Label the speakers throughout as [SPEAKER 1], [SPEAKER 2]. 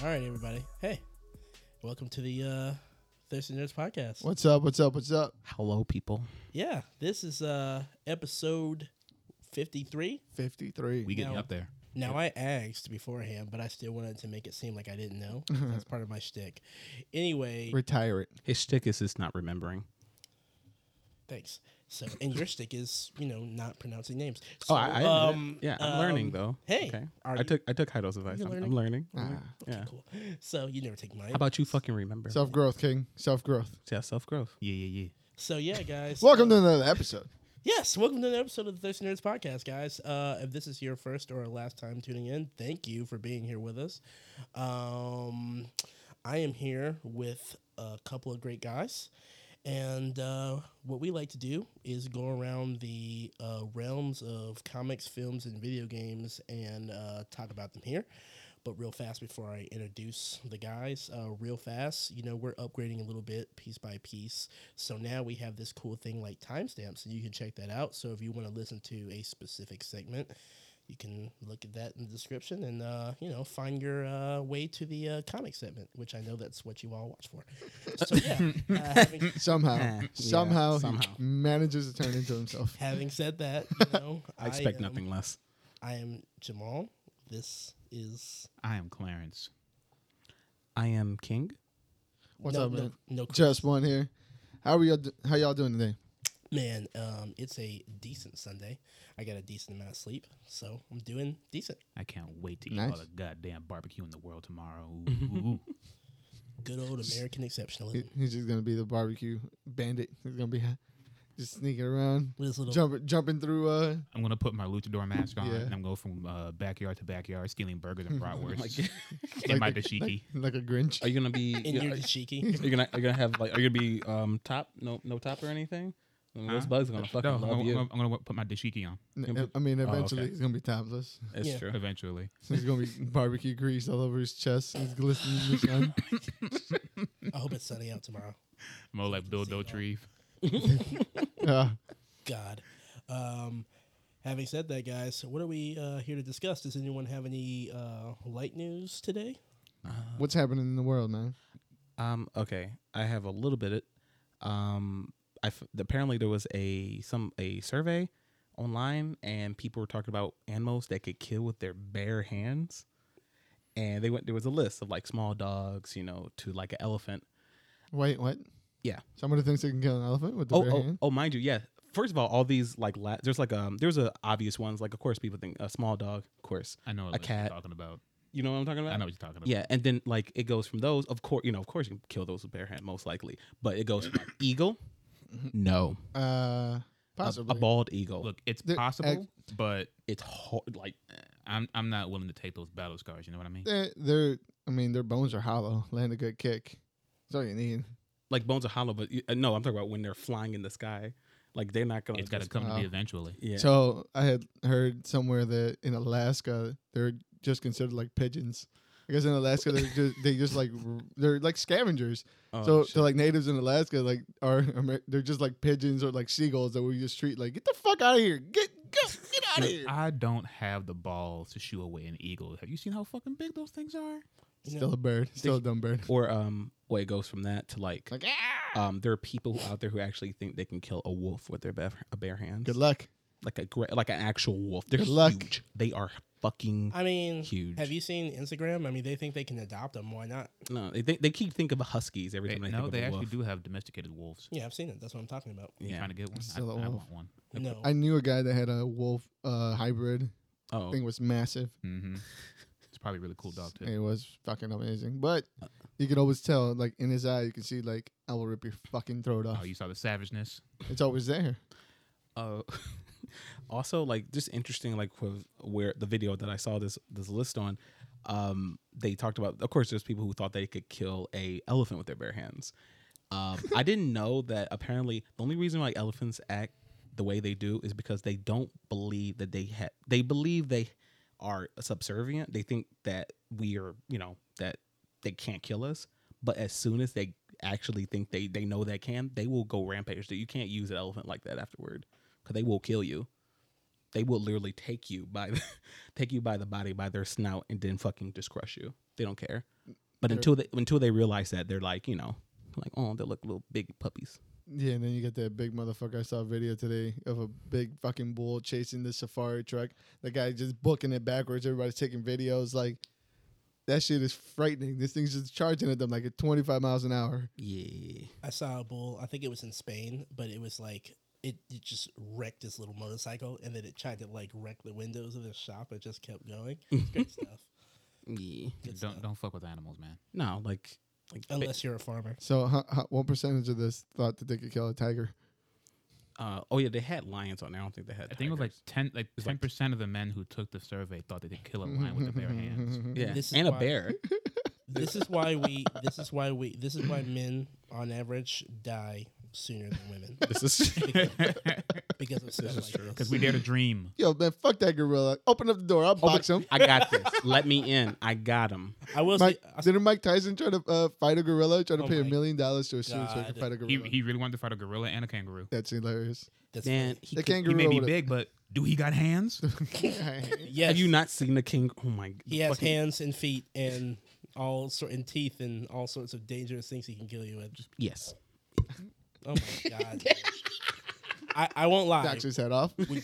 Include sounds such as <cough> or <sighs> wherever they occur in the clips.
[SPEAKER 1] All right, everybody. Hey, welcome to the uh, Thirsty Nerds podcast.
[SPEAKER 2] What's up? What's up? What's up?
[SPEAKER 3] Hello, people.
[SPEAKER 1] Yeah, this is uh, episode fifty-three.
[SPEAKER 2] 53.
[SPEAKER 3] We getting
[SPEAKER 1] Now-
[SPEAKER 3] up there.
[SPEAKER 1] Now I asked beforehand, but I still wanted to make it seem like I didn't
[SPEAKER 3] <laughs>
[SPEAKER 1] know. That's part of my shtick. Anyway,
[SPEAKER 2] Retire it.
[SPEAKER 3] His shtick is just not remembering.
[SPEAKER 1] thanks. So, and your shtick is you know not pronouncing names.
[SPEAKER 3] Oh,
[SPEAKER 1] So,
[SPEAKER 3] I, I yeah, I'm learning
[SPEAKER 1] um,
[SPEAKER 3] though.
[SPEAKER 1] Hey,
[SPEAKER 3] okay.
[SPEAKER 1] are
[SPEAKER 3] I
[SPEAKER 1] you-
[SPEAKER 3] took I took Heidel's advice.
[SPEAKER 1] You're
[SPEAKER 3] I'm
[SPEAKER 1] learning?
[SPEAKER 3] I'm learning. I'm
[SPEAKER 2] Ah.
[SPEAKER 3] learning. yeah.
[SPEAKER 1] Cool. So you never take mine.
[SPEAKER 3] How about you fucking remember?
[SPEAKER 2] Self growth, King. Self growth.
[SPEAKER 3] yeah, self growth. Yeah, yeah, yeah.
[SPEAKER 1] So yeah, guys.
[SPEAKER 2] Welcome to another episode.
[SPEAKER 1] Yes, welcome to another episode of the Thirsty Nerds podcast, guys. Uh, if this is your first or last time tuning in, thank you for being here with us. Um, I am here with a couple of great guys, and uh, what we like to do is go around the uh, realms of comics, films, and video games and uh, talk about them here. But real fast before I introduce the guys, uh, real fast, you know, we're upgrading a little bit piece by piece. So now we have this cool thing like timestamps, and you can check that out. So if you want to listen to a specific segment, you can look at that in the description and, uh, you know, find your uh, way to the uh, comic segment, which I know that's what you all watch for. So yeah, uh, having,
[SPEAKER 2] Somehow.
[SPEAKER 3] <laughs> Yeah,
[SPEAKER 2] somehow,
[SPEAKER 3] somehow.
[SPEAKER 2] he manages to turn into himself.
[SPEAKER 1] having said
[SPEAKER 3] <laughs>
[SPEAKER 1] that, you know,
[SPEAKER 3] I expect
[SPEAKER 1] am-
[SPEAKER 3] nothing less.
[SPEAKER 1] I am Jamal. This is
[SPEAKER 4] I am Clarence.
[SPEAKER 3] I am king.
[SPEAKER 2] What's
[SPEAKER 1] no,
[SPEAKER 2] up,
[SPEAKER 1] no-
[SPEAKER 2] man?
[SPEAKER 1] No,
[SPEAKER 2] Just one here. How are y'all? Do- how y'all doing today?
[SPEAKER 1] Man, um, it's a decent Sunday. I got a decent amount of sleep, so I'm doing decent.
[SPEAKER 4] I can't wait to eat all
[SPEAKER 2] Nice.
[SPEAKER 4] the goddamn barbecue in the
[SPEAKER 2] <laughs>
[SPEAKER 4] world tomorrow. Ooh, ooh,
[SPEAKER 1] Good old American exceptionalism.
[SPEAKER 2] He- He's just gonna be the barbecue bandit. He's gonna be just sneaking around,
[SPEAKER 1] With his little
[SPEAKER 2] jumping, jumping through. Uh,
[SPEAKER 4] I'm gonna put my luchador mask on
[SPEAKER 2] Yeah.
[SPEAKER 4] and I'm going from uh, backyard to backyard, stealing burgers
[SPEAKER 2] <laughs>
[SPEAKER 4] and bratwurst <laughs>
[SPEAKER 2] like
[SPEAKER 4] in my
[SPEAKER 2] the-
[SPEAKER 4] dashiki.
[SPEAKER 2] like, like a Grinch.
[SPEAKER 3] Are you gonna be?
[SPEAKER 1] <laughs> in
[SPEAKER 3] you
[SPEAKER 1] your
[SPEAKER 3] <laughs>
[SPEAKER 2] <laughs>
[SPEAKER 3] are,
[SPEAKER 1] cheeky.
[SPEAKER 3] you gonna are you gonna have like are you gonna be um top no no top or anything? Those
[SPEAKER 4] Huh?
[SPEAKER 3] bugs are gonna fucking
[SPEAKER 4] no, I'm,
[SPEAKER 3] love
[SPEAKER 4] gonna,
[SPEAKER 3] you.
[SPEAKER 4] I'm gonna wa- put my dashiki on
[SPEAKER 2] N- I mean,
[SPEAKER 3] Oh, okay.
[SPEAKER 2] eventually he's gonna be topless.
[SPEAKER 3] It's
[SPEAKER 1] Yeah.
[SPEAKER 3] true.
[SPEAKER 4] eventually.
[SPEAKER 2] There's gonna
[SPEAKER 3] <laughs>
[SPEAKER 2] be barbecue grease all over his chest. He's glistening in the sun.
[SPEAKER 1] I hope it's sunny out tomorrow.
[SPEAKER 4] I'm gonna like Bill
[SPEAKER 1] See that.
[SPEAKER 4] Dotrieve.
[SPEAKER 2] Uh,
[SPEAKER 1] God. Um, having said that, guys, what are we uh, here to discuss? Does anyone have any uh, light news today?
[SPEAKER 2] what's happening in the world, man?
[SPEAKER 3] Um. Okay. I have a little bit. Of, um. I f- apparently there was a some a survey online and people were talking about animals that could kill with their bare hands, and they went there was a list of like small dogs, you know, to like an elephant.
[SPEAKER 2] Wait, what?
[SPEAKER 3] Yeah.
[SPEAKER 2] Somebody thinks they can kill an elephant with the
[SPEAKER 3] Oh,
[SPEAKER 2] bare
[SPEAKER 3] oh,
[SPEAKER 2] hand.
[SPEAKER 3] oh, mind you, yeah. First of all, all these like la- there's like um there's a obvious ones like of course people think a small dog, of course.
[SPEAKER 4] I know what
[SPEAKER 3] A
[SPEAKER 4] list
[SPEAKER 3] cat.
[SPEAKER 4] you're talking about.
[SPEAKER 3] You know what I'm talking about?
[SPEAKER 4] I know what you're talking about.
[SPEAKER 3] Yeah, and then like it goes from those, of course, you know, of course you can kill those with bare hand, most likely. But it goes from like eagle, no,
[SPEAKER 2] Uh,
[SPEAKER 3] A-
[SPEAKER 2] possibly.
[SPEAKER 3] a, bald eagle.
[SPEAKER 4] Look, it's
[SPEAKER 2] There-
[SPEAKER 4] possible, but
[SPEAKER 3] it's hard, like
[SPEAKER 4] eh, I'm I'm not willing to take those battle scars. You know what I mean?
[SPEAKER 2] They're, they're, I mean, their bones are hollow. Land a good kick. That's all you need.
[SPEAKER 3] like bones are hollow, but you, uh, no, I'm talking about when they're flying in the sky, like they're not gonna.
[SPEAKER 4] It's gotta
[SPEAKER 3] just-
[SPEAKER 4] come to
[SPEAKER 2] wow.
[SPEAKER 4] me eventually.
[SPEAKER 3] Yeah.
[SPEAKER 2] So I had heard somewhere that in Alaska they're just considered like pigeons. I guess in Alaska they're just they just like r- they're like scavengers.
[SPEAKER 3] Oh,
[SPEAKER 2] so,
[SPEAKER 3] shit.
[SPEAKER 2] so like natives in Alaska like are Amer- they're just like pigeons or like seagulls that we just treat like get the fuck out of here get go, get out of here.
[SPEAKER 4] I don't have the balls to shoo away an eagle. Have you seen how fucking big those things are?
[SPEAKER 1] You
[SPEAKER 2] Still a
[SPEAKER 1] know,
[SPEAKER 2] bird, still a dumb bird.
[SPEAKER 3] or um, well, it goes from that to like,
[SPEAKER 2] Like ah!
[SPEAKER 3] um, there are people who- out there who actually think they can kill a wolf with their bare, a bare hands,
[SPEAKER 2] Good luck.
[SPEAKER 3] like a gra- like an actual wolf. They're
[SPEAKER 2] Good luck.
[SPEAKER 3] huge. They are fucking
[SPEAKER 1] I mean,
[SPEAKER 3] huge.
[SPEAKER 1] have you seen Instagram? I mean, they think they can adopt them. Why not?
[SPEAKER 3] No, they think- they keep thinking of huskies every
[SPEAKER 4] They,
[SPEAKER 3] time they,
[SPEAKER 4] no,
[SPEAKER 3] think
[SPEAKER 4] they
[SPEAKER 3] of a
[SPEAKER 4] actually
[SPEAKER 3] wolf.
[SPEAKER 4] do have domesticated wolves.
[SPEAKER 1] Yeah, I've seen it. That's what I'm talking about.
[SPEAKER 4] You
[SPEAKER 3] Yeah.
[SPEAKER 4] trying to get one?
[SPEAKER 2] Still a
[SPEAKER 4] I, I
[SPEAKER 2] wolf.
[SPEAKER 4] want one.
[SPEAKER 1] No.
[SPEAKER 2] I knew a guy that had a wolf uh, hybrid.
[SPEAKER 3] Oh,
[SPEAKER 2] Thing was massive.
[SPEAKER 4] Mm-hmm. It's probably a really cool dog too.
[SPEAKER 2] It was fucking amazing. But you could always tell, like in his eye, you can see, like I will rip your fucking throat off.
[SPEAKER 4] Oh, you saw the savageness.
[SPEAKER 2] it's always there.
[SPEAKER 3] Uh, <laughs> also, like just interesting, like with where the video that I saw this this list on, um, they talked about. Of course, there's people who thought they could kill a elephant with their bare hands. Um, I didn't know that. Apparently, the only reason why elephants act the way they do is because they don't believe that they have. They believe they are subservient. They think that we are, you know, that they can't kill us. But as soon as they actually think they they know they can, they will go rampage. You can't use an elephant like that afterward, because they will kill you. They will literally take you by, <laughs> the, take you by the body by their snout and then fucking just crush you. They don't care. But
[SPEAKER 2] Sure.
[SPEAKER 3] until they until they realize that, they're like, you know, like oh, they look little big puppies.
[SPEAKER 2] Yeah, and then you get that big motherfucker. I saw a video today of a big fucking bull chasing the safari truck. The guy just booking it backwards. Everybody's taking videos. Like, that shit is frightening. This thing's just charging at them like at 25 miles an hour.
[SPEAKER 3] Yeah.
[SPEAKER 1] I saw a bull. I think it was in Spain, but it was like it, it just wrecked this little motorcycle, and then it tried to like wreck the windows of the shop. It just kept going. It's great stuff.
[SPEAKER 3] Yeah.
[SPEAKER 1] Good
[SPEAKER 4] don't
[SPEAKER 1] stuff.
[SPEAKER 4] don't fuck with animals, man.
[SPEAKER 3] No, like like ba-
[SPEAKER 1] Unless you're a farmer.
[SPEAKER 2] So, ho- ho- what percentage of this thought that they could kill a tiger?
[SPEAKER 3] uh, oh yeah, they had lions on there. I don't think they had.
[SPEAKER 4] I think it was like
[SPEAKER 3] tigers.
[SPEAKER 4] ten like
[SPEAKER 3] It's
[SPEAKER 4] ten
[SPEAKER 3] like-
[SPEAKER 4] percent of the men who took the survey thought they could kill a lion with their bare
[SPEAKER 3] <laughs>
[SPEAKER 4] hands.
[SPEAKER 3] yeah,
[SPEAKER 1] This is
[SPEAKER 3] and a
[SPEAKER 1] why-
[SPEAKER 3] bear.
[SPEAKER 1] This is why we. This is why we. This is why men, on average, die sooner than women
[SPEAKER 3] this is
[SPEAKER 1] because of stuff like this.
[SPEAKER 4] Because we dare to dream.
[SPEAKER 2] Yo, man, fuck that gorilla. Open up the door. I'll box him.
[SPEAKER 3] I got this. Let me in. I got him.
[SPEAKER 1] I will
[SPEAKER 2] Mike,
[SPEAKER 1] say, uh, I-
[SPEAKER 2] didn't Mike Tyson try to uh, fight a gorilla? Try to
[SPEAKER 1] Oh
[SPEAKER 2] pay a
[SPEAKER 1] my
[SPEAKER 2] million dollars to a suit so he
[SPEAKER 1] God.
[SPEAKER 2] could fight a
[SPEAKER 4] He,
[SPEAKER 2] gorilla.
[SPEAKER 4] he really wanted to fight a gorilla and a kangaroo.
[SPEAKER 2] That's hilarious. <laughs>
[SPEAKER 1] that's
[SPEAKER 3] Man, he
[SPEAKER 2] The
[SPEAKER 3] could-
[SPEAKER 4] He may
[SPEAKER 2] Gorilla
[SPEAKER 4] be
[SPEAKER 2] with a-
[SPEAKER 4] big, but do he got hands?
[SPEAKER 1] Yes,
[SPEAKER 3] Have you not seen the king? Oh my!
[SPEAKER 1] He has
[SPEAKER 3] fucking-
[SPEAKER 1] hands and feet and all sort and teeth and all sorts of dangerous things he can kill you with.
[SPEAKER 3] Yes.
[SPEAKER 1] Oh
[SPEAKER 3] <laughs>
[SPEAKER 1] my god! dude. I, I won't lie.
[SPEAKER 2] Knocks his head off.
[SPEAKER 1] Would,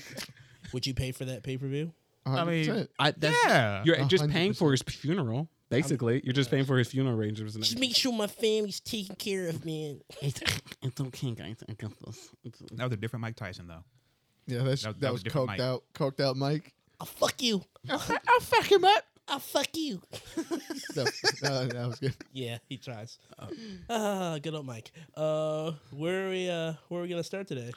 [SPEAKER 1] would you pay for that pay per view?
[SPEAKER 2] 100%.
[SPEAKER 3] I, that's,
[SPEAKER 4] Yeah.
[SPEAKER 3] You're
[SPEAKER 2] A
[SPEAKER 3] just paying
[SPEAKER 2] hundred
[SPEAKER 3] for his funeral. Basically, you're just paying for his funeral arrangements. And
[SPEAKER 1] Just
[SPEAKER 3] everything.
[SPEAKER 1] make sure my family's taken care of, man.
[SPEAKER 3] It's, it's okay, guys. I got this. It's-
[SPEAKER 4] That was a different Mike Tyson, though.
[SPEAKER 2] yeah, that's,
[SPEAKER 4] That-
[SPEAKER 2] that,
[SPEAKER 4] that was
[SPEAKER 2] was
[SPEAKER 4] different
[SPEAKER 2] coked
[SPEAKER 4] Mike.
[SPEAKER 2] out, coked out Mike.
[SPEAKER 1] I'll fuck you.
[SPEAKER 2] I'll fuck him up.
[SPEAKER 1] I'll fuck you.
[SPEAKER 2] No, no, that was <laughs> good.
[SPEAKER 1] yeah, he tries. Ah, <sighs> good old Mike. Uh, where are we? Uh, where are we gonna start today?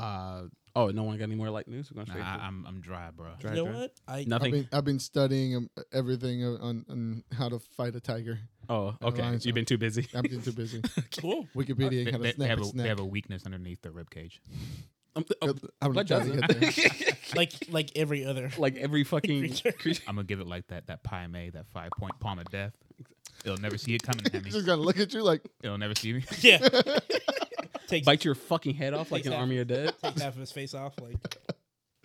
[SPEAKER 3] Uh, oh, no one got any more light news? We're going
[SPEAKER 4] Nah,
[SPEAKER 3] straight
[SPEAKER 4] I,
[SPEAKER 3] to
[SPEAKER 4] I'm I'm dry, bro.
[SPEAKER 3] Dry. Right,
[SPEAKER 1] you know
[SPEAKER 3] right.
[SPEAKER 1] what? I
[SPEAKER 2] I've
[SPEAKER 3] nothing.
[SPEAKER 2] been, I've been studying um, everything on, on, on how to fight a tiger.
[SPEAKER 3] oh, okay.
[SPEAKER 2] lines
[SPEAKER 3] You've
[SPEAKER 2] up.
[SPEAKER 3] been too busy.
[SPEAKER 2] I've been too
[SPEAKER 4] <laughs>
[SPEAKER 2] busy.
[SPEAKER 1] cool.
[SPEAKER 2] Wikipedia
[SPEAKER 4] They,
[SPEAKER 2] ain't had
[SPEAKER 4] they-
[SPEAKER 2] a
[SPEAKER 4] they
[SPEAKER 2] snap
[SPEAKER 4] have
[SPEAKER 2] a
[SPEAKER 4] a, they
[SPEAKER 2] snack.
[SPEAKER 4] have a weakness underneath their rib cage.
[SPEAKER 3] <laughs> I'm, I'm,
[SPEAKER 2] I'm
[SPEAKER 3] Blood
[SPEAKER 2] not trying to
[SPEAKER 3] Johnson.
[SPEAKER 4] <laughs>
[SPEAKER 2] get there.
[SPEAKER 1] Like like every other.
[SPEAKER 3] <laughs> like every fucking
[SPEAKER 1] Creature.
[SPEAKER 3] creature.
[SPEAKER 4] I'm gonna give it like that that pie may that five point palm of death. It'll never see it coming,
[SPEAKER 2] <laughs> <laughs>
[SPEAKER 4] Hemi.
[SPEAKER 2] Just gotta look at you like
[SPEAKER 4] It'll never see me.
[SPEAKER 1] <laughs>
[SPEAKER 4] <laughs>
[SPEAKER 1] Yeah. <laughs> Takes
[SPEAKER 3] bite your fucking head off like an
[SPEAKER 1] Exactly.
[SPEAKER 3] army of dead.
[SPEAKER 1] takes half of his face off. Like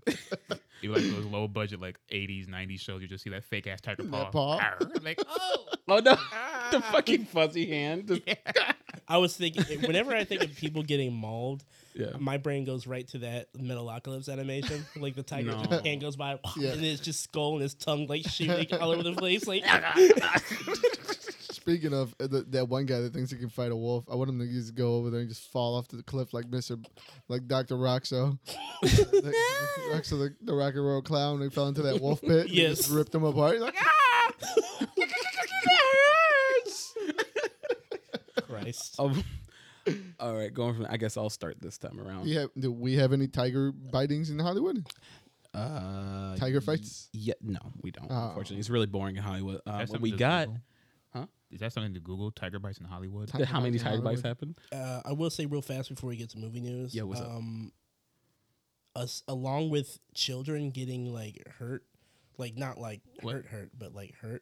[SPEAKER 4] It'll be like those low budget like 80s 90s shows. You just see that fake ass tiger paw.
[SPEAKER 2] That paw.
[SPEAKER 4] Arr. Like oh
[SPEAKER 3] <laughs> Oh no, <laughs> the fucking fuzzy
[SPEAKER 1] <laughs>
[SPEAKER 3] hand. Just- yeah.
[SPEAKER 1] I was thinking, whenever I think of people getting mauled, my brain goes right to that Metalocalypse animation, like the tiger
[SPEAKER 3] No.
[SPEAKER 1] just hand goes by,
[SPEAKER 2] Yeah.
[SPEAKER 1] and it's just skull and his tongue like shooting all over the place. Like,
[SPEAKER 2] speaking of uh, the, that one guy that thinks he can fight a wolf. I want him to just go over there and just fall off the cliff like Mister, like Doctor Roxo, <laughs> like, Roxo the, the rock and roll clown. He fell into that wolf pit. and they
[SPEAKER 1] Yes.
[SPEAKER 2] just ripped him apart. He's like, "Ah!"
[SPEAKER 1] Christ,
[SPEAKER 3] Oh, <laughs> all right, going from. I guess I'll start this time around.
[SPEAKER 2] We have, do we have any tiger bitings in Hollywood?
[SPEAKER 3] Uh,
[SPEAKER 2] Tiger fights?
[SPEAKER 3] Yeah, no, we don't.
[SPEAKER 2] Oh.
[SPEAKER 3] Unfortunately, it's really boring in Hollywood.
[SPEAKER 4] That's
[SPEAKER 3] Uh, what
[SPEAKER 4] something
[SPEAKER 3] we
[SPEAKER 4] to
[SPEAKER 3] got?
[SPEAKER 4] Google.
[SPEAKER 3] Huh?
[SPEAKER 4] Is that something to Google? Tiger bites in Hollywood.
[SPEAKER 2] Tiger
[SPEAKER 3] how many
[SPEAKER 2] bites in
[SPEAKER 3] tiger bites
[SPEAKER 2] Hollywood.
[SPEAKER 3] happened?
[SPEAKER 1] uh, I will say real fast before we get to movie news.
[SPEAKER 3] Yeah, what's up?
[SPEAKER 1] um, Us along with children getting like hurt, like not like
[SPEAKER 4] What?
[SPEAKER 1] hurt hurt, but like hurt.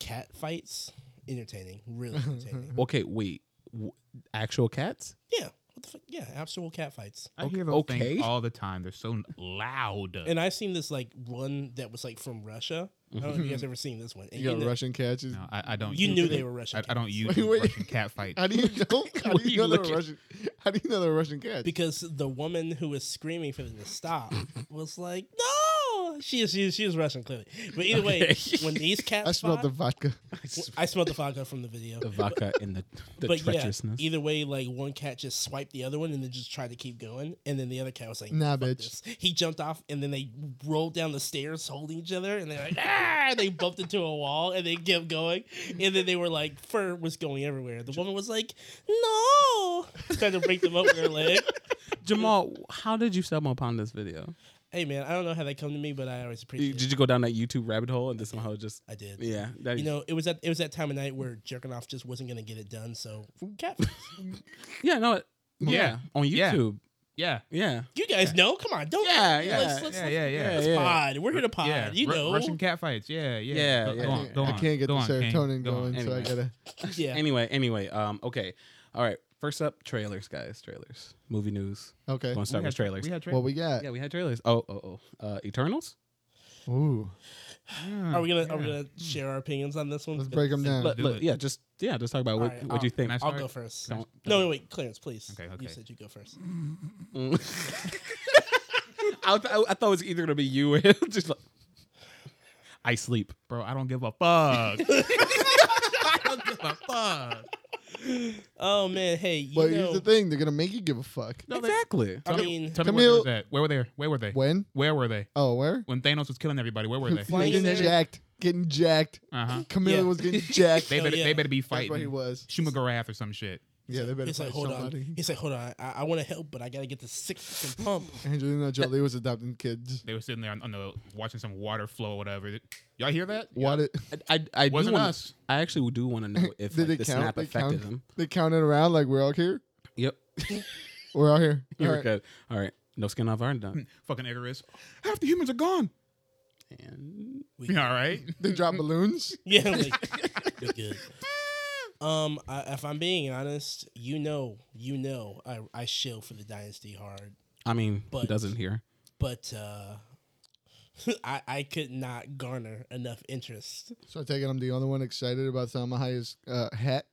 [SPEAKER 1] Cat fights, entertaining, really entertaining.
[SPEAKER 3] Okay, wait. W- actual cats? <laughs>
[SPEAKER 1] yeah, what the fuck? Yeah, actual cat fights.
[SPEAKER 4] I hear those
[SPEAKER 3] Okay.
[SPEAKER 4] things all the time. They're so loud.
[SPEAKER 1] And I've seen this like one that was like from Russia. I don't know if you
[SPEAKER 3] <laughs>
[SPEAKER 1] guys ever seen this one. And
[SPEAKER 2] You got
[SPEAKER 1] you know-
[SPEAKER 2] Russian cats.
[SPEAKER 4] no, I, I don't.
[SPEAKER 1] You
[SPEAKER 4] use
[SPEAKER 1] knew
[SPEAKER 4] it.
[SPEAKER 1] they were Russian
[SPEAKER 4] I, I don't
[SPEAKER 1] cats.
[SPEAKER 4] use
[SPEAKER 2] Wait, wait.
[SPEAKER 4] Russian
[SPEAKER 2] <laughs>
[SPEAKER 4] cat fight.
[SPEAKER 2] How do
[SPEAKER 4] <laughs>
[SPEAKER 2] you know? How
[SPEAKER 3] What
[SPEAKER 2] do
[SPEAKER 3] are
[SPEAKER 2] you
[SPEAKER 3] you
[SPEAKER 2] know they're
[SPEAKER 3] looking-
[SPEAKER 2] Russian? How do you know they're Russian cats?
[SPEAKER 1] because the woman who was screaming for them to stop was like, "No!" She is she is, she is Russian clearly. But either way,
[SPEAKER 3] Okay.
[SPEAKER 1] when these cats,
[SPEAKER 2] I smelled the
[SPEAKER 1] fought-
[SPEAKER 2] vodka.
[SPEAKER 1] I smelled the vodka from the video.
[SPEAKER 3] The vodka and the, the
[SPEAKER 1] <laughs> but yeah,
[SPEAKER 3] treacherousness.
[SPEAKER 1] either way, like one cat just swiped the other one and then just tried to keep going, and then the other cat was like,
[SPEAKER 2] Nah,
[SPEAKER 1] "Fuck
[SPEAKER 2] bitch."
[SPEAKER 1] this." He jumped off, and then they rolled down the stairs holding each other, and they're like, "Ah!" and they bumped into a wall, and they kept going, and then they were like, fur was going everywhere. The woman was like, "No!" Trying to break them up with her leg.
[SPEAKER 3] Jamal, how did you stumble upon this video?
[SPEAKER 1] Hey man, I don't know how they come to me, but I always appreciate.
[SPEAKER 3] You-
[SPEAKER 1] it.
[SPEAKER 3] Did you go down that YouTube rabbit hole and just somehow just
[SPEAKER 1] I did.
[SPEAKER 3] yeah? That
[SPEAKER 1] You know, it was at it was that time of night where jerking off just wasn't gonna get it done. So cat,
[SPEAKER 3] yeah, no, it-
[SPEAKER 4] Yeah.
[SPEAKER 3] yeah, on
[SPEAKER 4] Yeah.
[SPEAKER 3] YouTube.
[SPEAKER 4] Yeah.
[SPEAKER 3] Yeah.
[SPEAKER 1] <laughs> You guys know. Come on, don't.
[SPEAKER 3] Yeah,
[SPEAKER 1] let's-
[SPEAKER 3] yeah,
[SPEAKER 1] let's, let's,
[SPEAKER 4] yeah, yeah, yeah,
[SPEAKER 1] let's
[SPEAKER 3] yeah.
[SPEAKER 1] pod. We're here to pod.
[SPEAKER 4] Yeah.
[SPEAKER 1] You
[SPEAKER 4] Ru-
[SPEAKER 1] know.
[SPEAKER 4] Russian catfights. Yeah, yeah.
[SPEAKER 3] Yeah,
[SPEAKER 4] Go, go
[SPEAKER 3] yeah.
[SPEAKER 2] I
[SPEAKER 4] on,
[SPEAKER 2] can't-
[SPEAKER 4] go
[SPEAKER 2] I
[SPEAKER 4] on,
[SPEAKER 2] can't get
[SPEAKER 4] go
[SPEAKER 2] the
[SPEAKER 4] on, Kane.
[SPEAKER 2] serotonin
[SPEAKER 4] Go on.
[SPEAKER 2] going, so I
[SPEAKER 3] Anyway.
[SPEAKER 2] gotta.
[SPEAKER 1] <laughs> Yeah.
[SPEAKER 3] Anyway, anyway, um, okay. All right. First up, trailers, guys. Trailers. Movie news.
[SPEAKER 2] Okay.
[SPEAKER 3] Want to start
[SPEAKER 4] We
[SPEAKER 3] with
[SPEAKER 4] had-
[SPEAKER 3] trailers?
[SPEAKER 4] We had
[SPEAKER 2] What
[SPEAKER 4] trailers.
[SPEAKER 2] we got?
[SPEAKER 3] yeah, we had trailers. Oh, oh, oh. Uh, Eternals.
[SPEAKER 2] Ooh.
[SPEAKER 1] are we gonna are we gonna share our opinions on this one?
[SPEAKER 2] Let's break them down.
[SPEAKER 3] Let-
[SPEAKER 4] do
[SPEAKER 3] let-
[SPEAKER 4] it.
[SPEAKER 3] yeah, just yeah, just talk about what,
[SPEAKER 1] Alright,
[SPEAKER 3] what you
[SPEAKER 4] Can
[SPEAKER 3] think.
[SPEAKER 4] I
[SPEAKER 1] I'll
[SPEAKER 4] start?
[SPEAKER 1] go first.
[SPEAKER 3] Don't-
[SPEAKER 1] No, wait, wait, Clarence, please.
[SPEAKER 4] Okay,
[SPEAKER 1] You
[SPEAKER 4] okay.
[SPEAKER 1] said you go first.
[SPEAKER 3] I, th- I, I thought it was either gonna be you or him. <laughs> just like I sleep.
[SPEAKER 4] Bro, I don't give
[SPEAKER 1] <laughs>
[SPEAKER 4] a fuck. <laughs> I don't give a fuck.
[SPEAKER 1] Oh man, hey, you
[SPEAKER 2] But
[SPEAKER 1] know,
[SPEAKER 2] here's the thing: they're gonna make you give a fuck.
[SPEAKER 4] No, they-
[SPEAKER 3] exactly.
[SPEAKER 1] I
[SPEAKER 4] Tell me-
[SPEAKER 1] mean,
[SPEAKER 4] tell me
[SPEAKER 2] Camille-
[SPEAKER 4] where they was at. Where were they? Where were they?
[SPEAKER 2] When?
[SPEAKER 4] Where were they?
[SPEAKER 2] Oh, where?
[SPEAKER 4] When Thanos was killing everybody, where were
[SPEAKER 2] <laughs>
[SPEAKER 4] they?
[SPEAKER 1] Flying
[SPEAKER 2] getting
[SPEAKER 1] there.
[SPEAKER 2] jacked. Getting jacked.
[SPEAKER 4] Uh
[SPEAKER 3] Uh-huh.
[SPEAKER 4] huh.
[SPEAKER 2] Camilla
[SPEAKER 1] Yeah.
[SPEAKER 2] was
[SPEAKER 3] <laughs>
[SPEAKER 2] getting jacked.
[SPEAKER 4] They
[SPEAKER 1] Oh,
[SPEAKER 4] better,
[SPEAKER 1] yeah.
[SPEAKER 4] they better be
[SPEAKER 2] That's where he
[SPEAKER 4] fighting
[SPEAKER 2] was.
[SPEAKER 4] Shumagarath or some shit.
[SPEAKER 2] Yeah, they better
[SPEAKER 1] he's like,
[SPEAKER 2] fight
[SPEAKER 1] hold
[SPEAKER 2] somebody.
[SPEAKER 1] on. He's like, hold on. I, I want to help, but I gotta get the sick fucking pump.
[SPEAKER 2] Angelina Jolie was adopting kids.
[SPEAKER 4] They were sitting there on, on the watching some water flow or whatever. Y'all hear that?
[SPEAKER 2] What it?
[SPEAKER 3] I, I, I do
[SPEAKER 4] Wasn't
[SPEAKER 3] wanna-
[SPEAKER 4] us.
[SPEAKER 3] I actually do want to know
[SPEAKER 4] <laughs>
[SPEAKER 2] <laughs>
[SPEAKER 3] if
[SPEAKER 2] Did
[SPEAKER 3] like,
[SPEAKER 2] they
[SPEAKER 3] the
[SPEAKER 2] count?
[SPEAKER 3] snap
[SPEAKER 2] They
[SPEAKER 3] affected
[SPEAKER 2] count?
[SPEAKER 3] him.
[SPEAKER 2] They counted around like we're all here.
[SPEAKER 3] Yep,
[SPEAKER 2] We're all here.
[SPEAKER 3] you
[SPEAKER 2] All
[SPEAKER 3] were
[SPEAKER 2] right.
[SPEAKER 3] good. All right, no skin off our done.
[SPEAKER 4] Fucking Icarus. <laughs> Half the humans are gone.
[SPEAKER 3] And
[SPEAKER 4] You all right?
[SPEAKER 2] They
[SPEAKER 3] <laughs>
[SPEAKER 2] drop balloons.
[SPEAKER 1] <laughs> yeah, like, you're good. Um, I, if I'm being honest, you know, you know, I I shill for the dynasty hard,
[SPEAKER 3] I mean, who
[SPEAKER 1] But-
[SPEAKER 3] doesn't hear?
[SPEAKER 1] but uh, <laughs> I I could not garner enough interest.
[SPEAKER 2] So I take it I'm the only one excited about Salma Hayek's uh, hat.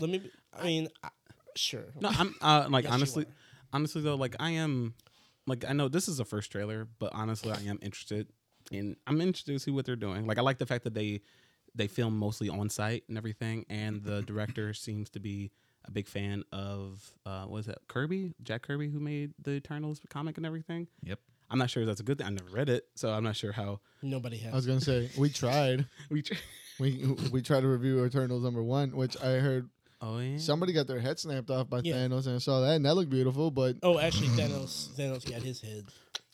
[SPEAKER 1] Let me. I mean, I, sure.
[SPEAKER 3] No, I'm <laughs> uh, like
[SPEAKER 1] Yes, you
[SPEAKER 3] honestly,
[SPEAKER 1] are.
[SPEAKER 3] honestly though, like I am, like I know this is the first trailer, but honestly, I am interested in. I'm interested to see what they're doing. Like I like the fact that they they film mostly on site and everything, and
[SPEAKER 1] Mm-hmm.
[SPEAKER 3] the director seems to be a big fan of uh, what is that Kirby, Jack Kirby, who made the Eternals comic and everything.
[SPEAKER 4] Yep.
[SPEAKER 3] I'm not sure if that's a good thing. I never read it, so I'm not sure how
[SPEAKER 1] Nobody
[SPEAKER 2] I
[SPEAKER 1] has.
[SPEAKER 2] was gonna say we tried.
[SPEAKER 3] <laughs> we. tr-
[SPEAKER 2] We we tried to review Eternals number one, which I heard
[SPEAKER 3] Oh yeah.
[SPEAKER 2] somebody got their head snapped off by
[SPEAKER 1] Yeah.
[SPEAKER 2] Thanos, and I saw that, and that looked beautiful. But
[SPEAKER 1] Oh, actually, Thanos. Thanos got his head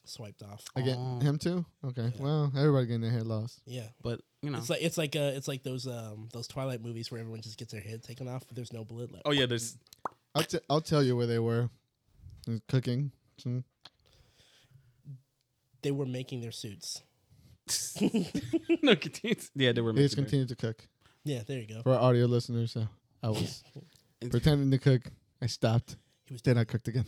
[SPEAKER 1] swiped off.
[SPEAKER 2] I get
[SPEAKER 3] Oh.
[SPEAKER 2] him too. Okay, well, everybody getting their head lost.
[SPEAKER 1] Yeah,
[SPEAKER 3] but you know.
[SPEAKER 1] it's
[SPEAKER 2] Oh.
[SPEAKER 1] like it's like uh, it's like those um those Twilight movies where everyone just gets their head taken off, but there's no blood left.
[SPEAKER 3] oh yeah, there's
[SPEAKER 2] I'll, t- I'll tell you where they were. It was Cooking. Hmm.
[SPEAKER 1] They were making their suits. <laughs>
[SPEAKER 3] <laughs> no continues. Yeah, there were.
[SPEAKER 2] They just
[SPEAKER 3] making-
[SPEAKER 2] continued to cook
[SPEAKER 1] Yeah, there you go.
[SPEAKER 2] for our audio listeners. So I was
[SPEAKER 3] It's-
[SPEAKER 2] pretending to cook. I stopped.
[SPEAKER 1] He was
[SPEAKER 2] Then I cooked again.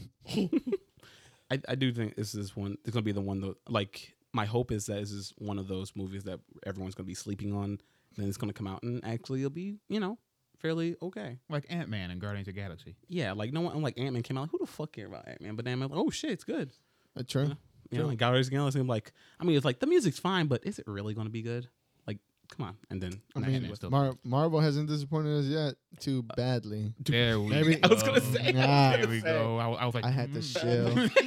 [SPEAKER 3] I, I do think this is one. It's gonna be the one though. Like my hope is that this is one of those movies that everyone's gonna be sleeping on. Then it's gonna come out and actually it'll be you know fairly okay.
[SPEAKER 4] Like Ant Man and Guardians of the Galaxy.
[SPEAKER 3] Yeah, like no one. I'm like Ant Man came out. Like, Who the fuck care about Ant Man? But Ant Man, like, oh shit, it's good.
[SPEAKER 2] Uh, true.
[SPEAKER 3] You know, like Guardians of the Galaxy. I'm like, I mean, it's like the music's fine, but is it really gonna be good? Like, come on. And then
[SPEAKER 2] I
[SPEAKER 3] and
[SPEAKER 2] mean,
[SPEAKER 3] Ant-Man still-
[SPEAKER 2] Mar- Marvel hasn't disappointed us yet too badly.
[SPEAKER 4] There we
[SPEAKER 2] Maybe-
[SPEAKER 3] <laughs>
[SPEAKER 4] go.
[SPEAKER 2] I was
[SPEAKER 3] gonna say-
[SPEAKER 2] Nah.
[SPEAKER 4] There we go. I, I was like,
[SPEAKER 2] I had to
[SPEAKER 4] mm.
[SPEAKER 2] chill.
[SPEAKER 3] <laughs>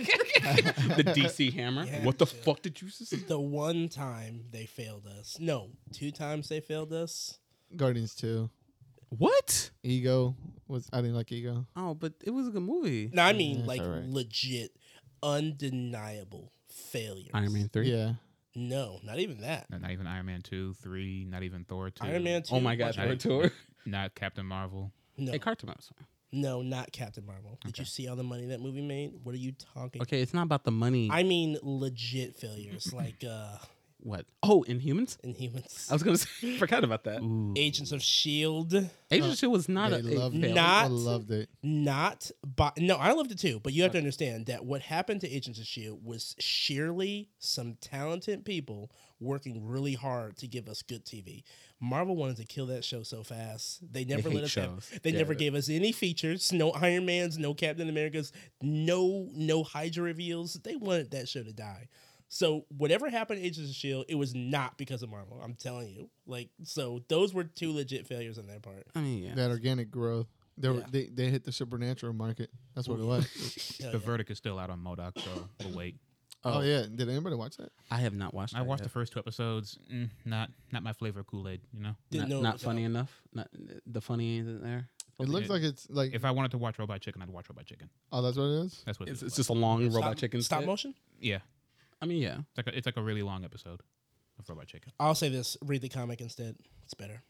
[SPEAKER 3] the DC Hammer.
[SPEAKER 1] Yeah,
[SPEAKER 3] what the
[SPEAKER 1] yeah.
[SPEAKER 3] fuck did you say?
[SPEAKER 1] the one time they failed us. No, two times they failed us.
[SPEAKER 2] Guardians two.
[SPEAKER 3] What?
[SPEAKER 2] Ego was I didn't like Ego.
[SPEAKER 3] Oh, but it was a good movie.
[SPEAKER 1] No, I mean
[SPEAKER 2] that's
[SPEAKER 1] like
[SPEAKER 2] all right.
[SPEAKER 1] legit, undeniable failures.
[SPEAKER 3] Iron Man three.
[SPEAKER 2] Yeah.
[SPEAKER 1] No, not even that.
[SPEAKER 4] No, Not even Iron Man 2, 3, not even Thor 2.
[SPEAKER 1] Iron Man. 2,
[SPEAKER 3] Oh my god,
[SPEAKER 1] wasn't-
[SPEAKER 3] Iron Tour.
[SPEAKER 4] Not Captain Marvel.
[SPEAKER 1] No.
[SPEAKER 3] Hey, Cartoon. Mouse.
[SPEAKER 1] No, not Captain Marvel. Did
[SPEAKER 4] Okay.
[SPEAKER 1] you see all the money that movie made? What are you talking?
[SPEAKER 3] Okay, it's not about the money.
[SPEAKER 1] I mean, legit failures like uh
[SPEAKER 3] What? Oh, Inhumans.
[SPEAKER 1] Inhumans,
[SPEAKER 3] I was gonna say, <laughs> forgot about that.
[SPEAKER 4] Ooh.
[SPEAKER 1] Agents of Shield,
[SPEAKER 3] Agent Shield was not a,
[SPEAKER 2] they
[SPEAKER 3] a
[SPEAKER 2] loved it.
[SPEAKER 3] failure.
[SPEAKER 1] Not-
[SPEAKER 2] I loved it.
[SPEAKER 1] not by no, I loved it too. But you have to understand that what happened to Agents of Shield E was sheerly some talented people working really hard to give us good TV. Marvel wanted to kill that show so fast. They never
[SPEAKER 3] hate
[SPEAKER 1] let us have.
[SPEAKER 3] shows.
[SPEAKER 1] They
[SPEAKER 3] Yeah,
[SPEAKER 1] never
[SPEAKER 3] that-
[SPEAKER 1] gave us any features. No Iron Mans. No Captain Americas. No no Hydra reveals. They wanted that show to die. So whatever happened to Agents of Shield, E it was not because of Marvel. I'm telling you. Like so, those were two legit failures on their
[SPEAKER 3] <laughs>
[SPEAKER 1] part.
[SPEAKER 3] I mean, yeah.
[SPEAKER 2] That organic growth. They, were,
[SPEAKER 1] Yeah.
[SPEAKER 2] they they hit the supernatural market. That's what it was.
[SPEAKER 3] <laughs>
[SPEAKER 1] Hell
[SPEAKER 4] The
[SPEAKER 1] yeah.
[SPEAKER 4] verdict is still out on Modoc, so we'll wait.
[SPEAKER 3] Oh,
[SPEAKER 2] oh yeah. Did anybody watch that?
[SPEAKER 3] I have not watched.
[SPEAKER 4] I watched the first two episodes. Mm, not not my flavor of Kool Aid, you know?
[SPEAKER 3] Not,
[SPEAKER 1] Didn't know it
[SPEAKER 3] not
[SPEAKER 1] was
[SPEAKER 3] funny enough. Not the funny isn't there.
[SPEAKER 2] It looks
[SPEAKER 4] it-
[SPEAKER 2] like it's like
[SPEAKER 4] If I wanted to watch Robot Chicken, I'd watch Robot Chicken.
[SPEAKER 2] oh that's what it is.
[SPEAKER 4] That's what
[SPEAKER 3] It's,
[SPEAKER 4] this
[SPEAKER 3] it's
[SPEAKER 4] is
[SPEAKER 3] just a long
[SPEAKER 1] Stop-
[SPEAKER 3] robot chicken.
[SPEAKER 1] stop
[SPEAKER 3] set.
[SPEAKER 1] motion.
[SPEAKER 4] like. Yeah.
[SPEAKER 3] I mean, yeah.
[SPEAKER 4] It's like, a, it's like a really long episode of Robot Chicken.
[SPEAKER 1] I'll say this: read the comic instead. It's better.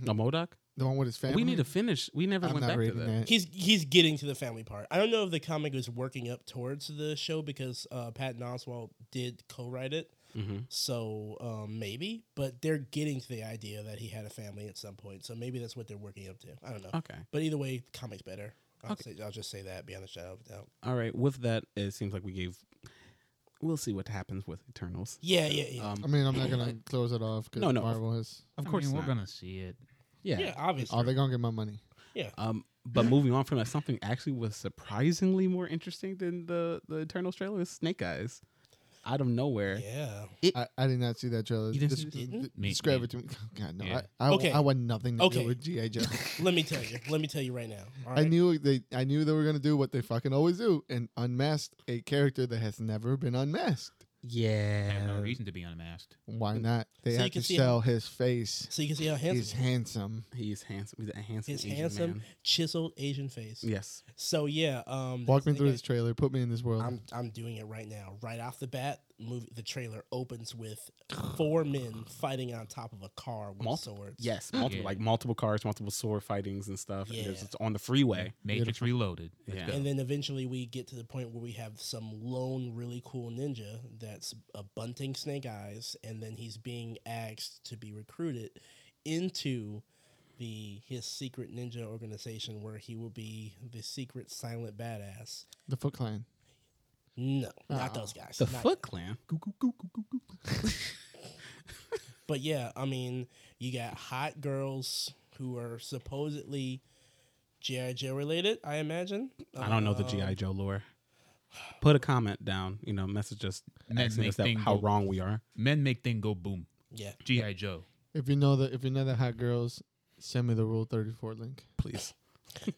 [SPEAKER 3] No, Modoc.
[SPEAKER 2] The one with his family.
[SPEAKER 3] We need to finish. We never
[SPEAKER 2] I'm
[SPEAKER 3] went
[SPEAKER 2] not
[SPEAKER 3] back to
[SPEAKER 2] reading
[SPEAKER 3] that.
[SPEAKER 2] that.
[SPEAKER 1] He's he's getting to the family part. I don't know if the comic was working up towards the show because uh, Patton Oswalt did co-write it,
[SPEAKER 3] hmm
[SPEAKER 1] so um, maybe. But they're getting to the idea that he had a family at some point, so maybe that's what they're working up to. I don't know.
[SPEAKER 3] Okay.
[SPEAKER 1] But either way, the comic's better. I'll,
[SPEAKER 3] Okay.
[SPEAKER 1] say, I'll just say that beyond a shadow of a doubt.
[SPEAKER 3] All right. With that, it seems like we gave. We'll see what happens with Eternals.
[SPEAKER 1] Yeah, yeah, yeah.
[SPEAKER 3] Um,
[SPEAKER 2] I mean, I'm not
[SPEAKER 3] <laughs>
[SPEAKER 2] gonna close it off because
[SPEAKER 3] No, no.
[SPEAKER 2] Marvel has.
[SPEAKER 3] of
[SPEAKER 4] I
[SPEAKER 3] course,
[SPEAKER 4] mean, we're
[SPEAKER 3] not.
[SPEAKER 4] gonna see it.
[SPEAKER 1] yeah.
[SPEAKER 3] Yeah.
[SPEAKER 1] obviously.
[SPEAKER 2] Oh, they're gonna get my money.
[SPEAKER 3] Um, but moving on from that, something actually was surprisingly more interesting than the the Eternals trailer is Snake Eyes, out of nowhere.
[SPEAKER 1] yeah.
[SPEAKER 2] I, I did not see that trailer.
[SPEAKER 3] You didn't
[SPEAKER 2] Des-
[SPEAKER 3] see this?
[SPEAKER 2] d-
[SPEAKER 4] Me-
[SPEAKER 2] describe
[SPEAKER 4] me.
[SPEAKER 2] it to me. <laughs> God no,
[SPEAKER 4] Yeah.
[SPEAKER 2] I, I,
[SPEAKER 1] Okay.
[SPEAKER 2] I want nothing to
[SPEAKER 1] Okay.
[SPEAKER 2] do with GI
[SPEAKER 3] <laughs>
[SPEAKER 2] Joe.
[SPEAKER 1] Let me tell you. Let me tell you right now. All
[SPEAKER 2] I
[SPEAKER 1] right.
[SPEAKER 2] knew they I knew they were gonna do what they fucking always do and unmask a character that has never been unmasked.
[SPEAKER 4] I have no
[SPEAKER 3] Yeah.
[SPEAKER 4] reason to be unmasked.
[SPEAKER 3] Mm.
[SPEAKER 2] Why not? They
[SPEAKER 1] So you
[SPEAKER 2] have
[SPEAKER 1] can
[SPEAKER 2] to
[SPEAKER 1] see
[SPEAKER 2] sell his face.
[SPEAKER 1] so you can see how
[SPEAKER 2] He's
[SPEAKER 1] handsome
[SPEAKER 2] handsome.
[SPEAKER 3] He's handsome. He's a handsome.
[SPEAKER 1] his
[SPEAKER 3] Asian
[SPEAKER 1] handsome,
[SPEAKER 3] man.
[SPEAKER 1] chiseled Asian face.
[SPEAKER 3] Yes.
[SPEAKER 1] So yeah, um
[SPEAKER 2] Walk me
[SPEAKER 1] this
[SPEAKER 2] through
[SPEAKER 1] guy-
[SPEAKER 2] this trailer. Put me in this world.
[SPEAKER 1] I'm I'm doing it right now. Right off the bat, movie the trailer opens with four men fighting on top of a car with
[SPEAKER 3] Multi-
[SPEAKER 1] swords.
[SPEAKER 3] Yes. Multiple
[SPEAKER 4] Yeah.
[SPEAKER 3] like multiple cars, multiple sword fightings and stuff.
[SPEAKER 1] Yeah.
[SPEAKER 3] And it's, it's on the freeway.
[SPEAKER 4] Matrix Reloaded. Let's
[SPEAKER 3] Yeah.
[SPEAKER 4] go.
[SPEAKER 1] And then eventually we get to the point where we have some lone, really cool ninja that's a bunting snake eyes, and then he's being asked to be recruited into the his secret ninja organization where he will be the secret silent badass.
[SPEAKER 2] the Foot Clan.
[SPEAKER 1] No, not
[SPEAKER 2] Uh-uh.
[SPEAKER 1] those guys.
[SPEAKER 3] The
[SPEAKER 1] Not-
[SPEAKER 3] Foot Clan.
[SPEAKER 1] But yeah, I mean, you got hot girls who are supposedly GI Joe related. I imagine.
[SPEAKER 3] I don't know the
[SPEAKER 1] Um,
[SPEAKER 3] GI Joe lore. Put a comment down. You know, message us
[SPEAKER 4] Men
[SPEAKER 3] asking
[SPEAKER 4] make
[SPEAKER 3] us that,
[SPEAKER 4] thing
[SPEAKER 3] how
[SPEAKER 4] go-
[SPEAKER 3] wrong we are.
[SPEAKER 4] Men make thing go boom.
[SPEAKER 1] Yeah,
[SPEAKER 4] GI Joe.
[SPEAKER 2] If you know the if you know the hot girls, send me the Rule Thirty Four link.
[SPEAKER 3] Please.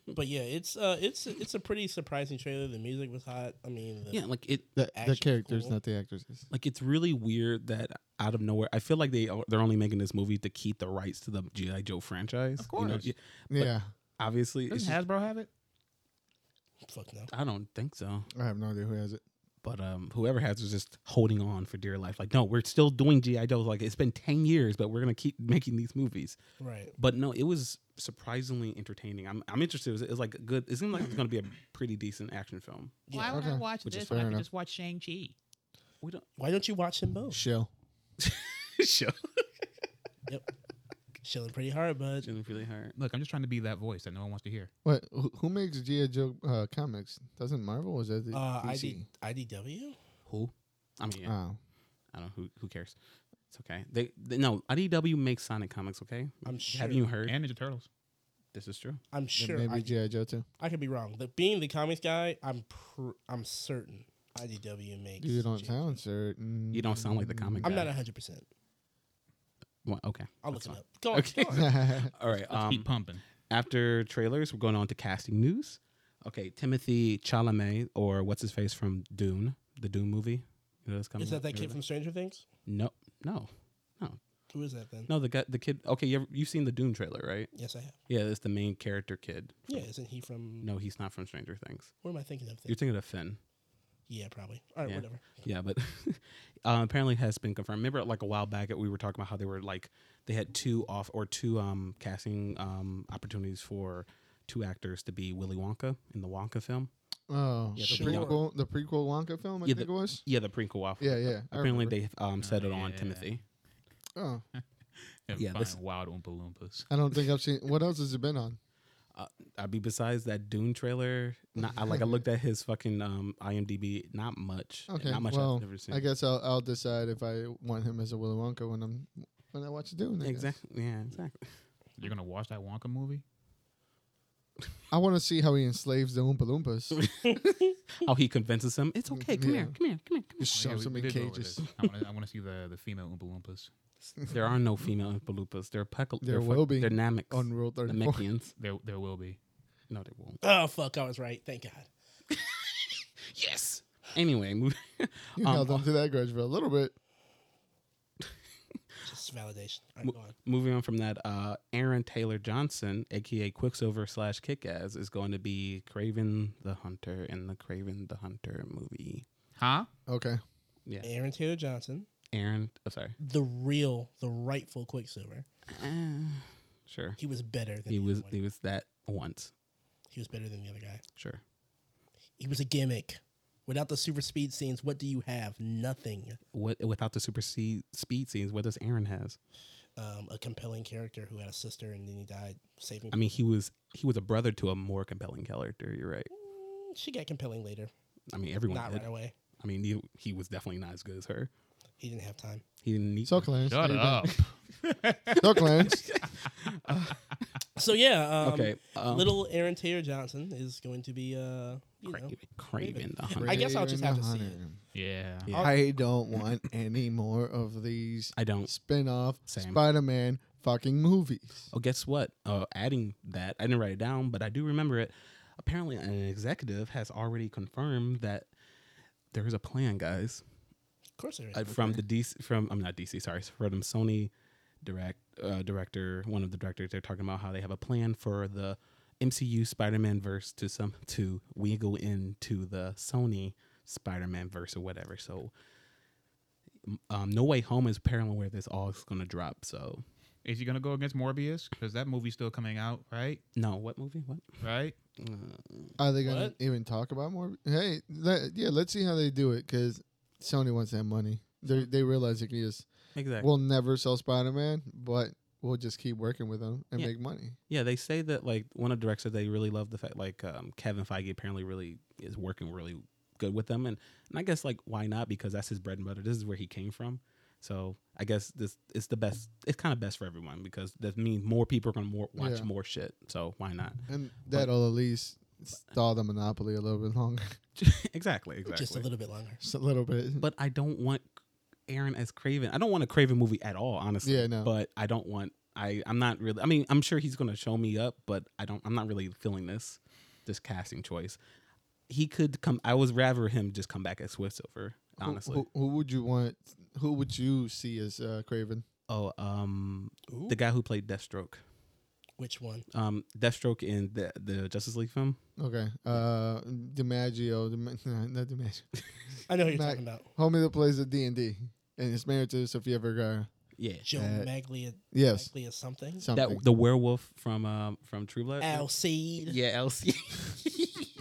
[SPEAKER 1] but yeah, it's uh, it's it's a pretty surprising trailer. The music was hot. I mean, the,
[SPEAKER 3] Yeah. Like it.
[SPEAKER 2] The, the
[SPEAKER 1] Action's
[SPEAKER 2] characters,
[SPEAKER 1] cool.
[SPEAKER 2] not the actresses.
[SPEAKER 3] Like it's really weird that out of nowhere, I feel like they are, they're only making this movie to keep the rights to the GI Joe franchise.
[SPEAKER 4] Of
[SPEAKER 3] You know,
[SPEAKER 4] course.
[SPEAKER 3] yeah,
[SPEAKER 2] Yeah,
[SPEAKER 3] obviously, it's
[SPEAKER 4] Doesn't
[SPEAKER 3] just-
[SPEAKER 4] Hasbro have it?
[SPEAKER 1] fuck no.
[SPEAKER 3] I don't think so.
[SPEAKER 2] I have no idea who has it.
[SPEAKER 3] But um, whoever has is just holding on for dear life. Like, no, we're still doing GI Joe. Like, it's been ten years, but we're gonna keep making these movies.
[SPEAKER 1] Right.
[SPEAKER 3] But no, it was surprisingly entertaining. I'm I'm interested. It was, it was like a good. It seemed like it's gonna be a pretty decent action film.
[SPEAKER 1] Yeah.
[SPEAKER 2] would I Okay.
[SPEAKER 4] watch
[SPEAKER 2] Which is this when I fair could enough. just
[SPEAKER 4] watch Shang Chi?
[SPEAKER 3] We <laughs> don't
[SPEAKER 1] Why don't you watch them both?
[SPEAKER 2] Shell.
[SPEAKER 3] show.
[SPEAKER 1] yep. Chilling pretty hard, bud.
[SPEAKER 3] It's really hard.
[SPEAKER 4] Look, I'm just trying to be that voice that no one wants to hear.
[SPEAKER 2] What? Who, who makes GI Joe uh, comics? Doesn't Marvel? Or is that the
[SPEAKER 1] Uh,
[SPEAKER 2] DC?
[SPEAKER 1] ID, IDW.
[SPEAKER 3] Who? I mean, yeah,
[SPEAKER 2] Oh,
[SPEAKER 3] I don't know who. Who cares? It's okay. They, they no IDW makes Sonic comics. Okay,
[SPEAKER 1] I'm
[SPEAKER 3] Have
[SPEAKER 1] sure.
[SPEAKER 3] you heard?
[SPEAKER 4] And Ninja Turtles.
[SPEAKER 3] this is true.
[SPEAKER 1] I'm
[SPEAKER 2] then
[SPEAKER 1] sure.
[SPEAKER 2] maybe
[SPEAKER 1] I,
[SPEAKER 2] GI Joe too.
[SPEAKER 1] I could be wrong. The, being the comics guy, I'm pr- I'm certain IDW makes.
[SPEAKER 2] You don't
[SPEAKER 1] G-
[SPEAKER 2] sound certain.
[SPEAKER 3] You don't sound like the comic.
[SPEAKER 1] I'm
[SPEAKER 3] guy.
[SPEAKER 1] not 100. percent
[SPEAKER 3] Well, okay.
[SPEAKER 1] I'll look
[SPEAKER 3] that's
[SPEAKER 1] it
[SPEAKER 3] fine.
[SPEAKER 1] up. Go on.
[SPEAKER 3] Okay.
[SPEAKER 1] Go on.
[SPEAKER 2] comic.
[SPEAKER 3] All right.
[SPEAKER 4] Let's
[SPEAKER 3] Um,
[SPEAKER 4] keep pumping.
[SPEAKER 3] after trailers, we're going on to casting news. Okay, Timothy Chalamet, or what's his face from Dune, the Dune movie. You know that's coming
[SPEAKER 1] Is that
[SPEAKER 3] out?
[SPEAKER 1] that
[SPEAKER 3] You
[SPEAKER 1] kid
[SPEAKER 3] know
[SPEAKER 1] from Stranger Things?
[SPEAKER 3] No, no,
[SPEAKER 1] Who is that then?
[SPEAKER 3] no. The guy, the kid. Okay, you you've seen the Dune trailer, right?
[SPEAKER 1] Yes, I have.
[SPEAKER 3] Yeah, that's the main character kid.
[SPEAKER 1] Yeah, isn't he from?
[SPEAKER 3] No, he's not from Stranger Things.
[SPEAKER 1] What am I thinking of?
[SPEAKER 3] You're
[SPEAKER 1] Then?
[SPEAKER 3] thinking of Finn.
[SPEAKER 1] Yeah, probably. All right,
[SPEAKER 3] Yeah.
[SPEAKER 1] whatever.
[SPEAKER 3] Yeah, but <laughs> uh, apparently it has been confirmed. Remember, like a while back, we were talking about how they were like they had two off or two um, casting um, opportunities for two actors to be Willy Wonka in the Wonka film.
[SPEAKER 2] <laughs> oh,
[SPEAKER 3] Yeah,
[SPEAKER 2] the
[SPEAKER 1] the prequel.
[SPEAKER 2] prequel, the prequel Wonka film. I
[SPEAKER 3] Yeah,
[SPEAKER 2] think
[SPEAKER 3] the-
[SPEAKER 2] it was.
[SPEAKER 3] Yeah, the prequel off.
[SPEAKER 2] Yeah, yeah. I
[SPEAKER 3] Apparently
[SPEAKER 2] remember.
[SPEAKER 3] they um, set it on
[SPEAKER 4] yeah.
[SPEAKER 3] Timothy.
[SPEAKER 2] Oh,
[SPEAKER 4] And
[SPEAKER 3] yeah,
[SPEAKER 4] find
[SPEAKER 3] this-
[SPEAKER 4] wild Oompa Loompas.
[SPEAKER 2] I don't think I've seen. What else has it been on?
[SPEAKER 3] I'd be besides that Dune trailer. Not, I like I looked at his fucking um, IMDb. Not much.
[SPEAKER 2] Okay,
[SPEAKER 3] Not much
[SPEAKER 2] well,
[SPEAKER 3] I've ever seen.
[SPEAKER 2] I guess I'll I'll decide if I want him as a Willy Wonka when I'm when I watch Dune. I guess.
[SPEAKER 3] Exactly. Yeah. Exactly.
[SPEAKER 4] You're gonna watch that Wonka movie?
[SPEAKER 2] I want to see how he enslaves the Oompa Loompas.
[SPEAKER 3] How Oh, he convinces him. It's okay. Come here.
[SPEAKER 2] Mm-hmm. Yeah.
[SPEAKER 3] Come here. Come here. Come
[SPEAKER 2] Just
[SPEAKER 4] Oh, yeah,
[SPEAKER 2] shoves
[SPEAKER 4] we-
[SPEAKER 2] him
[SPEAKER 4] we
[SPEAKER 2] in
[SPEAKER 4] did go over
[SPEAKER 2] cages.
[SPEAKER 4] this. I want to. I want to see the the female Oompa Loompas.
[SPEAKER 3] here.
[SPEAKER 2] <laughs>
[SPEAKER 3] there are no female Oompa They're peckle.
[SPEAKER 2] There
[SPEAKER 3] they're fuck-
[SPEAKER 2] will be
[SPEAKER 3] They're Namics.
[SPEAKER 2] on Rule Thirty Four.
[SPEAKER 3] Namekians.
[SPEAKER 4] There, there will be.
[SPEAKER 3] No, they won't.
[SPEAKER 1] Oh fuck! I was right. Thank God.
[SPEAKER 3] Yes. Anyway, mov-
[SPEAKER 2] You
[SPEAKER 3] Um,
[SPEAKER 2] held
[SPEAKER 3] uh,
[SPEAKER 2] on to that grudge for a little bit.
[SPEAKER 1] Just validation. All right,
[SPEAKER 3] Mo-
[SPEAKER 1] go on.
[SPEAKER 3] moving on from that, uh, Aaron Taylor Johnson, aka Quicksilver slash Kickass, is going to be Craven the Hunter in the Craven the Hunter movie.
[SPEAKER 4] Huh?
[SPEAKER 2] Okay.
[SPEAKER 3] Yeah,
[SPEAKER 1] Aaron Taylor Johnson,
[SPEAKER 3] Aaron. Oh, sorry.
[SPEAKER 1] the real, the rightful Quicksilver.
[SPEAKER 3] Uh, Sure.
[SPEAKER 1] He was better than the
[SPEAKER 3] He was
[SPEAKER 1] other Eh. one.
[SPEAKER 3] he was that once.
[SPEAKER 1] He was better than the other guy.
[SPEAKER 3] Sure.
[SPEAKER 1] He was a gimmick. Without the super speed scenes, what do you have? Nothing.
[SPEAKER 3] What without the super se- speed scenes, what does Aaron has?
[SPEAKER 1] Um, a compelling character who had a sister and then he died saving.
[SPEAKER 3] I mean, he was he was a brother to a more compelling character. You're right.
[SPEAKER 1] Mm, she got compelling later.
[SPEAKER 3] I mean, everyone.
[SPEAKER 1] Not
[SPEAKER 3] did.
[SPEAKER 1] right away.
[SPEAKER 3] I mean, he, he was definitely not as good as her.
[SPEAKER 1] He didn't have time.
[SPEAKER 3] He didn't need.
[SPEAKER 2] So Clarence.
[SPEAKER 4] Shut
[SPEAKER 2] how you
[SPEAKER 4] up.
[SPEAKER 2] doing? So Clarence.
[SPEAKER 1] So yeah, um,
[SPEAKER 3] okay. Um,
[SPEAKER 1] little Aaron Taylor Johnson is going to be uh, you know,
[SPEAKER 3] Craven, Craven the Hunter.
[SPEAKER 1] I guess I'll just have to see
[SPEAKER 2] Hunter.
[SPEAKER 1] it.
[SPEAKER 4] <laughs> Yeah.
[SPEAKER 3] Yeah.
[SPEAKER 2] I don't want any more of these
[SPEAKER 3] I don't.
[SPEAKER 2] spin-off
[SPEAKER 3] Same.
[SPEAKER 2] Spider-Man fucking movies.
[SPEAKER 3] Oh, guess what? Uh, adding that, I didn't write it down, but I do remember it. Apparently, an executive has already confirmed that there is a plan, guys,
[SPEAKER 1] of course there is.
[SPEAKER 3] uh, from the DC, from I'm not DC, sorry, from Sony direct uh, director, one of the directors. They're talking about how they have a plan for the MCU Spider-Man verse to some to wiggle into the Sony Spider-Man verse or whatever. So, um, No Way Home is apparently where this all is going to drop. So,
[SPEAKER 4] Is he gonna go against Morbius? Because that movie's still coming out, right?
[SPEAKER 3] no, what movie? What?
[SPEAKER 4] Right?
[SPEAKER 3] Uh,
[SPEAKER 2] Are they gonna
[SPEAKER 1] What?
[SPEAKER 2] even talk about more? Hey, let, yeah, let's see how they do it because Sony wants that money. They they realize they can just
[SPEAKER 3] exactly.
[SPEAKER 2] we'll never sell Spider-Man, but we'll just keep working with them and
[SPEAKER 3] Yeah.
[SPEAKER 2] make money.
[SPEAKER 3] Yeah, they say that like one of the directors they really love the fact like um, Kevin Feige apparently really is working really good with them, and and I guess like why not because that's his bread and butter. This is where he came from, so I guess this it's the best. It's kind of best for everyone because that means more people are gonna more watch
[SPEAKER 2] Yeah.
[SPEAKER 3] more shit. So why not? <laughs>
[SPEAKER 2] And that'll at least stall the monopoly a little bit longer, <laughs>
[SPEAKER 3] exactly, exactly.
[SPEAKER 1] Just a little bit longer.
[SPEAKER 2] just a little bit.
[SPEAKER 3] But I don't want Aaron as Craven. I don't want a Craven movie at all, honestly.
[SPEAKER 2] Yeah, no.
[SPEAKER 3] But I don't want. I I'm not really. I mean, I'm sure he's gonna show me up, but I don't. I'm not really feeling this this casting choice. He could come. I would rather him just come back as Swift Silver,
[SPEAKER 2] Who-
[SPEAKER 3] honestly.
[SPEAKER 2] who, who would you want? Who would you see as uh, Craven?
[SPEAKER 3] Oh, um,
[SPEAKER 1] Ooh,
[SPEAKER 3] the guy who played Deathstroke,
[SPEAKER 1] which one?
[SPEAKER 3] um, Deathstroke in the the Justice League film.
[SPEAKER 2] Okay, uh, DiMaggio, Dim- <laughs> not DiMaggio,
[SPEAKER 1] I know who you're
[SPEAKER 2] Mac-
[SPEAKER 1] talking about.
[SPEAKER 2] homie that plays the D and D, and is married to Sofia Vergara.
[SPEAKER 3] Yeah.
[SPEAKER 1] Joe
[SPEAKER 2] Uh,
[SPEAKER 1] Maglia,
[SPEAKER 2] Yes,
[SPEAKER 1] Maglia something.
[SPEAKER 2] something.
[SPEAKER 3] That the werewolf from um from True
[SPEAKER 2] uh,
[SPEAKER 3] Blood.
[SPEAKER 1] Alcide. Yeah.
[SPEAKER 3] Yeah, LC. <laughs>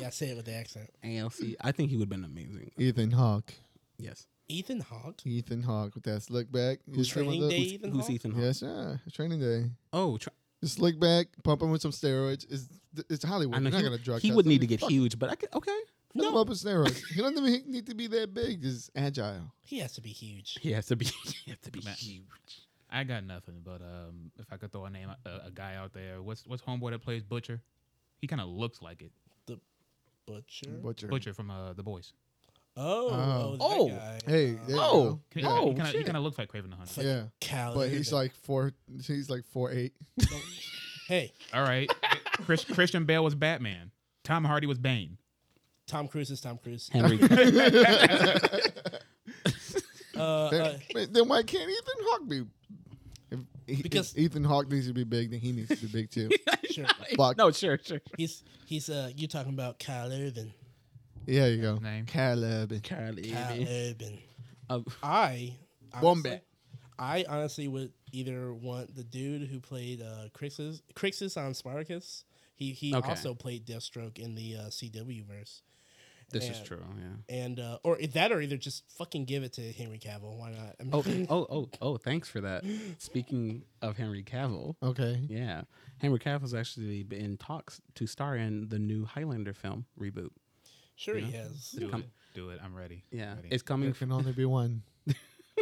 [SPEAKER 1] I say it with the accent.
[SPEAKER 3] ALC. I think he would have been amazing.
[SPEAKER 2] Ethan Hawke.
[SPEAKER 3] Yes.
[SPEAKER 1] Ethan Hawke.
[SPEAKER 2] Ethan Hawke with that slick back. You see one of
[SPEAKER 1] Training
[SPEAKER 2] the-
[SPEAKER 1] Day. Ethan
[SPEAKER 3] Who's
[SPEAKER 1] Hawke?
[SPEAKER 3] Ethan Hawke?
[SPEAKER 2] Yes, yeah. Training Day.
[SPEAKER 3] Oh, tr-
[SPEAKER 2] The slick back, pump him with some steroids. It's it's Hollywood.
[SPEAKER 3] I know
[SPEAKER 2] You're
[SPEAKER 3] he,
[SPEAKER 2] not gonna drug
[SPEAKER 3] he
[SPEAKER 2] test
[SPEAKER 3] would
[SPEAKER 2] him.
[SPEAKER 3] need to get
[SPEAKER 2] Fuck,
[SPEAKER 3] huge, but I could, okay.
[SPEAKER 2] put him
[SPEAKER 1] No.
[SPEAKER 2] up with steroids. he doesn't even need to be that big. Just agile.
[SPEAKER 1] He has to be huge.
[SPEAKER 3] He has to be. <laughs> He has to be
[SPEAKER 4] Man.
[SPEAKER 3] huge.
[SPEAKER 4] I got nothing, but um, if I could throw a name, a, a guy out there, what's what's homeboy that plays Butcher? He kind of looks like it.
[SPEAKER 1] Butcher.
[SPEAKER 2] Butcher.
[SPEAKER 4] Butcher from uh, The Boys.
[SPEAKER 1] Oh.
[SPEAKER 2] Oh.
[SPEAKER 1] Oh.
[SPEAKER 3] Oh.
[SPEAKER 1] That guy.
[SPEAKER 2] Hey,
[SPEAKER 1] Um,
[SPEAKER 2] there you
[SPEAKER 3] Oh,
[SPEAKER 4] He,
[SPEAKER 3] Oh,
[SPEAKER 4] he kinda, he
[SPEAKER 2] <laughs>
[SPEAKER 3] shit.
[SPEAKER 4] kind of looks like Craven the Hunter.
[SPEAKER 1] Fuck.
[SPEAKER 2] yeah.
[SPEAKER 1] Cal.
[SPEAKER 2] But he's like four. He's like four
[SPEAKER 4] <laughs>
[SPEAKER 2] eight.
[SPEAKER 1] hey,
[SPEAKER 4] All right, Chris, Christian Bale was Batman. Tom Hardy was Bane.
[SPEAKER 1] Tom Cruise is Tom
[SPEAKER 2] <laughs>
[SPEAKER 1] Cruise.
[SPEAKER 3] Henry.
[SPEAKER 1] Uh,
[SPEAKER 4] Uh-huh.
[SPEAKER 1] uh,
[SPEAKER 2] Wait, then why can't Ethan Hawke be? If, E, if
[SPEAKER 1] Because-
[SPEAKER 2] Ethan Hawke needs to be big, then he needs to be big
[SPEAKER 4] <laughs>
[SPEAKER 2] too.
[SPEAKER 1] sure.
[SPEAKER 2] Fuck.
[SPEAKER 3] <laughs> no, sure, sure.
[SPEAKER 1] He's he's uh. You talking about Kyle Urban?
[SPEAKER 2] Yeah, you go.
[SPEAKER 4] Name.
[SPEAKER 2] Caleb.
[SPEAKER 3] Carly.
[SPEAKER 1] Kyle Urban.
[SPEAKER 3] Uh,
[SPEAKER 1] I honestly,
[SPEAKER 2] Wombat.
[SPEAKER 1] I honestly would either want the dude who played uh, Crixus Crixus on Spartacus. He he
[SPEAKER 3] Okay.
[SPEAKER 1] also played Deathstroke in the uh, CW verse,
[SPEAKER 3] this is
[SPEAKER 1] Yeah.
[SPEAKER 3] true. Yeah.
[SPEAKER 1] and uh, or that or either just fucking give it to Henry Cavill. Why not? I mean,
[SPEAKER 3] Oh,
[SPEAKER 1] <laughs>
[SPEAKER 2] <laughs>
[SPEAKER 3] oh, oh, oh! Thanks for that. Speaking of Henry Cavill,
[SPEAKER 2] Okay.
[SPEAKER 3] yeah, Henry Cavill's actually been in talks to star in the new Highlander film reboot.
[SPEAKER 1] sure he
[SPEAKER 3] yeah.
[SPEAKER 1] has.
[SPEAKER 4] Do
[SPEAKER 3] Come-
[SPEAKER 4] it, do it. I'm ready. I'm
[SPEAKER 3] Yeah,
[SPEAKER 4] ready.
[SPEAKER 3] it's coming.
[SPEAKER 2] There
[SPEAKER 3] From,
[SPEAKER 2] can only be one.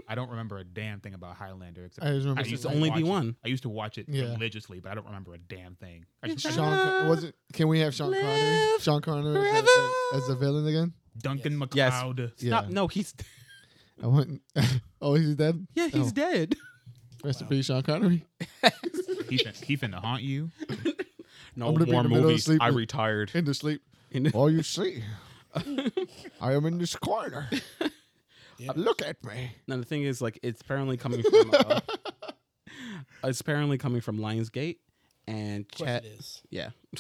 [SPEAKER 4] I don't remember a damn thing about Highlander except
[SPEAKER 2] I just remember.
[SPEAKER 4] I
[SPEAKER 3] There's
[SPEAKER 4] used
[SPEAKER 3] just
[SPEAKER 4] to
[SPEAKER 3] only
[SPEAKER 4] watch
[SPEAKER 3] be
[SPEAKER 4] it.
[SPEAKER 3] one.
[SPEAKER 4] I used to watch it
[SPEAKER 2] Yeah.
[SPEAKER 4] religiously, but I don't remember a damn thing. I just
[SPEAKER 2] Sean Con- was it? Can we have Sean Connery?
[SPEAKER 3] Live
[SPEAKER 2] Sean Connery as,
[SPEAKER 3] forever.
[SPEAKER 2] a- as the villain again?
[SPEAKER 4] Duncan
[SPEAKER 3] Yes.
[SPEAKER 4] McLeod.
[SPEAKER 3] Stop!
[SPEAKER 2] Yeah.
[SPEAKER 3] No, he's <laughs>
[SPEAKER 2] I want. <laughs> oh, he's dead.
[SPEAKER 3] yeah, he's
[SPEAKER 2] Oh.
[SPEAKER 3] dead.
[SPEAKER 2] Rest in
[SPEAKER 1] Wow.
[SPEAKER 2] peace, Sean Connery.
[SPEAKER 4] He, fin- he finna haunt you.
[SPEAKER 3] No
[SPEAKER 2] I'm gonna be
[SPEAKER 3] more
[SPEAKER 2] in the middle of
[SPEAKER 3] movies. <laughs>
[SPEAKER 2] sleep
[SPEAKER 3] I
[SPEAKER 2] with-
[SPEAKER 3] retired.
[SPEAKER 2] In the sleep.
[SPEAKER 3] In-
[SPEAKER 2] All you see, I am in this corner.
[SPEAKER 1] Yeah.
[SPEAKER 2] Look at me.
[SPEAKER 3] Now the thing is, like, it's apparently coming from.
[SPEAKER 1] <laughs>
[SPEAKER 3] Uh, it's apparently coming from Lionsgate and
[SPEAKER 1] Of course
[SPEAKER 3] Chad.
[SPEAKER 1] it is.
[SPEAKER 3] Yeah, <laughs>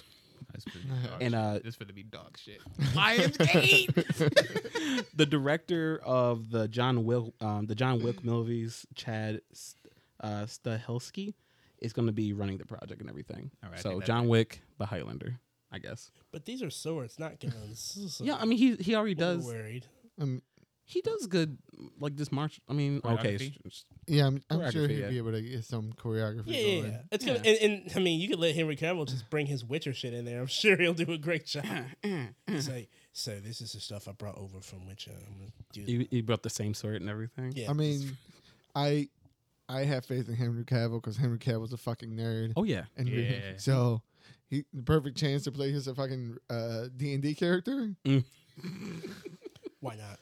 [SPEAKER 2] <laughs>
[SPEAKER 4] That's pretty dog
[SPEAKER 3] and
[SPEAKER 4] shit.
[SPEAKER 3] uh,
[SPEAKER 4] this finna be dog
[SPEAKER 3] <laughs>
[SPEAKER 4] shit.
[SPEAKER 3] the director of the John Will, um, the John Wick movies, Chad S- uh, Stahelski, is going to be running the project and everything.
[SPEAKER 4] All right, I
[SPEAKER 3] so
[SPEAKER 4] think that
[SPEAKER 3] John Wick, the Highlander, I guess.
[SPEAKER 1] But these are swords, not guns. So
[SPEAKER 3] yeah, I mean he he already
[SPEAKER 1] we were
[SPEAKER 3] does
[SPEAKER 1] worried.
[SPEAKER 2] I'm,
[SPEAKER 3] he does good like this march. I mean, okay,
[SPEAKER 4] Choreography?
[SPEAKER 3] s- s-
[SPEAKER 2] yeah, I'm, I'm sure
[SPEAKER 3] Choreography,
[SPEAKER 2] he'd
[SPEAKER 3] yeah.
[SPEAKER 2] be able to get some choreography
[SPEAKER 1] Yeah, yeah,
[SPEAKER 2] going.
[SPEAKER 1] yeah. It's gonna, and, and I mean, you could let Henry Cavill just bring his Witcher shit in there. I'm <laughs> sure he'll do a great job. <coughs> It's like, so this is the stuff I brought over from Witcher. I'm gonna do.
[SPEAKER 3] <coughs> he, he brought the same sword and everything.
[SPEAKER 1] yeah,
[SPEAKER 2] I mean, I I have faith in Henry Cavill because Henry Cavill's a fucking nerd.
[SPEAKER 3] Oh yeah,
[SPEAKER 2] and
[SPEAKER 4] Yeah.
[SPEAKER 2] so he the perfect chance to play his fucking uh D and D character.
[SPEAKER 1] why not?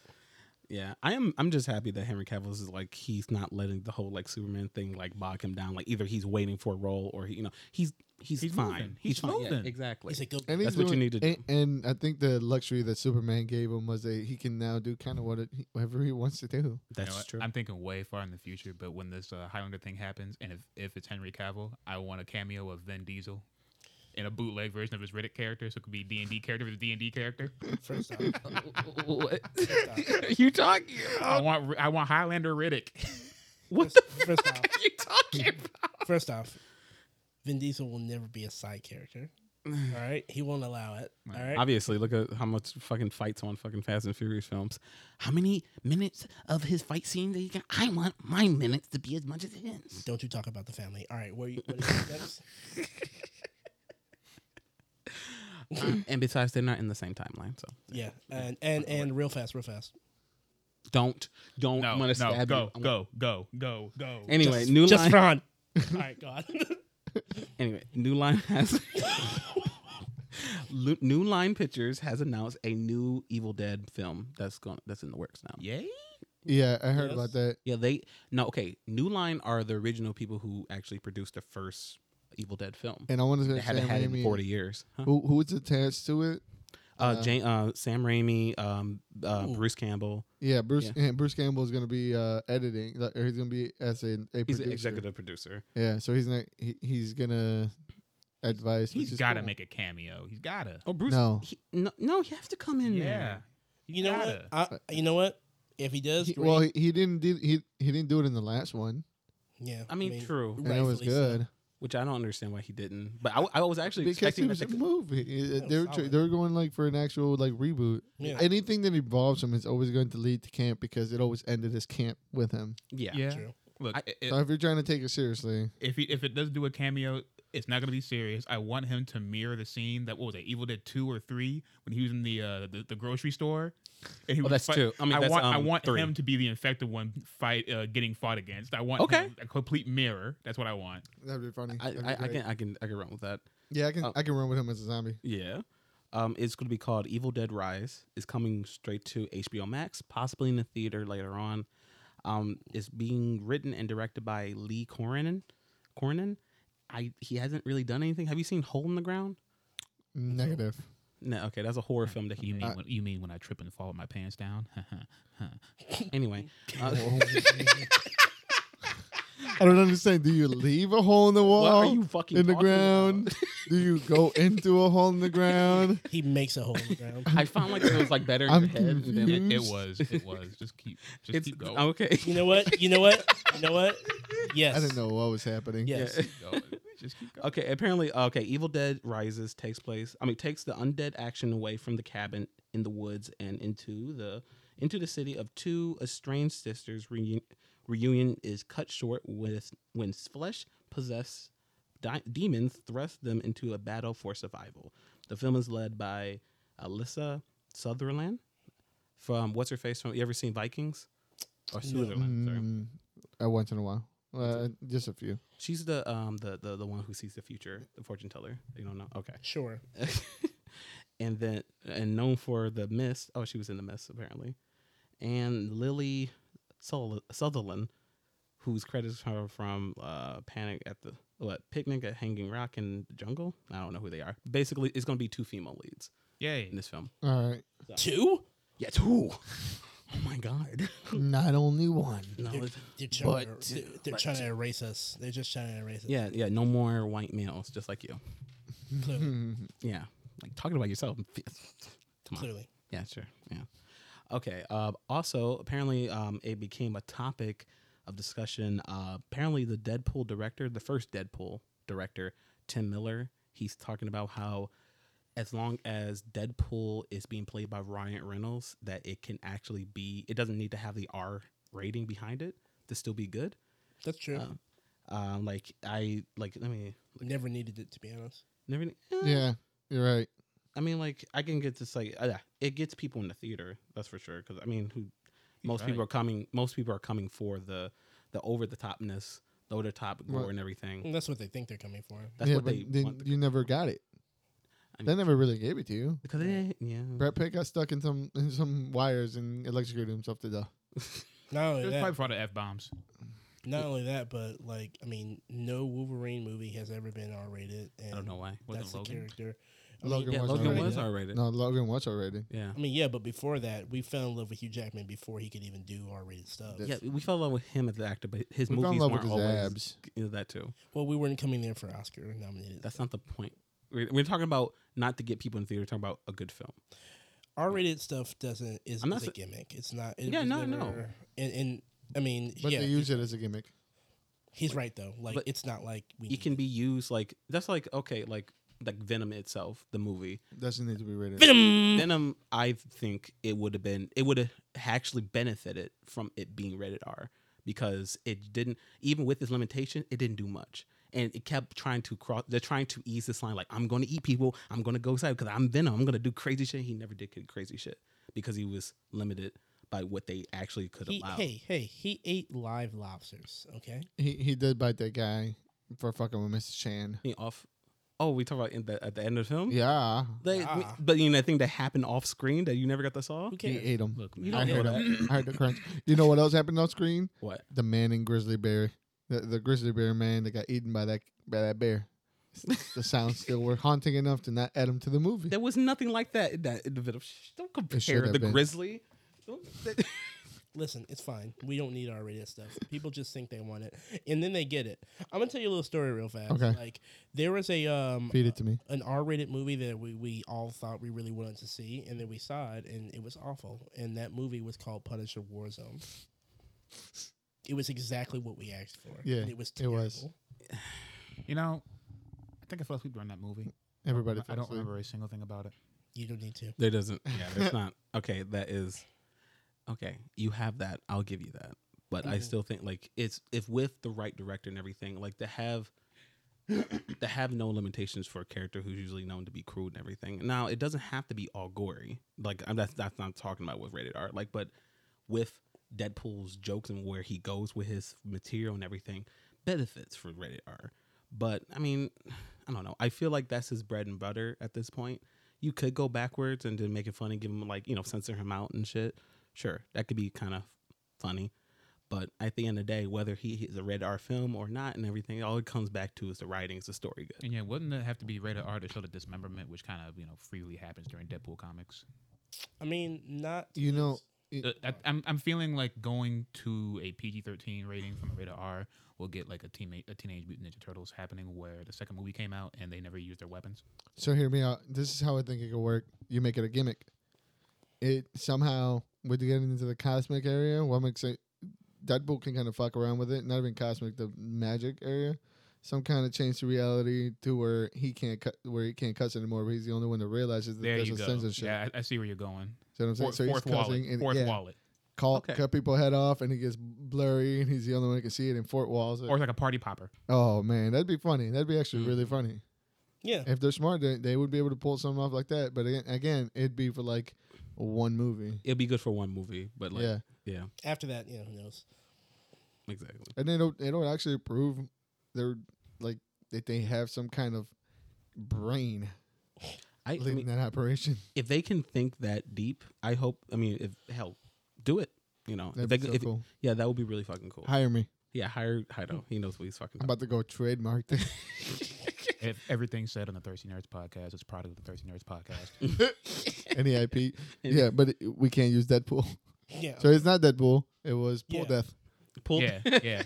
[SPEAKER 3] yeah. I am. I'm just happy that Henry Cavill is like he's not letting the whole like Superman thing like bog him down. Like either he's waiting for a role or he, you know he's he's,
[SPEAKER 4] He's
[SPEAKER 3] fine.
[SPEAKER 4] moving.
[SPEAKER 3] He's,
[SPEAKER 4] He's
[SPEAKER 3] fine. Yeah,
[SPEAKER 4] moving.
[SPEAKER 3] exactly.
[SPEAKER 1] He's like, go.
[SPEAKER 2] And he's
[SPEAKER 3] That's what you
[SPEAKER 2] doing-
[SPEAKER 3] need to do.
[SPEAKER 2] And, and I think the luxury that Superman gave him was that he can now do kind of what it, whatever he wants to do.
[SPEAKER 4] You
[SPEAKER 3] That's
[SPEAKER 4] know what?
[SPEAKER 3] true.
[SPEAKER 4] I'm <laughs>
[SPEAKER 3] <laughs>
[SPEAKER 4] thinking way far in the future, but when this uh, Highlander thing happens, and if, if it's Henry Cavill, I want a cameo of Vin Diesel in a bootleg version of his Riddick character, so it could be D and D character with D and D character.
[SPEAKER 1] First off,
[SPEAKER 2] <laughs>
[SPEAKER 3] what are <laughs> you talking
[SPEAKER 4] I
[SPEAKER 3] about?
[SPEAKER 4] want I want Highlander <laughs> Riddick.
[SPEAKER 3] What
[SPEAKER 1] first,
[SPEAKER 3] the
[SPEAKER 1] first off,
[SPEAKER 3] fuck are you
[SPEAKER 4] <laughs>
[SPEAKER 3] talking about?
[SPEAKER 1] first off, Vin Diesel will never be a side
[SPEAKER 3] <sighs>
[SPEAKER 1] character. All right, he won't allow it. All right,
[SPEAKER 3] Obviously, look at how much fucking fights on fucking Fast and Furious films. How many minutes of his fight scene that you got? I want my minutes to be as much
[SPEAKER 4] <laughs>
[SPEAKER 3] as his.
[SPEAKER 1] don't you talk about the family. All right, where you? What is
[SPEAKER 3] <laughs>
[SPEAKER 1] next?
[SPEAKER 4] Mm.
[SPEAKER 3] and besides, they're not in the same timeline, so
[SPEAKER 1] Yeah, and and and real fast, real fast.
[SPEAKER 3] don't don't
[SPEAKER 4] No,
[SPEAKER 3] want to
[SPEAKER 4] no,
[SPEAKER 3] stab
[SPEAKER 4] go,
[SPEAKER 3] you.
[SPEAKER 4] go, go, go, go.
[SPEAKER 3] Anyway,
[SPEAKER 1] just,
[SPEAKER 3] new
[SPEAKER 1] just
[SPEAKER 3] line.
[SPEAKER 1] Ron.
[SPEAKER 3] <laughs>
[SPEAKER 1] All right, God. <laughs>
[SPEAKER 3] Anyway, New Line has <laughs> Lu- New Line Pictures has announced a new Evil Dead film that's going that's in the works now.
[SPEAKER 4] Yay!
[SPEAKER 2] Yeah, I heard about
[SPEAKER 1] Yes.
[SPEAKER 2] that.
[SPEAKER 3] Yeah, they no okay. New Line are the original people who actually produced the first Evil Dead film.
[SPEAKER 2] And I wanted to
[SPEAKER 3] They
[SPEAKER 2] say
[SPEAKER 3] haven't had it in
[SPEAKER 2] Raimi-
[SPEAKER 3] forty years. Huh?
[SPEAKER 2] Who who was attached to it?
[SPEAKER 3] Uh, Jane, uh, Sam Raimi, um, uh,
[SPEAKER 1] Ooh.
[SPEAKER 3] Bruce Campbell.
[SPEAKER 2] Yeah, Bruce and Bruce Campbell is going to be uh, editing, like, or he's going to be as an a
[SPEAKER 3] He's
[SPEAKER 2] producer.
[SPEAKER 3] the executive producer.
[SPEAKER 2] Yeah, so he's not. He, he's gonna advise.
[SPEAKER 4] He's
[SPEAKER 2] which is
[SPEAKER 4] gotta
[SPEAKER 2] cool.
[SPEAKER 4] make a cameo. He's gotta.
[SPEAKER 3] Oh, Bruce.
[SPEAKER 2] No.
[SPEAKER 3] he, no, no, you have to come in
[SPEAKER 4] yeah.
[SPEAKER 3] there.
[SPEAKER 1] You know what? I, you know what? If he does,
[SPEAKER 2] He,
[SPEAKER 1] great.
[SPEAKER 2] well, he, he didn't. Did, he he didn't do it in the last one,
[SPEAKER 1] yeah.
[SPEAKER 3] I mean, true.
[SPEAKER 2] and it was
[SPEAKER 1] rightfully so.
[SPEAKER 2] good
[SPEAKER 3] Which I don't understand why he didn't. But I, I was actually
[SPEAKER 2] because
[SPEAKER 3] expecting
[SPEAKER 2] it
[SPEAKER 3] that
[SPEAKER 2] was
[SPEAKER 3] they
[SPEAKER 2] a
[SPEAKER 3] could-
[SPEAKER 2] movie. Uh,
[SPEAKER 1] was
[SPEAKER 2] They were tr-
[SPEAKER 1] solid.
[SPEAKER 2] they were going like for an actual like reboot.
[SPEAKER 1] Yeah.
[SPEAKER 2] Anything that involves him is always going to lead to camp because it always ended as camp with him.
[SPEAKER 3] yeah.
[SPEAKER 4] Yeah.
[SPEAKER 1] True.
[SPEAKER 4] Look,
[SPEAKER 3] I-
[SPEAKER 4] i- i-
[SPEAKER 2] So if you're trying to take it seriously,
[SPEAKER 4] if he, if it does do a cameo, it's not gonna be serious. I want him to mirror the scene that what was it, Evil Dead two or three, when he was in the uh, the, the grocery store. And he
[SPEAKER 3] Oh,
[SPEAKER 4] was
[SPEAKER 3] that's
[SPEAKER 4] fight-
[SPEAKER 3] two. I mean, that's,
[SPEAKER 4] want I
[SPEAKER 3] um,
[SPEAKER 4] want
[SPEAKER 3] three.
[SPEAKER 4] him to be the infected one fight uh, getting fought against. I want
[SPEAKER 3] Okay.
[SPEAKER 4] him a complete mirror. That's what I want.
[SPEAKER 2] that'd be funny.
[SPEAKER 3] I,
[SPEAKER 2] That'd be
[SPEAKER 3] I, I
[SPEAKER 2] great.
[SPEAKER 3] can I can I can run with that.
[SPEAKER 2] Yeah, I can.
[SPEAKER 3] oh.
[SPEAKER 2] I can run with him as a zombie.
[SPEAKER 3] Yeah. Um, it's going to be called Evil Dead Rise. It's coming straight to HBO Max, possibly in the theater later on. Um, it's being written and directed by Lee Coronan. Coronan, I he hasn't really done anything. Have you seen Hole in the Ground?
[SPEAKER 2] Negative.
[SPEAKER 3] No. Okay, that's a horror film that he Uh,
[SPEAKER 4] You mean
[SPEAKER 3] made.
[SPEAKER 4] when, you mean when I trip and fall with my pants down? <laughs>
[SPEAKER 3] anyway, uh,
[SPEAKER 2] I don't understand. Do you leave a hole in the wall?
[SPEAKER 3] what are you fucking
[SPEAKER 2] in the
[SPEAKER 3] talking about?
[SPEAKER 2] ground? Do you go into a hole
[SPEAKER 3] <laughs>
[SPEAKER 2] in the ground?
[SPEAKER 1] He makes a hole in the ground.
[SPEAKER 3] I found like it was like better in
[SPEAKER 2] I'm
[SPEAKER 3] your head. And then, like,
[SPEAKER 4] it, it
[SPEAKER 2] Who's-
[SPEAKER 4] was. It was. Just <laughs> keep. Just
[SPEAKER 3] it's
[SPEAKER 4] keep going.
[SPEAKER 3] <laughs> okay.
[SPEAKER 1] You know what? You know what? You know what? Yes.
[SPEAKER 2] <laughs> I didn't know what was happening.
[SPEAKER 1] Yes.
[SPEAKER 3] Yeah.
[SPEAKER 4] Keep going. <laughs> Just keep going.
[SPEAKER 3] Okay, apparently, okay, Evil Dead Rises takes place. I mean, takes the undead action away from the cabin in the woods and into the into the city of two estranged sisters. Reu- reunion is cut short with when flesh possessed di- demons thrust them into a battle for survival. The film is led by Alyssa Sutherland from what's her face from you ever seen Vikings or Sutherland? Sorry.
[SPEAKER 2] Mm, uh, once in a while, uh, just a few.
[SPEAKER 3] She's the um the, the the one who sees the future, the fortune teller. You don't know? Okay. <laughs>
[SPEAKER 1] Sure.
[SPEAKER 3] and then and known for the mist. Oh, she was in the mist apparently, and Lily Sul- Sutherland, who's credited her from uh, Panic at the what Picnic at Hanging Rock and the Jungle. I don't know who they are. Basically, it's gonna be two female leads
[SPEAKER 4] Yay.
[SPEAKER 3] in this film.
[SPEAKER 2] All right,
[SPEAKER 1] Two?
[SPEAKER 3] Yeah, two. <laughs> Oh my god. <laughs>
[SPEAKER 2] not only one.
[SPEAKER 3] No,
[SPEAKER 1] They're,
[SPEAKER 3] it's-
[SPEAKER 1] they're trying,
[SPEAKER 3] But
[SPEAKER 1] to, they're,
[SPEAKER 3] two.
[SPEAKER 1] they're
[SPEAKER 3] But
[SPEAKER 1] trying to
[SPEAKER 3] two.
[SPEAKER 1] erase us. They're just trying to erase us.
[SPEAKER 3] yeah, yeah. No more white males, just like you. Mm-hmm.
[SPEAKER 1] Clearly.
[SPEAKER 3] Yeah, like talking about yourself. <laughs> Come on.
[SPEAKER 1] Clearly.
[SPEAKER 3] Yeah, sure. Yeah. Okay. Uh, also, apparently, um, it became a topic of discussion. Uh, apparently, the Deadpool director, the first Deadpool director, Tim Miller, he's talking about how as long as Deadpool is being played by Ryan Reynolds, that it can actually be, it doesn't need to have the R rating behind it to still be good.
[SPEAKER 1] That's true.
[SPEAKER 3] Um, um, like I like I mean
[SPEAKER 1] Never needed it to be honest.
[SPEAKER 3] never eh,
[SPEAKER 2] Yeah, you're right.
[SPEAKER 3] I mean like I can get this like uh, yeah, it gets people in the theater that's for sure because I mean who most
[SPEAKER 4] right.
[SPEAKER 3] people are coming most people are coming for the the over the topness the over the top gore
[SPEAKER 2] Right.
[SPEAKER 3] and everything
[SPEAKER 1] And that's what they think they're coming for.
[SPEAKER 3] that's
[SPEAKER 2] yeah,
[SPEAKER 3] what
[SPEAKER 2] but
[SPEAKER 3] they
[SPEAKER 2] then
[SPEAKER 3] want
[SPEAKER 2] you never got it.
[SPEAKER 3] I
[SPEAKER 2] they
[SPEAKER 3] mean-
[SPEAKER 2] never really gave it to you.
[SPEAKER 3] because they yeah
[SPEAKER 2] Brad Pitt got stuck in some in some wires and electrocuted himself to death.
[SPEAKER 1] Not only
[SPEAKER 4] There's
[SPEAKER 1] that,
[SPEAKER 4] probably for all the f bombs.
[SPEAKER 1] not only that, but like I mean, no Wolverine movie has ever been R rated.
[SPEAKER 3] I don't know why
[SPEAKER 1] That's
[SPEAKER 4] Wasn't
[SPEAKER 1] the
[SPEAKER 4] Logan?
[SPEAKER 1] character. I
[SPEAKER 2] Logan
[SPEAKER 1] mean,
[SPEAKER 3] yeah
[SPEAKER 2] was
[SPEAKER 3] Logan
[SPEAKER 2] R-rated.
[SPEAKER 3] was R rated
[SPEAKER 2] No, Logan was already.
[SPEAKER 3] yeah
[SPEAKER 1] I mean, yeah, but before that, we fell in love with Hugh Jackman before he could even do R rated stuff.
[SPEAKER 2] Yeah.
[SPEAKER 3] yeah we fell in love with him as the actor but his
[SPEAKER 2] We fell
[SPEAKER 3] movies
[SPEAKER 2] in love with
[SPEAKER 3] weren't
[SPEAKER 2] his
[SPEAKER 3] always
[SPEAKER 2] abs.
[SPEAKER 3] you know, that too
[SPEAKER 1] Well, we weren't coming there for Oscar nominated.
[SPEAKER 3] that's not the point we're, we're talking about not to get people in the theater we're talking about a good film
[SPEAKER 1] R rated stuff doesn't is,
[SPEAKER 3] I'm not
[SPEAKER 1] is a
[SPEAKER 3] sa-
[SPEAKER 1] gimmick. It's not. It
[SPEAKER 3] Yeah,
[SPEAKER 1] was
[SPEAKER 3] no, no.
[SPEAKER 1] never- And, and I mean,
[SPEAKER 2] But
[SPEAKER 1] yeah,
[SPEAKER 2] they use it as a gimmick.
[SPEAKER 1] he's right though. Like
[SPEAKER 3] but
[SPEAKER 1] it's not like we.
[SPEAKER 3] it can be used like that's like okay like like venom itself the movie
[SPEAKER 2] Doesn't need to be rated.
[SPEAKER 1] Venom.
[SPEAKER 3] venom um, i think it would have been it would have actually benefited from it being rated r because it didn't even with this limitation it didn't do much and it kept trying to cross they're trying to ease this line like i'm going to eat people i'm going to go outside because i'm venom i'm going to do crazy shit he never did get crazy shit because he was limited by what they actually could
[SPEAKER 1] He,
[SPEAKER 3] allow
[SPEAKER 1] hey, hey, he ate live lobsters. Okay.
[SPEAKER 2] He he did bite that guy for fucking with Mrs. Chan.
[SPEAKER 3] He off oh we talk about in the, at the end of the film
[SPEAKER 2] Yeah,
[SPEAKER 3] They,
[SPEAKER 1] Ah.
[SPEAKER 3] But you know, the thing that happened off screen that you never got to saw.
[SPEAKER 1] Who
[SPEAKER 2] he
[SPEAKER 1] cares?
[SPEAKER 2] ate him.
[SPEAKER 4] Look, man,
[SPEAKER 3] You don't
[SPEAKER 2] I
[SPEAKER 3] know
[SPEAKER 2] heard
[SPEAKER 3] that.
[SPEAKER 2] him. I heard the crunch. You know what else happened on screen?
[SPEAKER 3] What?
[SPEAKER 2] The man in grizzly bear, the, the grizzly bear man that got eaten by that by that bear. the sounds still were haunting enough to not add him to the movie.
[SPEAKER 3] There was nothing like that. in That in the video. Shh, Don't compare
[SPEAKER 2] have
[SPEAKER 3] the
[SPEAKER 2] been.
[SPEAKER 3] grizzly. Don't- that-
[SPEAKER 1] Listen, it's fine. We don't need R rated stuff. People just think they want it, and then they get it. I'm gonna tell you a little story real fast.
[SPEAKER 2] Okay.
[SPEAKER 1] Like there was a um
[SPEAKER 2] Feed it to me.
[SPEAKER 1] an R rated movie that we we all thought we really wanted to see, and then we saw it, and it was awful. And that movie was called Punisher Warzone. It was exactly what we asked for.
[SPEAKER 2] Yeah,
[SPEAKER 1] and it was
[SPEAKER 2] it
[SPEAKER 1] terrible.
[SPEAKER 2] was.
[SPEAKER 4] you know, I think I fell asleep during that movie.
[SPEAKER 2] Everybody.
[SPEAKER 4] I
[SPEAKER 2] fell
[SPEAKER 4] don't
[SPEAKER 2] asleep.
[SPEAKER 4] remember a single thing about it.
[SPEAKER 1] You don't need to.
[SPEAKER 3] there doesn't. Yeah, <laughs> there's not. Okay, that is. Okay, you have that. I'll give you that. But I
[SPEAKER 1] Mhm.
[SPEAKER 3] still think like it's if with the right director and everything, like to have <coughs> to have no limitations for a character who's usually known to be crude and everything. Now it doesn't have to be all gory. Like I'm that's that's not talking about with rated R. Like, but with Deadpool's jokes and where he goes with his material and everything benefits for rated R. But I mean, I don't know. I feel like that's his bread and butter at this point. You could go backwards and then make it funny, give him like, you know, censor him out and shit. Sure, that could be kind of funny. But at the end of the day, whether he is a rated R film or not and everything, all it comes back to is the writing, is the story good.
[SPEAKER 4] And yeah, wouldn't it have to be rated R to show the dismemberment, which kind of you know freely happens during Deadpool comics?
[SPEAKER 1] I mean, not.
[SPEAKER 2] You know,
[SPEAKER 4] Uh, I, I'm I'm feeling like going to a PG-13 rating from a rated R will get like a teammate a Teenage Mutant Ninja Turtles happening where the second movie came out and they never used their weapons.
[SPEAKER 2] So hear me out. This is how I think it could work. You make it a gimmick. It somehow with getting into the cosmic area, what makes it Deadpool can kind of fuck around with it. Not even cosmic, the magic area. Some kind of change to reality to where he can't cut, where he can't cuss anymore. But he's the only one that realizes that
[SPEAKER 4] There
[SPEAKER 2] there's
[SPEAKER 4] you
[SPEAKER 2] a
[SPEAKER 4] go.
[SPEAKER 2] censorship.
[SPEAKER 4] Yeah, I, I see where you're going.
[SPEAKER 2] See what I'm saying?
[SPEAKER 4] Fourth,
[SPEAKER 2] so he's
[SPEAKER 4] fourth wallet.
[SPEAKER 2] cussing and
[SPEAKER 4] fourth
[SPEAKER 2] yeah,
[SPEAKER 4] wallet.
[SPEAKER 2] call-
[SPEAKER 3] Okay.
[SPEAKER 2] cut people head off, and he gets blurry, and he's the only one that can see it in Fort Walls.
[SPEAKER 4] Or like a party popper.
[SPEAKER 2] oh man, that'd be funny. That'd be actually
[SPEAKER 3] Mm.
[SPEAKER 2] really funny.
[SPEAKER 1] Yeah.
[SPEAKER 2] If they're smart, they, they would be able to pull something off like that. But again, again it'd be for like one movie.
[SPEAKER 3] It'll be good for one movie, but like, yeah,
[SPEAKER 2] yeah,
[SPEAKER 1] After that, you know, who knows?
[SPEAKER 3] exactly.
[SPEAKER 2] and they don't they don't actually prove they're like that they have some kind of brain
[SPEAKER 3] I, I
[SPEAKER 2] leading
[SPEAKER 3] mean,
[SPEAKER 2] that operation.
[SPEAKER 3] if they can think that deep, I hope, I mean, if hell, do it. You know, if
[SPEAKER 2] That'd
[SPEAKER 3] they,
[SPEAKER 2] be
[SPEAKER 3] could-
[SPEAKER 2] so
[SPEAKER 3] if,
[SPEAKER 2] cool.
[SPEAKER 3] yeah, that would be really fucking cool.
[SPEAKER 2] Hire me.
[SPEAKER 3] Yeah, hire Hido. He knows what he's fucking
[SPEAKER 2] I'm
[SPEAKER 3] about.
[SPEAKER 2] about to go trademark <laughs>
[SPEAKER 3] <laughs>
[SPEAKER 2] this.
[SPEAKER 4] if everything said on the Thirsty Nerds podcast is a product of the Thirsty Nerds podcast.
[SPEAKER 3] <laughs>
[SPEAKER 2] NEIP. <laughs> E Yeah, but it, we can't use Deadpool.
[SPEAKER 1] Yeah.
[SPEAKER 2] So it's not Deadpool. It was Pool
[SPEAKER 1] Yeah.
[SPEAKER 3] <laughs>
[SPEAKER 2] Death.
[SPEAKER 3] Pull.
[SPEAKER 4] Yeah,
[SPEAKER 1] <laughs>
[SPEAKER 4] yeah.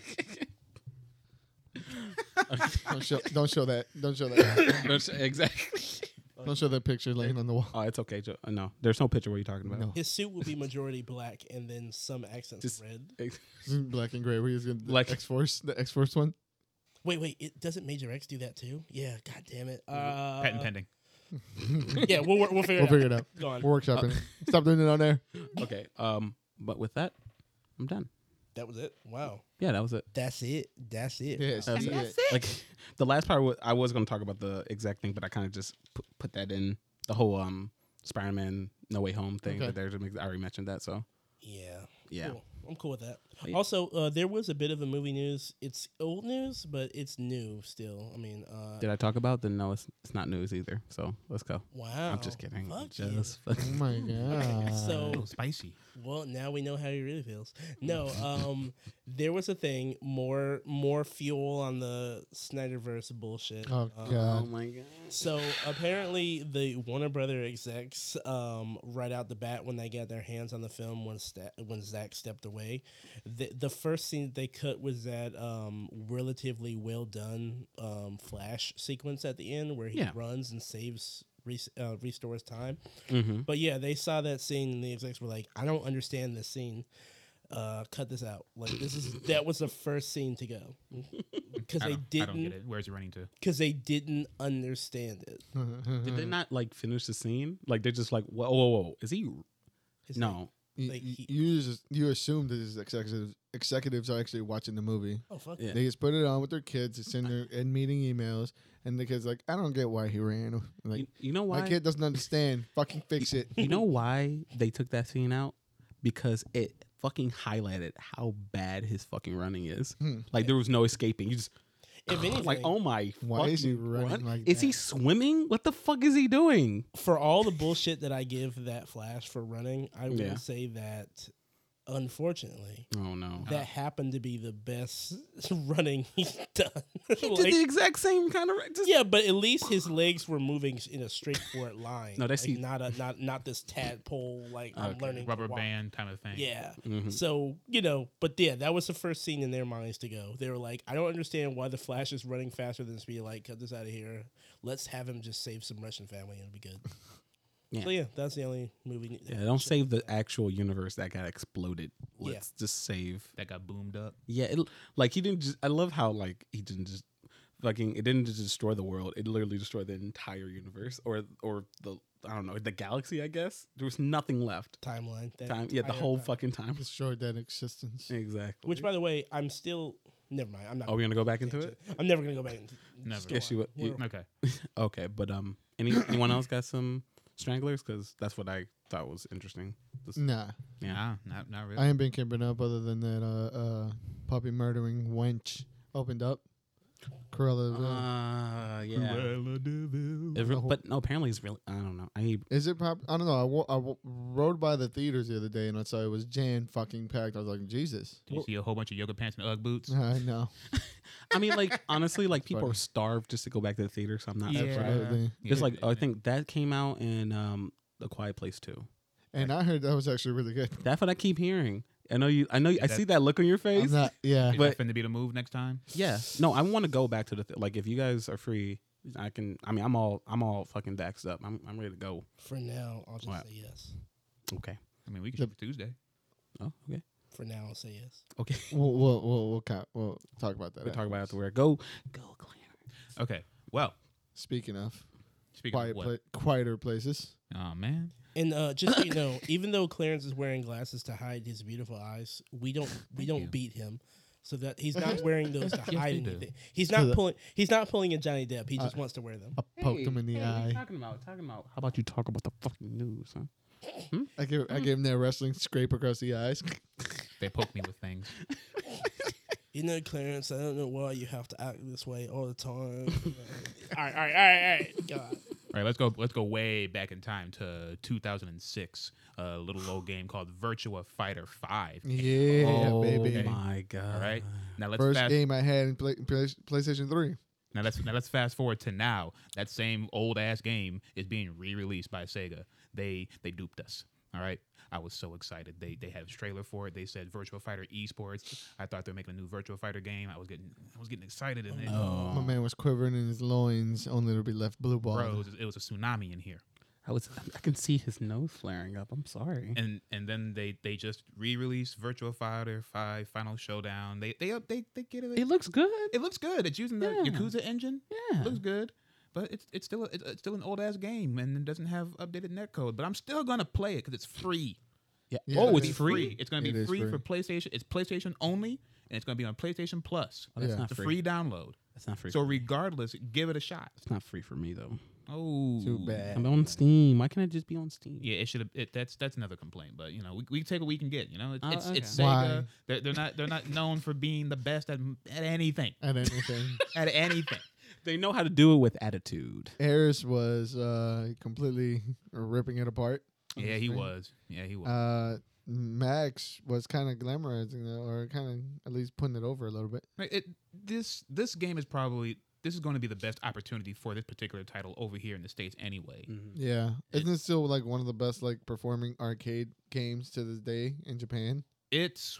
[SPEAKER 3] <laughs>
[SPEAKER 2] Don't show, don't show that. Don't show that.
[SPEAKER 3] That's- exactly.
[SPEAKER 2] Don't show that picture laying on the
[SPEAKER 3] <laughs>
[SPEAKER 2] wall.
[SPEAKER 3] Oh, it's okay. Joe. Uh, no, there's no picture. What are you talking about?
[SPEAKER 2] No.
[SPEAKER 1] His suit will be majority black and then some accents
[SPEAKER 3] Just-
[SPEAKER 1] red.
[SPEAKER 2] Black and gray. Where he's gonna
[SPEAKER 3] Like-
[SPEAKER 2] like X Force, the X Force one.
[SPEAKER 1] Wait, wait, it doesn't Major X do that too? Yeah, god damn it. Uh,
[SPEAKER 4] Patent pending.
[SPEAKER 1] <laughs> Yeah, we'll we'll figure it
[SPEAKER 2] We'll
[SPEAKER 1] out.
[SPEAKER 2] figure it out.
[SPEAKER 1] Go on.
[SPEAKER 2] We're workshopping.
[SPEAKER 3] Uh,
[SPEAKER 2] Stop doing it on there.
[SPEAKER 3] <laughs> okay. Um, but with that, I'm done.
[SPEAKER 1] That was it. Wow.
[SPEAKER 3] Yeah, that
[SPEAKER 2] <laughs>
[SPEAKER 3] was it.
[SPEAKER 1] That's it. That's it.
[SPEAKER 2] Yeah,
[SPEAKER 3] That's
[SPEAKER 2] see
[SPEAKER 3] it.
[SPEAKER 2] it.
[SPEAKER 3] Like <laughs> the last part, was, I was going to talk about the exact thing, but I kind of just put, put that in the whole um Spider-Man No Way Home thing.
[SPEAKER 2] Okay.
[SPEAKER 3] But there's I already mentioned that, so
[SPEAKER 1] Yeah.
[SPEAKER 3] yeah.
[SPEAKER 1] Cool. I'm cool with that.
[SPEAKER 3] Yeah.
[SPEAKER 1] Also, uh, there was a bit of a movie news. It's old news, but it's new still. I mean, uh,
[SPEAKER 3] Did I talk about? Then no, it's it's not news either. So let's go.
[SPEAKER 1] wow.
[SPEAKER 3] I'm just kidding.
[SPEAKER 1] Fuck you.
[SPEAKER 3] just <laughs>
[SPEAKER 2] Oh my god.
[SPEAKER 1] So,
[SPEAKER 4] spicy.
[SPEAKER 1] well, now we know how he really feels. No, um, there was a thing more more fuel on the Snyderverse bullshit.
[SPEAKER 2] Oh
[SPEAKER 1] Um,
[SPEAKER 3] <laughs> oh
[SPEAKER 2] god.
[SPEAKER 3] my god.
[SPEAKER 1] So apparently, the Warner Brother execs, um, right out the bat when they got their hands on the film, when Sta- when Zach stepped away, the the first scene that they cut was that um, relatively well done um, flash sequence at the end where he
[SPEAKER 3] Yeah.
[SPEAKER 1] runs and saves. res- Uh, restores time,
[SPEAKER 3] Mm-hmm.
[SPEAKER 1] but yeah, they saw that scene and the execs were like, "I don't understand this scene. Uh, cut this out. Like this is that was the first scene to go
[SPEAKER 4] <laughs>
[SPEAKER 1] because
[SPEAKER 4] I
[SPEAKER 1] they
[SPEAKER 4] don't, I don't get
[SPEAKER 1] didn't
[SPEAKER 4] it. Where's it running to?
[SPEAKER 1] because they didn't understand it.
[SPEAKER 2] <laughs>
[SPEAKER 3] Did
[SPEAKER 2] Mm.
[SPEAKER 3] they not like finish the scene? Like they're just like, whoa, whoa, whoa. Is he?
[SPEAKER 1] It's like,
[SPEAKER 3] No.
[SPEAKER 2] You,
[SPEAKER 1] Like, he-
[SPEAKER 2] you just you assume that his executives executives are actually watching the movie.
[SPEAKER 1] oh fuck.
[SPEAKER 3] Yeah.
[SPEAKER 2] They just put it on with their kids. It's in their in meeting emails, and the kids like, I don't get why he ran. <laughs> Like
[SPEAKER 3] You, you know why?
[SPEAKER 2] my kid doesn't
[SPEAKER 3] <laughs>
[SPEAKER 2] understand. Fucking fix it.
[SPEAKER 3] you know why they took that scene out? Because it fucking highlighted how bad his fucking running is.
[SPEAKER 2] Hmm.
[SPEAKER 3] Like there was no escaping. You just
[SPEAKER 4] <sighs>
[SPEAKER 1] If anything,
[SPEAKER 3] <sighs> like, oh my,
[SPEAKER 2] Why is he
[SPEAKER 3] fucking
[SPEAKER 2] running
[SPEAKER 3] run-
[SPEAKER 2] like
[SPEAKER 3] Is he
[SPEAKER 2] that?
[SPEAKER 3] swimming? What the fuck is he doing?
[SPEAKER 1] for all the bullshit that I give that Flash for running, I will
[SPEAKER 3] Yeah.
[SPEAKER 1] say that unfortunately,
[SPEAKER 3] Oh no.
[SPEAKER 4] Uh-huh.
[SPEAKER 1] that happened to be the best <laughs> running he's done.
[SPEAKER 3] he
[SPEAKER 1] Like,
[SPEAKER 3] did the exact same kind of. Just,
[SPEAKER 1] yeah, but at least his legs were moving in a straightforward
[SPEAKER 3] <laughs>
[SPEAKER 1] line.
[SPEAKER 3] No, that's
[SPEAKER 1] like,
[SPEAKER 3] he-
[SPEAKER 1] not a not not this tadpole like I'm
[SPEAKER 3] Okay.
[SPEAKER 1] learning to
[SPEAKER 4] Rubber
[SPEAKER 1] walk.
[SPEAKER 4] band kind of thing.
[SPEAKER 1] Yeah. Mm-hmm.
[SPEAKER 3] Mhm.
[SPEAKER 1] So, you know, but yeah, that was the first scene in their minds to go. They were like, I don't understand why the Flash is running faster than speed. Like, cut this out of here. Let's have him just save some Russian family and it'll be good.
[SPEAKER 3] Yeah.
[SPEAKER 1] So, yeah, that's the only movie.
[SPEAKER 3] Yeah, don't save the actual universe that got exploded.
[SPEAKER 1] Yeah.
[SPEAKER 3] Let's just save
[SPEAKER 4] That got boomed up.
[SPEAKER 3] Yeah, it, like he didn't. Just, I love how like he didn't just fucking. It didn't just destroy the world. It literally destroyed the entire universe, or or the I don't know the galaxy. I guess there was nothing left.
[SPEAKER 1] timeline. that
[SPEAKER 3] Time. Yeah, the
[SPEAKER 1] entire
[SPEAKER 3] whole
[SPEAKER 1] time.
[SPEAKER 3] fucking time.
[SPEAKER 2] Destroyed that existence.
[SPEAKER 3] <laughs> Exactly.
[SPEAKER 1] Which, by the way, I'm still. Never mind. I'm not.
[SPEAKER 3] are we gonna go back into
[SPEAKER 1] gonna
[SPEAKER 3] it?
[SPEAKER 1] I'm never going to go back into
[SPEAKER 4] Never.
[SPEAKER 1] Go
[SPEAKER 3] Yes,
[SPEAKER 1] on.
[SPEAKER 3] you. would- you
[SPEAKER 4] Okay.
[SPEAKER 3] okay, but um, any anyone else got some stranglers? Because that's what I thought was interesting. This-
[SPEAKER 2] Nah,
[SPEAKER 3] Yeah.
[SPEAKER 4] Nah, not not really.
[SPEAKER 2] I ain't been keeping up other than that. Uh, uh, puppy murdering wench opened up.
[SPEAKER 1] Uh,
[SPEAKER 2] Cruella. de-
[SPEAKER 3] Uh, yeah. It re- but no, apparently it's really. I don't know. I need.
[SPEAKER 2] Is it pop? I don't know. I wa- I wa- rode by the theaters the other day and I saw it was Jan fucking packed. I was like, Jesus. <laughs>
[SPEAKER 4] Did you see a whole bunch of yoga pants and UGG boots?
[SPEAKER 2] I
[SPEAKER 3] <laughs>
[SPEAKER 2] know.
[SPEAKER 3] I mean, like honestly, like people
[SPEAKER 2] funny.
[SPEAKER 3] are starved just to go back to the theater. So I'm not.
[SPEAKER 4] Yeah.
[SPEAKER 3] surprised.
[SPEAKER 2] Absolutely.
[SPEAKER 3] Just like I think that came out in um The Quiet Place too.
[SPEAKER 2] And I heard that was actually really good.
[SPEAKER 3] That's what I keep hearing. I know you. I know. You, I
[SPEAKER 4] that-
[SPEAKER 3] see that look on your
[SPEAKER 2] I'm
[SPEAKER 3] face.
[SPEAKER 2] not,
[SPEAKER 3] <laughs>
[SPEAKER 2] yeah.
[SPEAKER 4] Is
[SPEAKER 3] but-
[SPEAKER 4] that finna be the move next time?
[SPEAKER 3] yeah. No, I want to go back to the th- like. If you guys are free, I can. I mean, I'm all. I'm all fucking vaxxed up. I'm. I'm ready to go.
[SPEAKER 1] For now, I'll just
[SPEAKER 3] Wow.
[SPEAKER 1] say yes.
[SPEAKER 3] Okay.
[SPEAKER 4] I mean, we can
[SPEAKER 2] The-
[SPEAKER 4] shoot for Tuesday.
[SPEAKER 3] Oh. Okay.
[SPEAKER 1] For now, I'll say yes.
[SPEAKER 3] Okay.
[SPEAKER 2] We'll, we'll, we'll, we'll, co- we'll talk about that.
[SPEAKER 3] We'll talk about it
[SPEAKER 2] afterwards.
[SPEAKER 3] afterward. Go. Go. Clan.
[SPEAKER 4] Okay. Well,
[SPEAKER 2] Speaking of
[SPEAKER 4] speaking
[SPEAKER 2] quiet,
[SPEAKER 4] of what?
[SPEAKER 2] pla- quieter places.
[SPEAKER 4] Oh man.
[SPEAKER 1] And uh, just so you
[SPEAKER 4] <coughs>
[SPEAKER 1] know, even though Clarence is wearing glasses to hide his beautiful eyes, we don't we don't
[SPEAKER 4] you.
[SPEAKER 1] beat him. So that he's
[SPEAKER 4] <laughs>
[SPEAKER 1] not wearing those to
[SPEAKER 4] Yes,
[SPEAKER 1] hide
[SPEAKER 4] we do. Uh,
[SPEAKER 1] anything. He's
[SPEAKER 2] So
[SPEAKER 1] not
[SPEAKER 2] the-
[SPEAKER 1] pulling. He's not pulling a Johnny Depp. He just wants to wear them.
[SPEAKER 2] I poked him in the eye.
[SPEAKER 3] Talking about. Talking about. How about you talk about the fucking news, huh?
[SPEAKER 2] I gave, I gave him that wrestling scrape across the eyes. <laughs>
[SPEAKER 4] They poke me with things.
[SPEAKER 1] You know, Clarence. I don't know why you have to act this way all the time.
[SPEAKER 4] <laughs>
[SPEAKER 1] all right, all right, all right, all
[SPEAKER 3] <laughs>
[SPEAKER 1] right. God.
[SPEAKER 4] All right, let's go. Let's go way back in time to 2006. A little old game called Virtua Fighter Five.
[SPEAKER 2] yeah,
[SPEAKER 3] oh
[SPEAKER 2] baby.
[SPEAKER 3] my god.
[SPEAKER 4] All right. Now let's
[SPEAKER 2] First
[SPEAKER 4] fast.
[SPEAKER 2] game I had in play, play, PlayStation 3.
[SPEAKER 4] Now let's now let's fast forward to now. That same old ass game is being re-released by Sega. They they duped us. All right. I was so excited. They they have a trailer for it. They said Virtual Fighter Esports. I thought they were making a new Virtual Fighter game. I was getting I was getting excited, and then
[SPEAKER 2] My man was quivering in his loins, only to be left blue ball.
[SPEAKER 4] bro, it was, it was a tsunami in here.
[SPEAKER 3] I was I can see his nose flaring up. I'm sorry.
[SPEAKER 4] And and then they they just re-released Virtual Fighter Five Final Showdown. They they up they they get it.
[SPEAKER 3] it looks good.
[SPEAKER 4] It looks good. It's using the
[SPEAKER 3] Yeah.
[SPEAKER 4] Yakuza engine.
[SPEAKER 3] yeah.
[SPEAKER 4] looks good, but it's it's still a, it's it's still an old ass game and it doesn't have updated netcode. But I'm still gonna play it because it's free.
[SPEAKER 3] yeah.
[SPEAKER 2] Yeah,
[SPEAKER 3] oh,
[SPEAKER 2] I
[SPEAKER 3] it's
[SPEAKER 2] think-
[SPEAKER 3] free.
[SPEAKER 4] It's gonna be
[SPEAKER 2] It is
[SPEAKER 4] free, for
[SPEAKER 2] free.
[SPEAKER 4] PlayStation. It's PlayStation only, and it's gonna be on PlayStation Plus.
[SPEAKER 3] Oh, that's
[SPEAKER 2] Yeah.
[SPEAKER 3] not
[SPEAKER 4] It's a
[SPEAKER 3] free.
[SPEAKER 4] free download.
[SPEAKER 3] That's not free.
[SPEAKER 4] So regardless, give it a shot.
[SPEAKER 3] it's not free for me though.
[SPEAKER 4] Oh,
[SPEAKER 2] Too bad.
[SPEAKER 3] I'm on Steam. Why can't I just be on Steam?
[SPEAKER 4] Yeah, it should have. It, that's that's another complaint, but you know we, we take what we can get. You know it's
[SPEAKER 3] Oh,
[SPEAKER 4] it's, it's
[SPEAKER 2] okay.
[SPEAKER 4] Sega.
[SPEAKER 2] Why?
[SPEAKER 4] They're, they're not they're not known for being the best at at anything
[SPEAKER 1] <laughs>
[SPEAKER 2] At anything.
[SPEAKER 4] at
[SPEAKER 2] <laughs>
[SPEAKER 4] anything.
[SPEAKER 3] They know how to do it with attitude.
[SPEAKER 2] Eris was uh, completely ripping it apart.
[SPEAKER 4] yeah, he was. Yeah, he was.
[SPEAKER 2] Uh, Max was kind of glamorizing it, or kind of at least putting it over a little bit.
[SPEAKER 4] Like, It, this this game is probably this is going to be the best opportunity for this particular title over here in the states anyway.
[SPEAKER 3] Mm.
[SPEAKER 1] Mm.
[SPEAKER 3] Mm-hmm.
[SPEAKER 2] Yeah, isn't it still like one of the best like performing arcade games to this day in Japan?
[SPEAKER 4] It's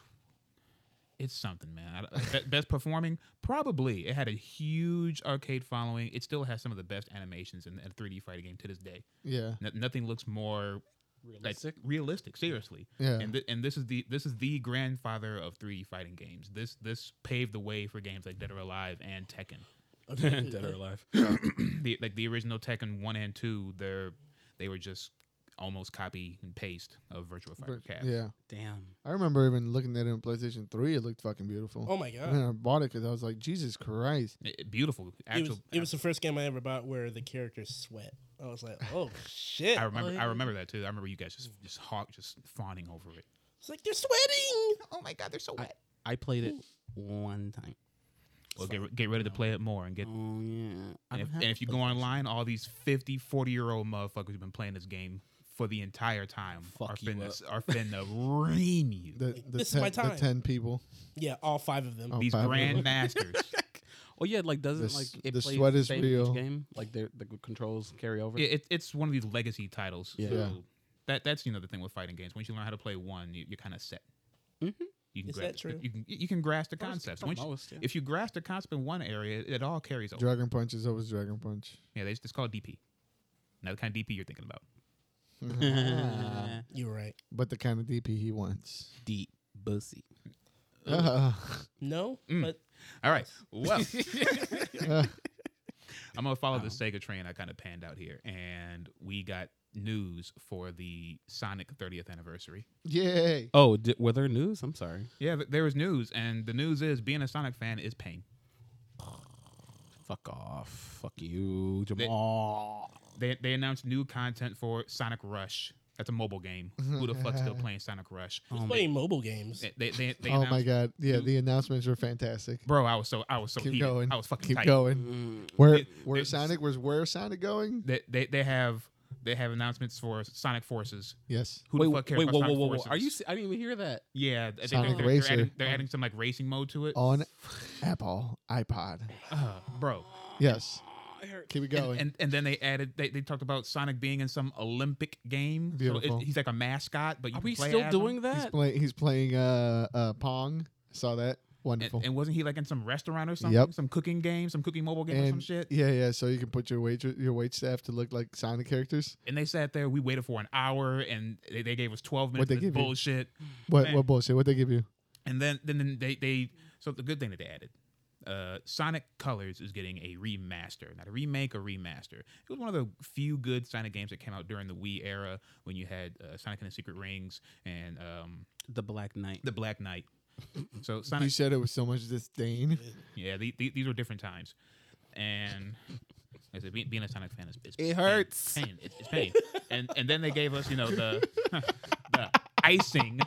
[SPEAKER 4] it's something, man. I- be- best performing, probably. It had a huge arcade following. It still has some of the best animations in a 3D fighting game to this day.
[SPEAKER 2] Yeah,
[SPEAKER 4] No- nothing looks more realistic. Like, realistic, seriously.
[SPEAKER 2] yeah.
[SPEAKER 4] And th- and this is the this is the grandfather of 3D fighting games. This this paved the way for games like Dead or Alive and Tekken.
[SPEAKER 3] <laughs>
[SPEAKER 1] <laughs>
[SPEAKER 3] Dead or alive.
[SPEAKER 4] <coughs> the like the original Tekken one and two, they're they were just almost copy and paste of Virtual Fighter Cab.
[SPEAKER 2] yeah,
[SPEAKER 3] Damn.
[SPEAKER 2] I remember even looking at it on PlayStation Three. It looked fucking beautiful.
[SPEAKER 1] Oh my
[SPEAKER 2] And
[SPEAKER 1] god.
[SPEAKER 2] then I bought it because I was like, Jesus Christ!
[SPEAKER 4] It- it- beautiful.
[SPEAKER 1] It
[SPEAKER 4] Actual,
[SPEAKER 1] was, it was the first game I ever bought where the characters sweat. I was like,
[SPEAKER 4] <laughs>
[SPEAKER 1] oh shit.
[SPEAKER 4] I remember.
[SPEAKER 1] Oh, yeah.
[SPEAKER 4] I remember that too. I remember you guys just just hawk just fawning over it.
[SPEAKER 1] It's like they're sweating.
[SPEAKER 4] Oh my god, they're so
[SPEAKER 3] wet. I played it one time.
[SPEAKER 4] Well, get, get ready to play it more and get.
[SPEAKER 3] Oh yeah. I
[SPEAKER 4] And if,
[SPEAKER 3] don't have
[SPEAKER 4] and if you go online, all these 50, 40 year old motherfuckers have been playing this game for the entire time
[SPEAKER 3] Fuck
[SPEAKER 4] are
[SPEAKER 3] you
[SPEAKER 4] finna, are finna ream you.
[SPEAKER 3] <laughs>
[SPEAKER 2] The, the,
[SPEAKER 1] This is
[SPEAKER 2] ten,
[SPEAKER 1] my
[SPEAKER 2] the
[SPEAKER 1] time.
[SPEAKER 2] ten people.
[SPEAKER 1] Yeah, all five of them.
[SPEAKER 2] Oh,
[SPEAKER 4] these
[SPEAKER 2] five of them.
[SPEAKER 4] grandmasters.
[SPEAKER 3] <laughs> <laughs> Oh yeah, like doesn't
[SPEAKER 2] The s-
[SPEAKER 3] like it
[SPEAKER 2] the
[SPEAKER 3] plays
[SPEAKER 2] sweat
[SPEAKER 3] the
[SPEAKER 2] is
[SPEAKER 3] same in each
[SPEAKER 2] real.
[SPEAKER 3] game? Like the the controls carry over.
[SPEAKER 4] Yeah, it, it's one of these legacy titles.
[SPEAKER 3] Yeah.
[SPEAKER 4] So
[SPEAKER 2] Yeah.
[SPEAKER 4] that that's you know the thing with fighting games. Once you learn how to play one, you, you're kind of set.
[SPEAKER 3] Mhm.
[SPEAKER 4] You can
[SPEAKER 1] Is
[SPEAKER 4] grasp,
[SPEAKER 1] that true?
[SPEAKER 4] You can you can grasp the concepts. Once you-
[SPEAKER 3] Most, yeah.
[SPEAKER 4] if you grasp the concept in one area, it all carries over.
[SPEAKER 2] Dragon Punch is always Dragon Punch.
[SPEAKER 4] Yeah, they just, it's called DP. Now the kind of DP you're thinking about.
[SPEAKER 3] Ah,
[SPEAKER 1] You were right.
[SPEAKER 2] but the kind of DP he wants.
[SPEAKER 3] deep bussy.
[SPEAKER 2] <laughs>
[SPEAKER 1] No,
[SPEAKER 4] Mm.
[SPEAKER 1] but
[SPEAKER 4] All right. <laughs> Well,
[SPEAKER 2] Uh,
[SPEAKER 4] I'm gonna follow the Sega train I kind of panned out here, and we got news for the Sonic 30th anniversary.
[SPEAKER 2] yay!
[SPEAKER 3] Oh, d- were there news? I'm sorry.
[SPEAKER 4] Yeah, th- there was news, and the news is being a Sonic fan is pain.
[SPEAKER 3] Fuck off. Fuck you, Jamal.
[SPEAKER 4] They they announced new content for Sonic Rush. That's a mobile
[SPEAKER 3] <laughs>
[SPEAKER 4] game. Who the fuck's still playing Sonic Rush?
[SPEAKER 3] Oh.
[SPEAKER 1] who's playing mobile games?
[SPEAKER 4] They they, they, they
[SPEAKER 2] Oh my
[SPEAKER 4] announced-
[SPEAKER 2] god!
[SPEAKER 4] Mm-hmm.
[SPEAKER 2] Yeah, the announcements were fantastic.
[SPEAKER 4] Bro, I was so I was so
[SPEAKER 2] Keep
[SPEAKER 4] heated.
[SPEAKER 2] going.
[SPEAKER 4] I was fucking
[SPEAKER 2] Keep
[SPEAKER 4] tight. Mm-hmm.
[SPEAKER 2] going.
[SPEAKER 3] Mm.
[SPEAKER 2] Where
[SPEAKER 4] It-
[SPEAKER 2] where
[SPEAKER 4] it's-
[SPEAKER 2] Sonic was where Sonic going?
[SPEAKER 4] They, they they have they have announcements for Sonic Forces.
[SPEAKER 2] Yes.
[SPEAKER 4] Who
[SPEAKER 3] wait,
[SPEAKER 4] the fuck cares
[SPEAKER 3] wait,
[SPEAKER 4] about
[SPEAKER 3] whoa, whoa,
[SPEAKER 4] Sonic
[SPEAKER 3] whoa, whoa.
[SPEAKER 4] Forces?
[SPEAKER 3] Are you? se- I didn't even hear that.
[SPEAKER 4] Yeah, they,
[SPEAKER 2] Sonic
[SPEAKER 4] they're, they're,
[SPEAKER 2] Racer.
[SPEAKER 4] adding, they're adding some like racing mode to it.
[SPEAKER 2] On Apple iPod.
[SPEAKER 4] Uh, bro.
[SPEAKER 2] Yes. Keep it
[SPEAKER 4] And,
[SPEAKER 2] going.
[SPEAKER 4] and and then they added they, they talked about Sonic being in some Olympic game. So
[SPEAKER 2] Beautiful.
[SPEAKER 4] it, he's like a mascot, but you
[SPEAKER 3] Are
[SPEAKER 4] can
[SPEAKER 3] we
[SPEAKER 4] play
[SPEAKER 3] still
[SPEAKER 4] as him.
[SPEAKER 3] doing
[SPEAKER 2] he's,
[SPEAKER 3] that?
[SPEAKER 2] play, he's playing uh, uh Pong. Saw that.
[SPEAKER 4] And,
[SPEAKER 2] Wonderful.
[SPEAKER 4] and wasn't he like in some restaurant or something?
[SPEAKER 2] Yep.
[SPEAKER 4] Some cooking game, some cooking mobile game or some
[SPEAKER 2] And-
[SPEAKER 4] shit.
[SPEAKER 2] yeah, yeah. So you can put your wait your wait staff to look like Sonic characters.
[SPEAKER 4] And they sat there. We waited for an hour, and they, they gave us twelve minutes
[SPEAKER 2] What'd they
[SPEAKER 4] of this
[SPEAKER 2] give you?
[SPEAKER 4] bullshit.
[SPEAKER 2] What
[SPEAKER 4] Man.
[SPEAKER 2] what bullshit? What they give you?
[SPEAKER 4] And then then, then they they so the good thing that they added. Uh, Sonic Colors is getting a remaster, not a remake, a remaster. It was one of the few good Sonic games that came out during the Wii era when you had uh, Sonic and the Secret Rings and um,
[SPEAKER 3] The Black Knight.
[SPEAKER 4] the Black Knight.
[SPEAKER 3] <laughs>
[SPEAKER 4] So
[SPEAKER 2] You
[SPEAKER 4] Sonic,
[SPEAKER 2] said it with so much disdain.
[SPEAKER 4] yeah, the, the, these were different times, and like I said, being, being a Sonic fan is, is
[SPEAKER 3] It hurts.
[SPEAKER 4] pain. It's, it's pain. and and then they gave us, you know, the <laughs> the icing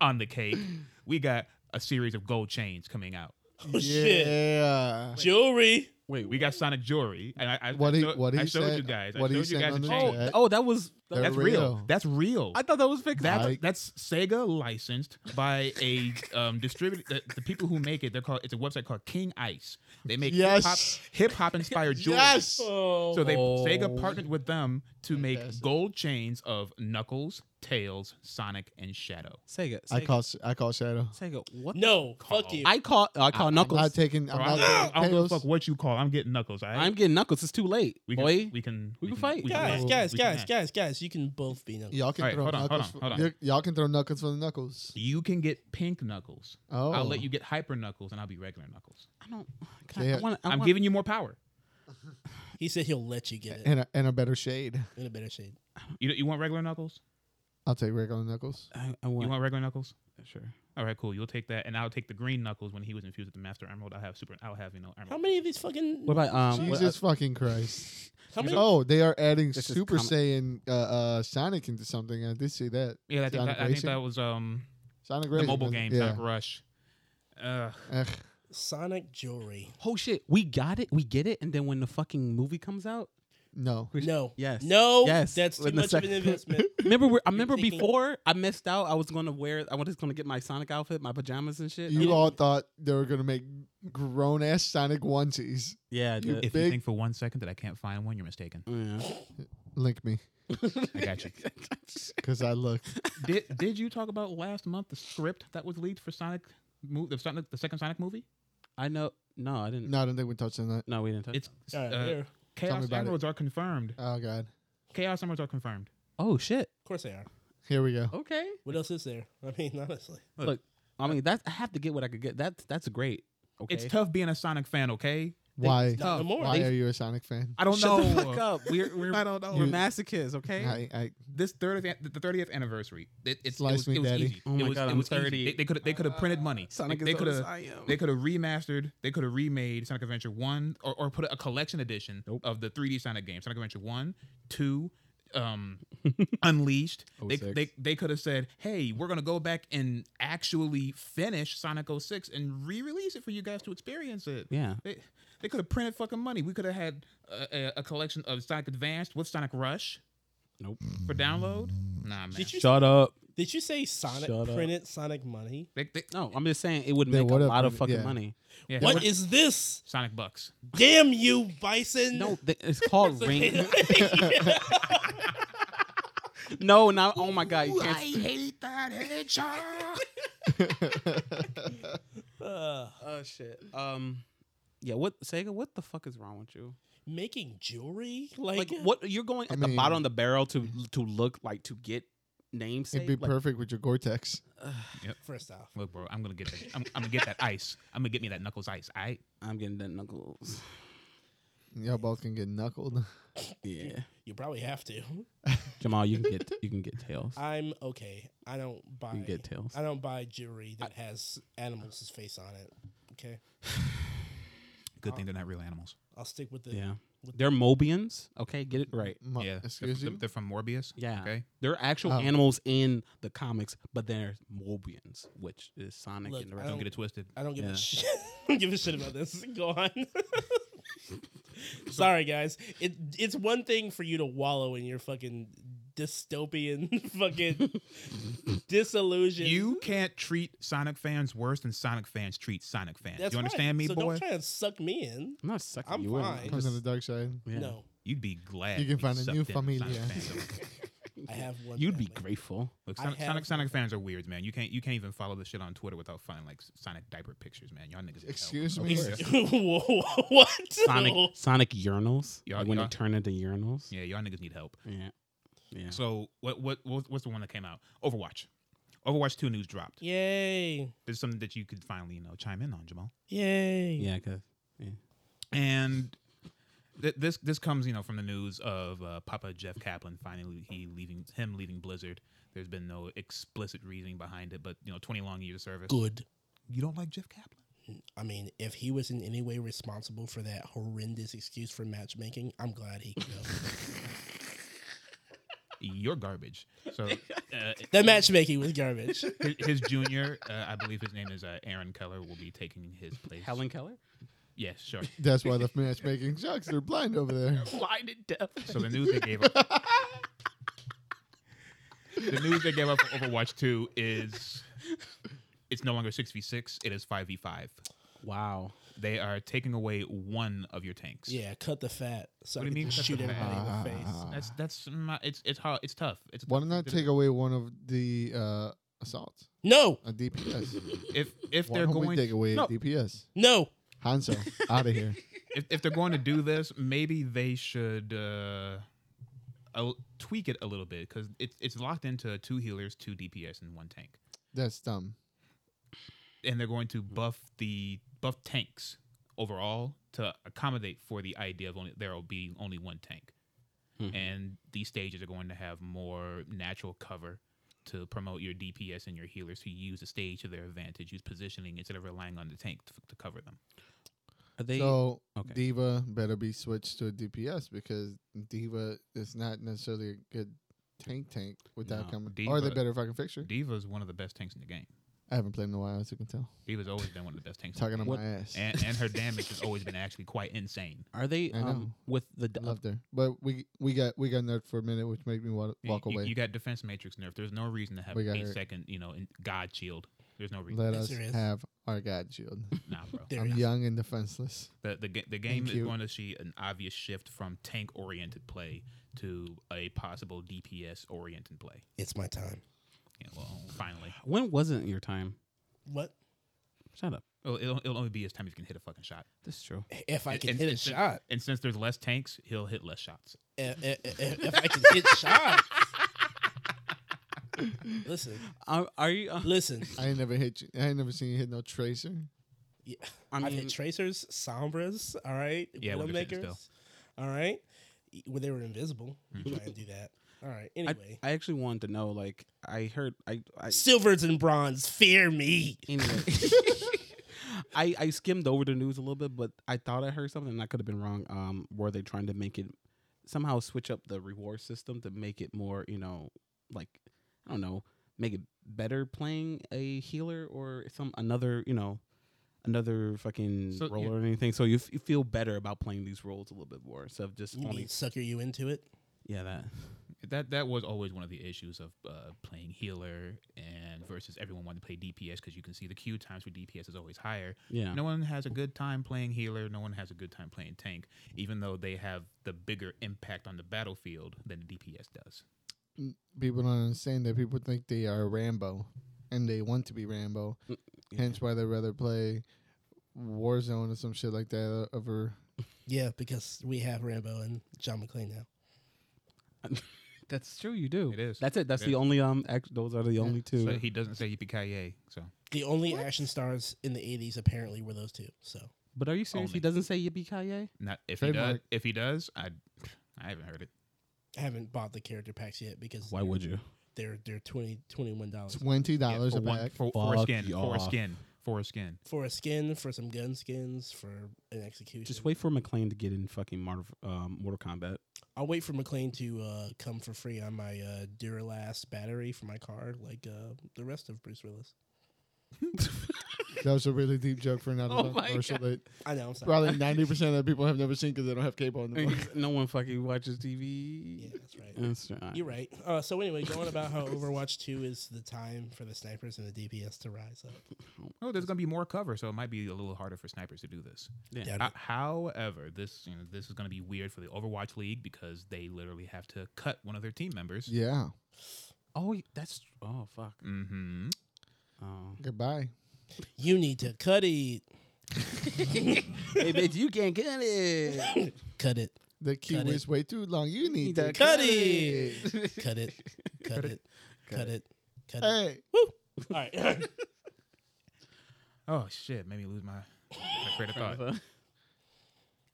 [SPEAKER 4] on the cake. We got a series of gold chains coming out.
[SPEAKER 1] Oh shit,
[SPEAKER 2] Yeah.
[SPEAKER 1] jewelry.
[SPEAKER 3] Wait,
[SPEAKER 4] We got Sonic jewelry. And I, I,
[SPEAKER 2] What
[SPEAKER 4] I
[SPEAKER 2] he-
[SPEAKER 4] showed-
[SPEAKER 2] what he
[SPEAKER 4] I showed
[SPEAKER 2] said-
[SPEAKER 4] you guys.
[SPEAKER 2] what he
[SPEAKER 4] I showed you
[SPEAKER 2] said
[SPEAKER 4] guys
[SPEAKER 2] on
[SPEAKER 4] a
[SPEAKER 2] the
[SPEAKER 4] chain.
[SPEAKER 2] chat.
[SPEAKER 3] Oh, that was.
[SPEAKER 2] They're
[SPEAKER 4] That's real.
[SPEAKER 2] real.
[SPEAKER 4] That's real.
[SPEAKER 3] I thought that was fixed.
[SPEAKER 4] that's,
[SPEAKER 2] Like-
[SPEAKER 4] that's Sega licensed by a um, distributor. The, the people who make it, they're called. It's a website called King Ice. They make
[SPEAKER 2] Yes.
[SPEAKER 4] hip hop inspired jewelry.
[SPEAKER 2] Yes.
[SPEAKER 1] Oh,
[SPEAKER 4] So they
[SPEAKER 3] Oh.
[SPEAKER 4] Sega partnered with them to make
[SPEAKER 2] Fantastic.
[SPEAKER 4] gold chains of Knuckles, Tails, Sonic, and Shadow.
[SPEAKER 3] Sega.
[SPEAKER 2] I
[SPEAKER 3] Sega-
[SPEAKER 2] call I call Shadow.
[SPEAKER 3] Sega. What?
[SPEAKER 1] No, fuck
[SPEAKER 4] Call.
[SPEAKER 1] you.
[SPEAKER 3] I call. I
[SPEAKER 4] I-
[SPEAKER 3] call
[SPEAKER 2] I'm
[SPEAKER 3] Knuckles.
[SPEAKER 2] not taking. I'm
[SPEAKER 4] Bro, I,
[SPEAKER 2] not
[SPEAKER 4] don't, I
[SPEAKER 2] taking
[SPEAKER 4] don't give a
[SPEAKER 2] Tails.
[SPEAKER 4] fuck what you call. it. I'm getting Knuckles. I,
[SPEAKER 3] I'm getting Knuckles. It's too late,
[SPEAKER 4] we can,
[SPEAKER 3] boy.
[SPEAKER 4] We can.
[SPEAKER 3] we can fight.
[SPEAKER 4] we
[SPEAKER 1] guys,
[SPEAKER 4] match.
[SPEAKER 1] guys,
[SPEAKER 4] We can
[SPEAKER 1] guys,
[SPEAKER 4] match.
[SPEAKER 1] guys, guys, you can both be knuckles.
[SPEAKER 2] Y'all can
[SPEAKER 4] Alright,
[SPEAKER 2] throw
[SPEAKER 4] hold on, hold
[SPEAKER 2] knuckles.
[SPEAKER 4] on,
[SPEAKER 2] for-
[SPEAKER 4] hold on.
[SPEAKER 2] y- Y'all can throw knuckles for the knuckles.
[SPEAKER 4] You can get pink Knuckles.
[SPEAKER 2] Oh,
[SPEAKER 4] I'll let you get hyper Knuckles, and I'll be regular Knuckles.
[SPEAKER 3] I don't. Can I,
[SPEAKER 2] Yeah.
[SPEAKER 3] I wanna, I
[SPEAKER 4] I'm
[SPEAKER 3] want
[SPEAKER 4] giving you more power.
[SPEAKER 1] He said he'll let you get it
[SPEAKER 2] And a, and a better shade.
[SPEAKER 1] in a better shade.
[SPEAKER 4] You, you want regular Knuckles?
[SPEAKER 2] I'll take regular knuckles.
[SPEAKER 3] I, I
[SPEAKER 4] You
[SPEAKER 3] want,
[SPEAKER 4] want regular Knuckles?
[SPEAKER 3] Sure.
[SPEAKER 4] All right, cool. You'll take that, and I'll take the green Knuckles when he was infused with the Master Emerald. I'll have super. I'll have you know. Emerald.
[SPEAKER 1] How many of these fucking?
[SPEAKER 3] What about um? what-
[SPEAKER 2] Jesus fucking Christ!
[SPEAKER 3] <laughs>
[SPEAKER 1] how many?
[SPEAKER 2] Oh, they are adding
[SPEAKER 3] This is
[SPEAKER 2] Super
[SPEAKER 3] comic-
[SPEAKER 2] Saiyan uh, uh, Sonic into something. I did see that.
[SPEAKER 4] Yeah, I think,
[SPEAKER 2] Sonic
[SPEAKER 4] that, I think
[SPEAKER 2] Racing?
[SPEAKER 4] that was um
[SPEAKER 2] Sonic Racing
[SPEAKER 4] the mobile
[SPEAKER 2] doesn't-
[SPEAKER 4] game
[SPEAKER 2] Yeah.
[SPEAKER 4] Sonic Rush. Ugh.
[SPEAKER 2] Ugh.
[SPEAKER 1] Sonic jewelry.
[SPEAKER 3] oh shit! We got it. We get it. And then when the fucking movie comes out,
[SPEAKER 2] no.
[SPEAKER 3] we-
[SPEAKER 1] No.
[SPEAKER 3] Yes.
[SPEAKER 1] No.
[SPEAKER 3] Yes.
[SPEAKER 1] That's too
[SPEAKER 3] In the
[SPEAKER 1] much
[SPEAKER 3] second-
[SPEAKER 1] of an investment.
[SPEAKER 3] <laughs>
[SPEAKER 4] <laughs>
[SPEAKER 3] Remember, we I remember
[SPEAKER 1] thinking-
[SPEAKER 3] before I missed out. I was gonna wear. I was just gonna get my Sonic outfit, my pajamas and shit.
[SPEAKER 2] You all thought they were gonna make grown ass Sonic onesies.
[SPEAKER 3] yeah, I
[SPEAKER 2] you- <laughs>
[SPEAKER 3] did.
[SPEAKER 4] If you
[SPEAKER 2] Big-
[SPEAKER 4] think for one second that I can't find one, you're mistaken.
[SPEAKER 3] yeah.
[SPEAKER 2] Link me,
[SPEAKER 4] I got you.
[SPEAKER 2] cause I
[SPEAKER 3] <laughs>
[SPEAKER 2] looked.
[SPEAKER 4] <laughs> did Did you talk about last month the script that was leaked for Sonic, mo- the, Sonic, the second Sonic movie?
[SPEAKER 3] I know. No, I didn't. No,
[SPEAKER 2] no, I don't think we touched on that.
[SPEAKER 3] we didn't. Touch
[SPEAKER 4] It's
[SPEAKER 1] All right,
[SPEAKER 4] uh,
[SPEAKER 1] there. of
[SPEAKER 2] Tell me
[SPEAKER 4] Chaos
[SPEAKER 2] about it.
[SPEAKER 4] Emeralds are confirmed.
[SPEAKER 2] Oh god,
[SPEAKER 4] Chaos Emeralds are confirmed.
[SPEAKER 3] oh shit.
[SPEAKER 1] course they are.
[SPEAKER 2] here we go.
[SPEAKER 3] Okay.
[SPEAKER 1] What else is there? I mean, <laughs> honestly.
[SPEAKER 3] I mean, that's I have to get what I could get. That's that's great. Okay.
[SPEAKER 4] It's tough being a Sonic fan, okay?
[SPEAKER 2] Why?
[SPEAKER 3] Oh,
[SPEAKER 1] Not no more.
[SPEAKER 2] Why
[SPEAKER 1] They-
[SPEAKER 2] are you a Sonic fan?
[SPEAKER 4] I don't
[SPEAKER 3] Shut
[SPEAKER 4] know.
[SPEAKER 3] the fuck up. <laughs> We're we're
[SPEAKER 4] I don't know.
[SPEAKER 3] we're masochists. Okay.
[SPEAKER 2] I, I
[SPEAKER 4] This third the thirtieth anniversary. It, it's
[SPEAKER 2] Slice
[SPEAKER 4] it was,
[SPEAKER 2] me,
[SPEAKER 4] it was
[SPEAKER 2] daddy.
[SPEAKER 4] easy.
[SPEAKER 3] Oh my
[SPEAKER 4] it was,
[SPEAKER 3] God,
[SPEAKER 4] it
[SPEAKER 3] I'm
[SPEAKER 4] was easy.
[SPEAKER 3] 30.
[SPEAKER 4] They- They could have they could have printed money.
[SPEAKER 3] Sonic is
[SPEAKER 4] they
[SPEAKER 3] old
[SPEAKER 4] could
[SPEAKER 3] as
[SPEAKER 4] have
[SPEAKER 3] I am.
[SPEAKER 4] They could have remastered. They could have remade Sonic Adventure One, or, or put a collection edition
[SPEAKER 3] Nope.
[SPEAKER 4] of the 3D Sonic games: Sonic Adventure One, Two, um, <laughs> Unleashed. They,
[SPEAKER 3] 06.
[SPEAKER 4] they they could have said, "Hey, we're gonna go back and actually finish Sonic 06 and re-release it for you guys to experience it."
[SPEAKER 3] Yeah.
[SPEAKER 4] They, they could have printed fucking money. We could have had a, a, a collection of Sonic Advanced with Sonic Rush
[SPEAKER 3] Nope.
[SPEAKER 4] for download. Nah, man.
[SPEAKER 1] Did you
[SPEAKER 3] Shut up.
[SPEAKER 1] did you say Sonic
[SPEAKER 3] Shut up.
[SPEAKER 1] printed Sonic money?
[SPEAKER 4] They- they-
[SPEAKER 3] No, I'm just saying it would
[SPEAKER 2] They
[SPEAKER 3] make a
[SPEAKER 2] would've
[SPEAKER 3] lot of
[SPEAKER 2] printed-
[SPEAKER 3] fucking
[SPEAKER 2] yeah. <laughs>
[SPEAKER 3] money.
[SPEAKER 4] yeah,
[SPEAKER 1] What is this?
[SPEAKER 4] Sonic Bucks?
[SPEAKER 1] Damn you, Bison! <laughs>
[SPEAKER 3] No, th- it's <laughs> called ring. <laughs>
[SPEAKER 1] That's
[SPEAKER 3] No, not. Oh my god, you can't.
[SPEAKER 4] hate that
[SPEAKER 1] ah.
[SPEAKER 4] hedgehog.
[SPEAKER 3] <laughs>
[SPEAKER 2] <laughs>
[SPEAKER 3] Oh shit. Um, yeah. What Sega? What the fuck is wrong with you?
[SPEAKER 1] making jewelry
[SPEAKER 3] Like,
[SPEAKER 1] like,
[SPEAKER 3] what you're going
[SPEAKER 2] I
[SPEAKER 3] at the bottom
[SPEAKER 2] mean- mm-hmm.
[SPEAKER 3] of the barrel to to look like to get names.
[SPEAKER 2] it'd be perfect with your Gore-Tex.
[SPEAKER 1] First off,
[SPEAKER 4] Look, bro, I'm gonna get that. I'm, I'm gonna get that ice. I'm gonna get me that knuckles ice. I
[SPEAKER 3] I'm getting that <laughs> knuckles.
[SPEAKER 2] Y'all both can get knuckled. <laughs>
[SPEAKER 3] Yeah,
[SPEAKER 1] you probably have to.
[SPEAKER 3] Jamal, you can get you can get <laughs> tails.
[SPEAKER 1] I'm okay. I don't buy.
[SPEAKER 3] You can get tails.
[SPEAKER 1] I don't buy jewelry that has animals' face on it. Okay,
[SPEAKER 4] good thing they're not real animals.
[SPEAKER 1] I'll stick with the.
[SPEAKER 3] Yeah, they're Mobians. Okay, get it right.
[SPEAKER 2] Mo-
[SPEAKER 4] yeah,
[SPEAKER 2] Excuse
[SPEAKER 4] they're,
[SPEAKER 2] you.
[SPEAKER 4] they're from Morbius.
[SPEAKER 3] Yeah,
[SPEAKER 4] Okay.
[SPEAKER 3] they're actual
[SPEAKER 2] Oh.
[SPEAKER 3] animals in the comics, but they're Mobians, which is Sonic
[SPEAKER 1] Look,
[SPEAKER 3] and the
[SPEAKER 1] I
[SPEAKER 3] rest.
[SPEAKER 4] Don't
[SPEAKER 1] don't-
[SPEAKER 4] get it twisted.
[SPEAKER 1] I don't give
[SPEAKER 3] Yeah.
[SPEAKER 1] a shit. <laughs> I don't give a shit about this. <laughs> Go
[SPEAKER 3] <laughs>
[SPEAKER 1] on. Sorry, guys. It it's one thing for you to wallow in your fucking dystopian <laughs> fucking disillusion.
[SPEAKER 4] You can't treat Sonic fans worse than Sonic fans treat Sonic fans.
[SPEAKER 1] That's
[SPEAKER 4] you
[SPEAKER 1] right.
[SPEAKER 4] understand me,
[SPEAKER 1] so
[SPEAKER 4] boy?
[SPEAKER 1] Don't try and suck me in.
[SPEAKER 3] I'm not sucking
[SPEAKER 1] I'm
[SPEAKER 3] you in.
[SPEAKER 1] fine.
[SPEAKER 2] Come to
[SPEAKER 3] just-
[SPEAKER 2] the dark side.
[SPEAKER 3] yeah.
[SPEAKER 1] No,
[SPEAKER 4] You'd be glad.
[SPEAKER 2] You can
[SPEAKER 4] we
[SPEAKER 2] find a
[SPEAKER 4] sucked
[SPEAKER 2] new
[SPEAKER 4] in Sonic
[SPEAKER 2] familia.
[SPEAKER 4] <laughs> fans.
[SPEAKER 1] I have one.
[SPEAKER 3] You'd be
[SPEAKER 1] family.
[SPEAKER 3] grateful.
[SPEAKER 4] Look,
[SPEAKER 1] I
[SPEAKER 4] Sonic,
[SPEAKER 1] have
[SPEAKER 4] Sonic, Sonic fans are weird, man. You can't you can't even follow this shit on Twitter without finding like Sonic diaper pictures, man. Y'all niggas.
[SPEAKER 2] Excuse
[SPEAKER 4] hell.
[SPEAKER 2] me?
[SPEAKER 4] Okay.
[SPEAKER 1] Whoa, <laughs> what?
[SPEAKER 3] Sonic Sonic uurnals.
[SPEAKER 4] Yeah,
[SPEAKER 3] like when
[SPEAKER 4] yeah.
[SPEAKER 3] they turn into urinals.
[SPEAKER 4] Yeah, y'all niggas need help.
[SPEAKER 3] Yeah. Yeah.
[SPEAKER 4] So what what what- what's the one that came out? Overwatch. Overwatch two news
[SPEAKER 1] <laughs>
[SPEAKER 4] dropped.
[SPEAKER 1] Yay!
[SPEAKER 4] There's something that you could finally you know chime in on, Jamal.
[SPEAKER 1] Yay!
[SPEAKER 3] Yeah, cause
[SPEAKER 4] and th- this this comes you know from the news of uh, Papa Jeff Kaplan finally he leaving him leaving Blizzard. There's been no explicit reasoning behind it, but you know, 20 long years of service.
[SPEAKER 1] Good.
[SPEAKER 4] You don't like Jeff Kaplan?
[SPEAKER 1] I mean, if he was in any way responsible for that horrendous excuse for matchmaking, I'm glad he. Could
[SPEAKER 3] <laughs>
[SPEAKER 4] You're garbage. So uh,
[SPEAKER 1] that matchmaking was
[SPEAKER 3] <laughs>
[SPEAKER 1] garbage.
[SPEAKER 4] his, his junior, uh, I believe his name is uh, Aaron Keller, will be taking his place.
[SPEAKER 3] Helen Keller?
[SPEAKER 4] Yes, sure.
[SPEAKER 2] That's why the matchmaking sucks. They're blind over there.
[SPEAKER 3] Blind and deaf.
[SPEAKER 4] So the news they gave up. the news they gave up for Overwatch 2 is it's no longer 6v6, it is 5v5.
[SPEAKER 3] Wow.
[SPEAKER 4] They are taking away one of your tanks.
[SPEAKER 1] Yeah, cut the fat. So
[SPEAKER 4] What
[SPEAKER 1] I
[SPEAKER 4] do you
[SPEAKER 1] can
[SPEAKER 4] mean,
[SPEAKER 1] just
[SPEAKER 4] cut
[SPEAKER 1] shoot
[SPEAKER 4] the fat?
[SPEAKER 1] everybody in the
[SPEAKER 3] Uh,
[SPEAKER 1] face.
[SPEAKER 2] Ah.
[SPEAKER 4] That's that's my, it's it's hard it's tough. It's
[SPEAKER 2] Why not
[SPEAKER 4] it's
[SPEAKER 2] take away one of the uh, assaults?
[SPEAKER 1] No,
[SPEAKER 2] A DPS.
[SPEAKER 4] if if
[SPEAKER 2] Why
[SPEAKER 4] they're
[SPEAKER 2] don't we
[SPEAKER 4] going
[SPEAKER 2] take away
[SPEAKER 4] No.
[SPEAKER 2] a DPS?
[SPEAKER 1] no.
[SPEAKER 2] Hanzo, out of here.
[SPEAKER 4] if, if they're going to do this, maybe they should uh, uh, tweak it a little bit because it's it's locked into two healers, two DPS, and one tank,
[SPEAKER 2] That's dumb.
[SPEAKER 4] and they're going to buff the buff tanks overall to accommodate for the idea of only there will be only one tank,
[SPEAKER 3] Mhm.
[SPEAKER 4] and these stages are going to have more natural cover. To promote your DPS and your healers to use the stage to their advantage, use positioning instead of relying on the tank to, to cover them.
[SPEAKER 3] Are they?
[SPEAKER 2] so
[SPEAKER 3] okay.
[SPEAKER 2] Diva better be switched to a DPS because Diva is not necessarily a good tank tank without
[SPEAKER 3] No,
[SPEAKER 2] coming. Or they
[SPEAKER 4] D.Va-
[SPEAKER 2] better fucking fix her.
[SPEAKER 4] Diva is one of the best tanks in the game.
[SPEAKER 2] I haven't played in a while, as you can tell.
[SPEAKER 4] Diva's always been one of the best tanks. in the
[SPEAKER 2] Talking on
[SPEAKER 3] What-
[SPEAKER 2] my ass.
[SPEAKER 4] and, and her damage has always been actually quite insane.
[SPEAKER 3] are they?
[SPEAKER 2] I
[SPEAKER 3] Um,
[SPEAKER 2] know.
[SPEAKER 3] with the d-
[SPEAKER 2] Loved her, but we we got we got nerd for a minute, which made me wa-
[SPEAKER 4] You-
[SPEAKER 2] walk
[SPEAKER 4] you,
[SPEAKER 2] away.
[SPEAKER 4] You got defense matrix nerf. There's no reason to have
[SPEAKER 2] We got
[SPEAKER 4] eight
[SPEAKER 2] her.
[SPEAKER 4] second, you know, in God shield. There's
[SPEAKER 2] <laughs>
[SPEAKER 4] no reason.
[SPEAKER 2] Let
[SPEAKER 1] Yes,
[SPEAKER 2] us
[SPEAKER 1] there is.
[SPEAKER 2] have our god
[SPEAKER 4] <laughs>
[SPEAKER 2] shield.
[SPEAKER 4] nah, bro.
[SPEAKER 1] There
[SPEAKER 2] I'm
[SPEAKER 1] it is.
[SPEAKER 2] young and defenseless.
[SPEAKER 4] The the, ga- the game is
[SPEAKER 2] you.
[SPEAKER 4] going to see an obvious shift from tank oriented play to a possible DPS oriented play.
[SPEAKER 1] It's my time.
[SPEAKER 4] Yeah, well, finally,
[SPEAKER 3] when wasn't your time?
[SPEAKER 1] What
[SPEAKER 3] Shut up.
[SPEAKER 4] well, it'll, it'll only be his time if you can hit a fucking shot.
[SPEAKER 3] This is true.
[SPEAKER 1] if I
[SPEAKER 4] And-
[SPEAKER 1] can
[SPEAKER 4] and-
[SPEAKER 1] hit a
[SPEAKER 4] and since- <laughs>
[SPEAKER 1] shot? Eh,
[SPEAKER 4] And since there's less tanks, he'll hit less shots.
[SPEAKER 1] If, if, if- if I can
[SPEAKER 4] <laughs>
[SPEAKER 1] hit shots. Listen,
[SPEAKER 3] <laughs> Are, are you? uh,
[SPEAKER 1] listen.
[SPEAKER 2] I ain't never hit you. I ain't never seen you hit no tracer.
[SPEAKER 1] Yeah.
[SPEAKER 3] I
[SPEAKER 1] I've
[SPEAKER 3] mean,
[SPEAKER 1] hit tracers, sombras, all right,
[SPEAKER 4] Yeah, with the fitness
[SPEAKER 1] widowmakers, all right. When they were invisible,
[SPEAKER 3] Mm.
[SPEAKER 1] I didn't do that. All right.
[SPEAKER 3] I,
[SPEAKER 1] Anyway,
[SPEAKER 3] I actually wanted to know. Like, I heard. I. I
[SPEAKER 1] <laughs> silvers and bronze, fear me.
[SPEAKER 3] anyway. I, I skimmed over the news a little bit, but I thought I heard something. and I could have been wrong. Um, were they trying to make it somehow switch up the reward system to make it more, you know, like I don't know, make it better playing a healer or some another, you know, another fucking
[SPEAKER 4] So
[SPEAKER 3] role
[SPEAKER 4] you-
[SPEAKER 3] or anything. So you, f- you feel better about playing these roles a little bit more instead of just
[SPEAKER 1] You
[SPEAKER 3] only
[SPEAKER 1] mean sucker you into it?
[SPEAKER 3] yeah that.
[SPEAKER 4] That that was always one of the issues of uh, playing healer and versus everyone wanting to play DPS because you can see the queue times for DPS is always higher.
[SPEAKER 3] Yeah.
[SPEAKER 4] No one has a good time playing healer. No one has a good time playing tank, even though they have the bigger impact on the battlefield than the DPS does.
[SPEAKER 2] People don't understand that people think they are Rambo, and they want to be Rambo.
[SPEAKER 4] Mm,
[SPEAKER 3] yeah.
[SPEAKER 2] Hence why they rather play Warzone or some shit like that over.
[SPEAKER 1] Yeah, because we have Rambo and John McClane now.
[SPEAKER 3] That's true. You do.
[SPEAKER 4] It is.
[SPEAKER 3] That's it. That's
[SPEAKER 4] It
[SPEAKER 3] the
[SPEAKER 4] is.
[SPEAKER 3] only um. Ex- those are the only two.
[SPEAKER 4] So he doesn't say yippee So
[SPEAKER 1] The only action stars in the '80s apparently were those two. So
[SPEAKER 3] but are you serious? He
[SPEAKER 4] Only.
[SPEAKER 3] doesn't say yippee ki yay.
[SPEAKER 4] not if he does.
[SPEAKER 2] Trademark.
[SPEAKER 4] If he does, I I haven't heard it.
[SPEAKER 1] I haven't bought the character packs yet because
[SPEAKER 3] Why would you?
[SPEAKER 1] they're they're twenty twenty one dollars
[SPEAKER 2] Twenty
[SPEAKER 4] Yeah,
[SPEAKER 2] dollars
[SPEAKER 4] for
[SPEAKER 2] a
[SPEAKER 4] one
[SPEAKER 2] pack.
[SPEAKER 4] for, for a
[SPEAKER 3] Fuck
[SPEAKER 4] skin, for
[SPEAKER 3] y'all.
[SPEAKER 4] a skin, for a skin.
[SPEAKER 1] for a skin, for some gun skins, for an execution.
[SPEAKER 3] Just wait for McLean to get in fucking Mortal, um, Mortal <laughs> Kombat.
[SPEAKER 1] I'll wait for McLean to uh, come for free on my uh, Duralast battery for my car, like uh, the rest of Bruce Willis.
[SPEAKER 2] That was a really deep joke for
[SPEAKER 4] <laughs>
[SPEAKER 2] another
[SPEAKER 3] Oh my
[SPEAKER 2] commercial
[SPEAKER 3] God.
[SPEAKER 2] that
[SPEAKER 1] I know, I'm sorry.
[SPEAKER 2] probably ninety percent of the people have never seen because they don't have cable on the
[SPEAKER 4] <laughs>
[SPEAKER 2] box.
[SPEAKER 3] no one fucking watches TV.
[SPEAKER 1] Yeah, that's right.
[SPEAKER 3] That's right.
[SPEAKER 1] You're right. Uh, so anyway, going about how Overwatch 2 is the time for the snipers and the DPS to rise up.
[SPEAKER 4] Oh, there's gonna be more cover, so it might be a little harder for snipers to do this.
[SPEAKER 3] Yeah.
[SPEAKER 1] Doubt
[SPEAKER 4] Uh, however, this you know, this is going to be weird for the Overwatch League because they literally have to cut one of their team members.
[SPEAKER 2] Yeah.
[SPEAKER 3] Oh, y- that's oh fuck.
[SPEAKER 4] Mm-hmm.
[SPEAKER 3] Oh.
[SPEAKER 1] it.
[SPEAKER 2] Goodbye.
[SPEAKER 1] You need to cut it.
[SPEAKER 3] <laughs> hey, bitch, you can't get it.
[SPEAKER 1] <laughs> Cut it.
[SPEAKER 2] The queue
[SPEAKER 1] Cut it.
[SPEAKER 2] is way too long. You need to
[SPEAKER 1] cut it. Cut it. Cut
[SPEAKER 4] Cut
[SPEAKER 1] it.
[SPEAKER 4] it.
[SPEAKER 1] Cut it. Cut it.
[SPEAKER 2] Hey,
[SPEAKER 1] All right. <laughs>
[SPEAKER 4] Oh shit, made me lose my, my train of thought.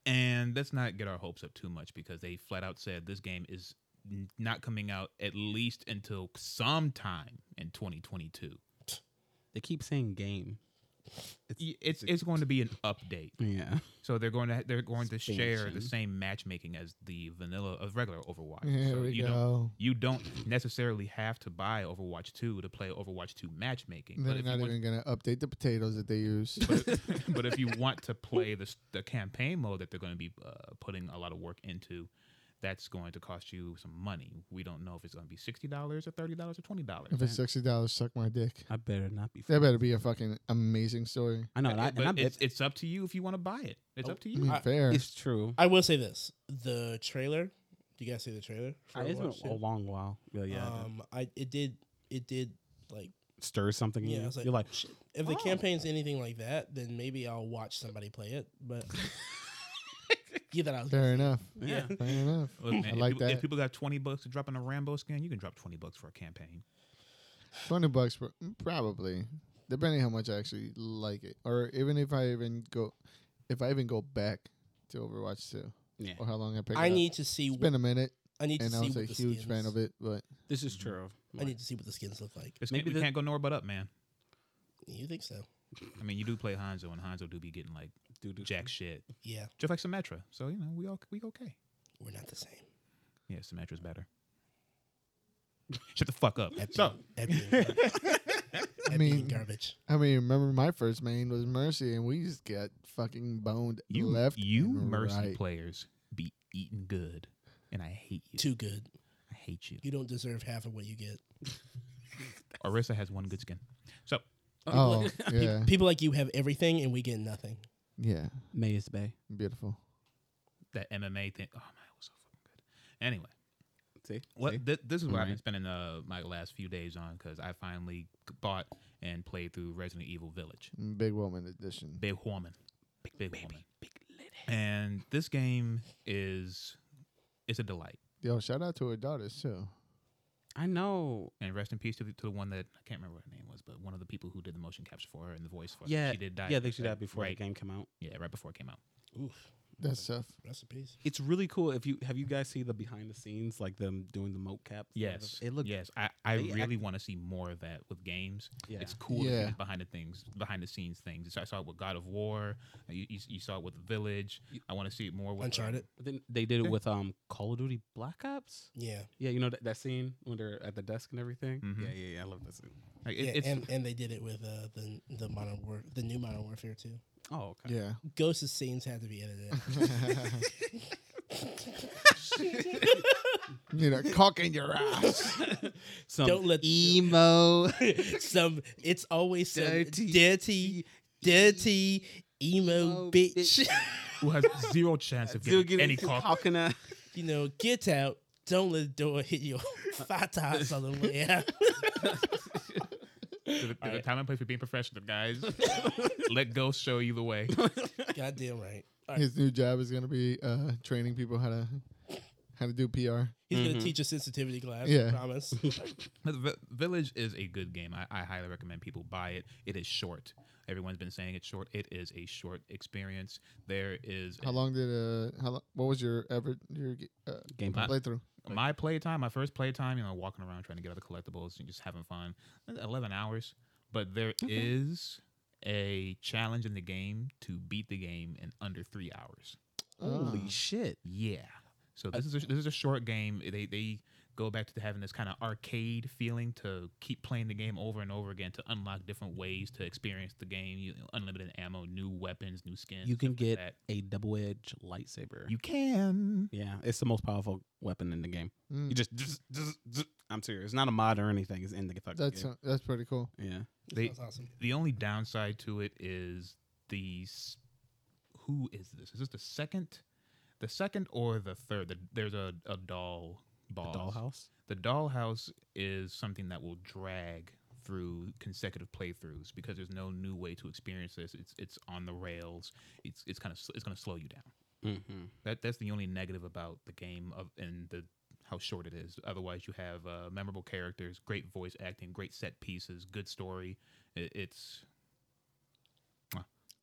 [SPEAKER 4] And let's not get our hopes up too much because they flat out said this game is n- not coming out at least until sometime in 2022.
[SPEAKER 3] <laughs> they keep saying game.
[SPEAKER 4] Y- It's it's going to be an update,
[SPEAKER 3] Yeah.
[SPEAKER 4] so they're going to they're going to share the
[SPEAKER 3] Expansion.
[SPEAKER 4] same matchmaking as the vanilla of regular Overwatch.
[SPEAKER 2] <laughs> here
[SPEAKER 4] so
[SPEAKER 2] we
[SPEAKER 4] you don't
[SPEAKER 2] go.
[SPEAKER 4] you don't necessarily have to buy Overwatch 2 to play Overwatch 2 matchmaking. But
[SPEAKER 2] They're
[SPEAKER 4] if, you
[SPEAKER 2] not
[SPEAKER 4] want,
[SPEAKER 2] even gonna update the potatoes that they use.
[SPEAKER 4] <laughs> but if you want to play the, s- the campaign mode that they're going to be uh, putting a lot of work into, that's going to cost you some money. We don't know if it's going to be sixty dollars or thirty dollars or twenty dollars.
[SPEAKER 2] If it's sixty dollars, suck my dick.
[SPEAKER 3] I better not be.
[SPEAKER 2] That better be a fucking amazing story.
[SPEAKER 3] I know, and I, and I
[SPEAKER 4] but
[SPEAKER 3] bet
[SPEAKER 4] it's, it's up to you if you want to buy it. It's
[SPEAKER 1] Oh,
[SPEAKER 4] up to
[SPEAKER 2] I
[SPEAKER 4] you.
[SPEAKER 2] mean,
[SPEAKER 1] I-
[SPEAKER 2] fair.
[SPEAKER 3] it's true.
[SPEAKER 1] I will say this: the trailer. Do you guys see the trailer? for
[SPEAKER 3] I, it's been
[SPEAKER 1] Overwatch 2?
[SPEAKER 3] a long while. Yeah, yeah.
[SPEAKER 1] Um, I it did it did like
[SPEAKER 3] Stir something. in
[SPEAKER 1] yeah.
[SPEAKER 3] you.
[SPEAKER 1] I was like,
[SPEAKER 3] You're like,
[SPEAKER 1] "Shit, if the
[SPEAKER 4] oh."
[SPEAKER 1] campaign's anything like that, then maybe I'll watch somebody play it. But <laughs> yeah, that I was
[SPEAKER 2] Fair enough.
[SPEAKER 4] Yeah.
[SPEAKER 2] Fair enough.
[SPEAKER 4] Look, man, if
[SPEAKER 2] like
[SPEAKER 4] people-
[SPEAKER 2] that.
[SPEAKER 4] If people got twenty bucks to drop in a Rambo skin, you can drop twenty bucks for a campaign.
[SPEAKER 2] Twenty bucks, pro- probably. Depending how much I actually like it, or even if I even go, if I even go back to Overwatch two,
[SPEAKER 3] yeah.
[SPEAKER 2] or how long I picked.
[SPEAKER 1] I
[SPEAKER 2] it up.
[SPEAKER 1] need to see.
[SPEAKER 2] It's
[SPEAKER 1] What,
[SPEAKER 2] been a minute,
[SPEAKER 1] I need to
[SPEAKER 2] and I
[SPEAKER 1] see
[SPEAKER 2] was
[SPEAKER 1] what
[SPEAKER 2] a
[SPEAKER 1] the
[SPEAKER 2] huge
[SPEAKER 1] skins.
[SPEAKER 2] fan of it, but
[SPEAKER 3] This is true.
[SPEAKER 1] I need to see what the skins look like.
[SPEAKER 4] It's
[SPEAKER 3] Maybe
[SPEAKER 4] Maybe we
[SPEAKER 3] the-
[SPEAKER 4] can't go nowhere but up, man.
[SPEAKER 1] You think so?
[SPEAKER 4] I mean, you do play Hanzo, and Hanzo do be getting like
[SPEAKER 3] Dude, dude.
[SPEAKER 4] jack shit,
[SPEAKER 1] Yeah,
[SPEAKER 4] just like Symmetra. So you know, we all we okay.
[SPEAKER 1] we're not the same.
[SPEAKER 4] Yeah, Symmetra's better. <laughs> Shut the fuck up.
[SPEAKER 1] That
[SPEAKER 4] So
[SPEAKER 1] being- that being gar- that being
[SPEAKER 2] mean,
[SPEAKER 1] garbage.
[SPEAKER 2] I mean, remember my first main was Mercy, and we just got fucking boned
[SPEAKER 4] you
[SPEAKER 2] left.
[SPEAKER 4] you
[SPEAKER 2] and
[SPEAKER 4] mercy
[SPEAKER 2] right.
[SPEAKER 4] players be eating good, and I hate you.
[SPEAKER 1] Too good.
[SPEAKER 4] I hate you.
[SPEAKER 1] You don't deserve half of what you get.
[SPEAKER 4] Orisa has one good skin. So
[SPEAKER 3] <laughs>
[SPEAKER 2] Oh yeah,
[SPEAKER 1] People like you have everything, and we get nothing.
[SPEAKER 2] yeah,
[SPEAKER 3] May is Bay.
[SPEAKER 2] beautiful.
[SPEAKER 4] that MMA thing. Oh man, it was so fucking good. Anyway,
[SPEAKER 3] See
[SPEAKER 4] what
[SPEAKER 3] See?
[SPEAKER 4] thi- this is what I've been
[SPEAKER 3] Alright.
[SPEAKER 4] spending uh, my last few days on because I finally c- bought and played through Resident Evil Village.
[SPEAKER 2] Mm, Big woman edition.
[SPEAKER 4] Big woman, big big woman, big lady. And this game is is a delight.
[SPEAKER 2] Yo, shout out to her daughters too.
[SPEAKER 3] I know.
[SPEAKER 4] And rest in peace to the, to the one that I can't remember what her name was, but one of the people who did the motion capture for her and the voice for her.
[SPEAKER 3] Yeah,
[SPEAKER 4] she did die.
[SPEAKER 3] yeah, they should
[SPEAKER 4] right-
[SPEAKER 3] have before
[SPEAKER 4] right-
[SPEAKER 3] the game come out.
[SPEAKER 4] Yeah, right before it came out.
[SPEAKER 1] Oof.
[SPEAKER 2] That's tough.
[SPEAKER 1] Recipes.
[SPEAKER 3] It's really cool. If you have you guys see the behind the scenes, like them doing the mocap. for the-
[SPEAKER 4] Yes,
[SPEAKER 3] it looked.
[SPEAKER 4] Yes, I, I
[SPEAKER 3] they
[SPEAKER 4] really want to see more of that with games.
[SPEAKER 3] Yeah.
[SPEAKER 4] It's cool to see
[SPEAKER 2] Yeah.
[SPEAKER 4] the behind the things, behind the scenes things. So I saw it with God of War. Uh, You, you, you saw it with Village. I want to see it more with uh,
[SPEAKER 1] Uncharted.
[SPEAKER 3] Then they did it with um Call of Duty Black Ops.
[SPEAKER 1] Yeah.
[SPEAKER 3] Yeah, you know that, that scene when they're at the desk and everything.
[SPEAKER 4] Mhm.
[SPEAKER 3] Yeah, yeah, yeah. I love that scene.
[SPEAKER 4] like, it-
[SPEAKER 1] yeah,
[SPEAKER 4] it's,
[SPEAKER 1] and, and they did it with uh, the the modern war, the new modern warfare too.
[SPEAKER 3] Oh, okay.
[SPEAKER 2] Yeah.
[SPEAKER 1] Ghost's scenes had to be edited. <laughs> out.
[SPEAKER 2] Need a cock in your <laughs> ass.
[SPEAKER 3] <laughs> Some
[SPEAKER 1] Don't let-
[SPEAKER 3] <laughs> emo.
[SPEAKER 1] some it's always some
[SPEAKER 3] Dirty.
[SPEAKER 1] dirty, dirty, emo
[SPEAKER 3] Emo
[SPEAKER 1] bitch.
[SPEAKER 4] who has zero chance of
[SPEAKER 3] Still
[SPEAKER 4] getting
[SPEAKER 3] getting <laughs>
[SPEAKER 4] any call. <laughs>
[SPEAKER 3] coconut.
[SPEAKER 1] you know, get out. Don't let the door hit <laughs> your fat ass on the way out.
[SPEAKER 4] To the, to the
[SPEAKER 1] Alright.
[SPEAKER 4] time and place for being professional, guys. Let go show you the way.
[SPEAKER 1] Goddamn right. All right.
[SPEAKER 2] His new job is gonna be uh, training people how to how to do PR.
[SPEAKER 1] He's
[SPEAKER 3] Mhm.
[SPEAKER 1] gonna teach a sensitivity class.
[SPEAKER 2] Yeah.
[SPEAKER 1] I promise.
[SPEAKER 4] But Vi- Village is a good game. I, I highly recommend people buy it. It is short. Everyone's been saying it's short. It is a short experience. There is
[SPEAKER 2] How long did uh how long, what was your ever your uh,
[SPEAKER 3] Game
[SPEAKER 4] My-
[SPEAKER 2] playthrough?
[SPEAKER 4] my playtime, my first playtime, you know, walking around trying to get other collectibles and just having fun. eh, Eleven hours, but there is a challenge in the game to beat the game in under three hours.
[SPEAKER 3] Holy Uh,
[SPEAKER 2] Ah.
[SPEAKER 3] shit!
[SPEAKER 4] Yeah. So this is a, this is a short game. They they go back to having this kind of arcade feeling to keep playing the game over and over again to unlock different ways to experience the game. You unlimited ammo, new weapons, new skins.
[SPEAKER 3] You can
[SPEAKER 4] stuff like
[SPEAKER 3] get a double-edged lightsaber.
[SPEAKER 4] that. you can.
[SPEAKER 3] yeah, it's the most powerful weapon in the game.
[SPEAKER 2] Mm,
[SPEAKER 3] You just, just, just, just- I'm serious. It's not a mod or anything. It's in the fucking
[SPEAKER 2] that's uh,
[SPEAKER 3] game.
[SPEAKER 2] that's pretty cool.
[SPEAKER 3] yeah.
[SPEAKER 4] They-
[SPEAKER 1] That's awesome.
[SPEAKER 4] The only downside to it is the s- who is this? Is this the second, the second or the third? The, there's a a doll boss.
[SPEAKER 3] Dollhouse.
[SPEAKER 4] The dollhouse is something that will drag through consecutive playthroughs because there's no new way to experience this. It's it's on the rails. It's it's kind of it's going to slow you down.
[SPEAKER 3] Mm-hmm.
[SPEAKER 4] That that's the only negative about the game of and the how short it is. Otherwise, you have uh, memorable characters, great voice acting, great set pieces, good story. It, it's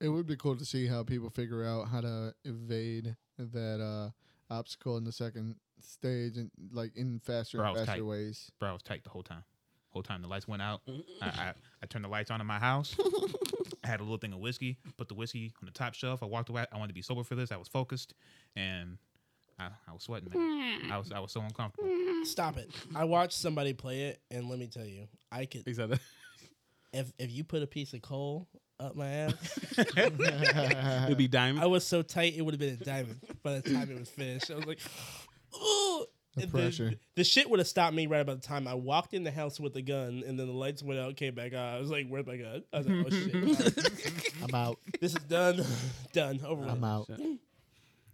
[SPEAKER 2] It would be cool to see how people figure out how to evade that uh obstacle in the second stage and like in faster
[SPEAKER 4] Bro, I
[SPEAKER 2] and
[SPEAKER 4] was
[SPEAKER 2] faster
[SPEAKER 4] tight.
[SPEAKER 2] ways. <laughs>
[SPEAKER 4] bro, I was tight the whole time. Whole time the lights went out. I, I, I turned the lights on in my house. I had a little thing of whiskey. Put the whiskey on the top shelf. I walked away. I wanted to be sober for this. I was focused, and I, I was sweating. Man. I was I was so uncomfortable.
[SPEAKER 1] Stop it. I watched somebody play it, and let me tell you, I could
[SPEAKER 3] He said that.
[SPEAKER 1] if if you put a piece of coal up my ass,
[SPEAKER 3] <laughs> It'd be diamond.
[SPEAKER 1] I was so tight it would have been a diamond by the time it was finished. I was like, <gasps> the-
[SPEAKER 2] The pressure.
[SPEAKER 1] The, shit would have stopped me right about the time I walked in the house with the gun, and then the lights went out, came back on. I was like, "Where's my gun?" I was like, "Oh shit,
[SPEAKER 2] I'm out.
[SPEAKER 1] this is done, <laughs> done, over."
[SPEAKER 2] I'm
[SPEAKER 1] With.
[SPEAKER 2] out.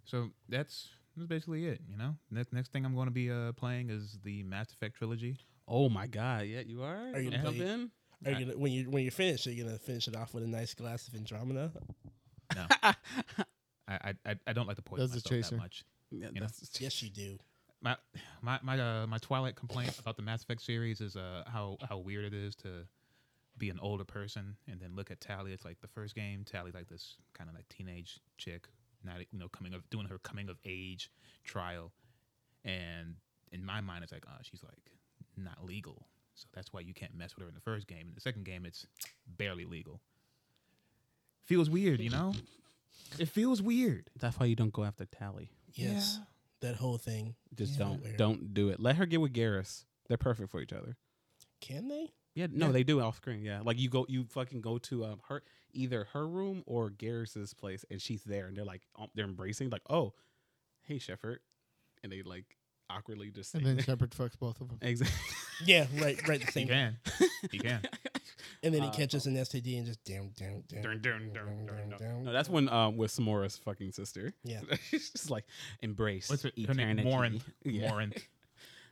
[SPEAKER 4] So that's that's basically it. You know, next next thing I'm going to be uh, playing is the Mass Effect trilogy.
[SPEAKER 3] Oh my god! Yeah, you are.
[SPEAKER 1] Are you
[SPEAKER 3] Gonna jump
[SPEAKER 1] late?
[SPEAKER 3] in?
[SPEAKER 1] Are you gonna, when you when you're finished, are you gonna finish it off with a nice glass of Andromeda?
[SPEAKER 4] I I, I- I don't like to poison
[SPEAKER 2] That's a
[SPEAKER 4] myself
[SPEAKER 2] chaser.
[SPEAKER 4] that much.
[SPEAKER 3] Yeah,
[SPEAKER 4] You know?
[SPEAKER 3] that's-
[SPEAKER 1] Yes, you do.
[SPEAKER 4] My my my uh, my Twilight complaint about the Mass Effect series is uh how how weird it is to be an older person and then look at Tally. It's like the first game, Tally like this kind of like teenage chick, not you know coming of doing her coming of age trial, and in my mind it's like oh she's like not legal, so that's why you can't mess with her in the first game. In the second game it's barely legal. Feels weird, you know. It feels weird.
[SPEAKER 3] that's why you don't go after Tally.
[SPEAKER 1] Yes, that whole thing.
[SPEAKER 3] Just
[SPEAKER 1] Yeah.
[SPEAKER 3] don't
[SPEAKER 1] Weird.
[SPEAKER 3] don't do it. Let her get with Garrus. They're perfect for each other.
[SPEAKER 1] Can they?
[SPEAKER 3] Yeah, no,
[SPEAKER 4] Yeah.
[SPEAKER 3] they do off screen. Yeah, like you go, you fucking go to um her either her room or Garrus's place, and she's there, and they're like um, they're embracing, like oh, hey Shepard, and they like awkwardly just
[SPEAKER 2] And
[SPEAKER 3] stay
[SPEAKER 2] then
[SPEAKER 3] there.
[SPEAKER 2] Shepard fucks both of them.
[SPEAKER 3] exactly. <laughs>
[SPEAKER 1] Yeah, right, right. The
[SPEAKER 4] He
[SPEAKER 1] same.
[SPEAKER 4] can. He can.
[SPEAKER 1] And then he
[SPEAKER 3] Uh,
[SPEAKER 1] catches an STD and just down, down, down,
[SPEAKER 3] Dun, dun, dun, dun, dun.
[SPEAKER 1] down.
[SPEAKER 3] No, that's when um with Samora's fucking sister.
[SPEAKER 1] Yeah.
[SPEAKER 3] <laughs> she's just like embrace.
[SPEAKER 4] What's her, her name?
[SPEAKER 3] eternity."
[SPEAKER 4] Morin.
[SPEAKER 3] <laughs> Yeah.
[SPEAKER 4] Morin.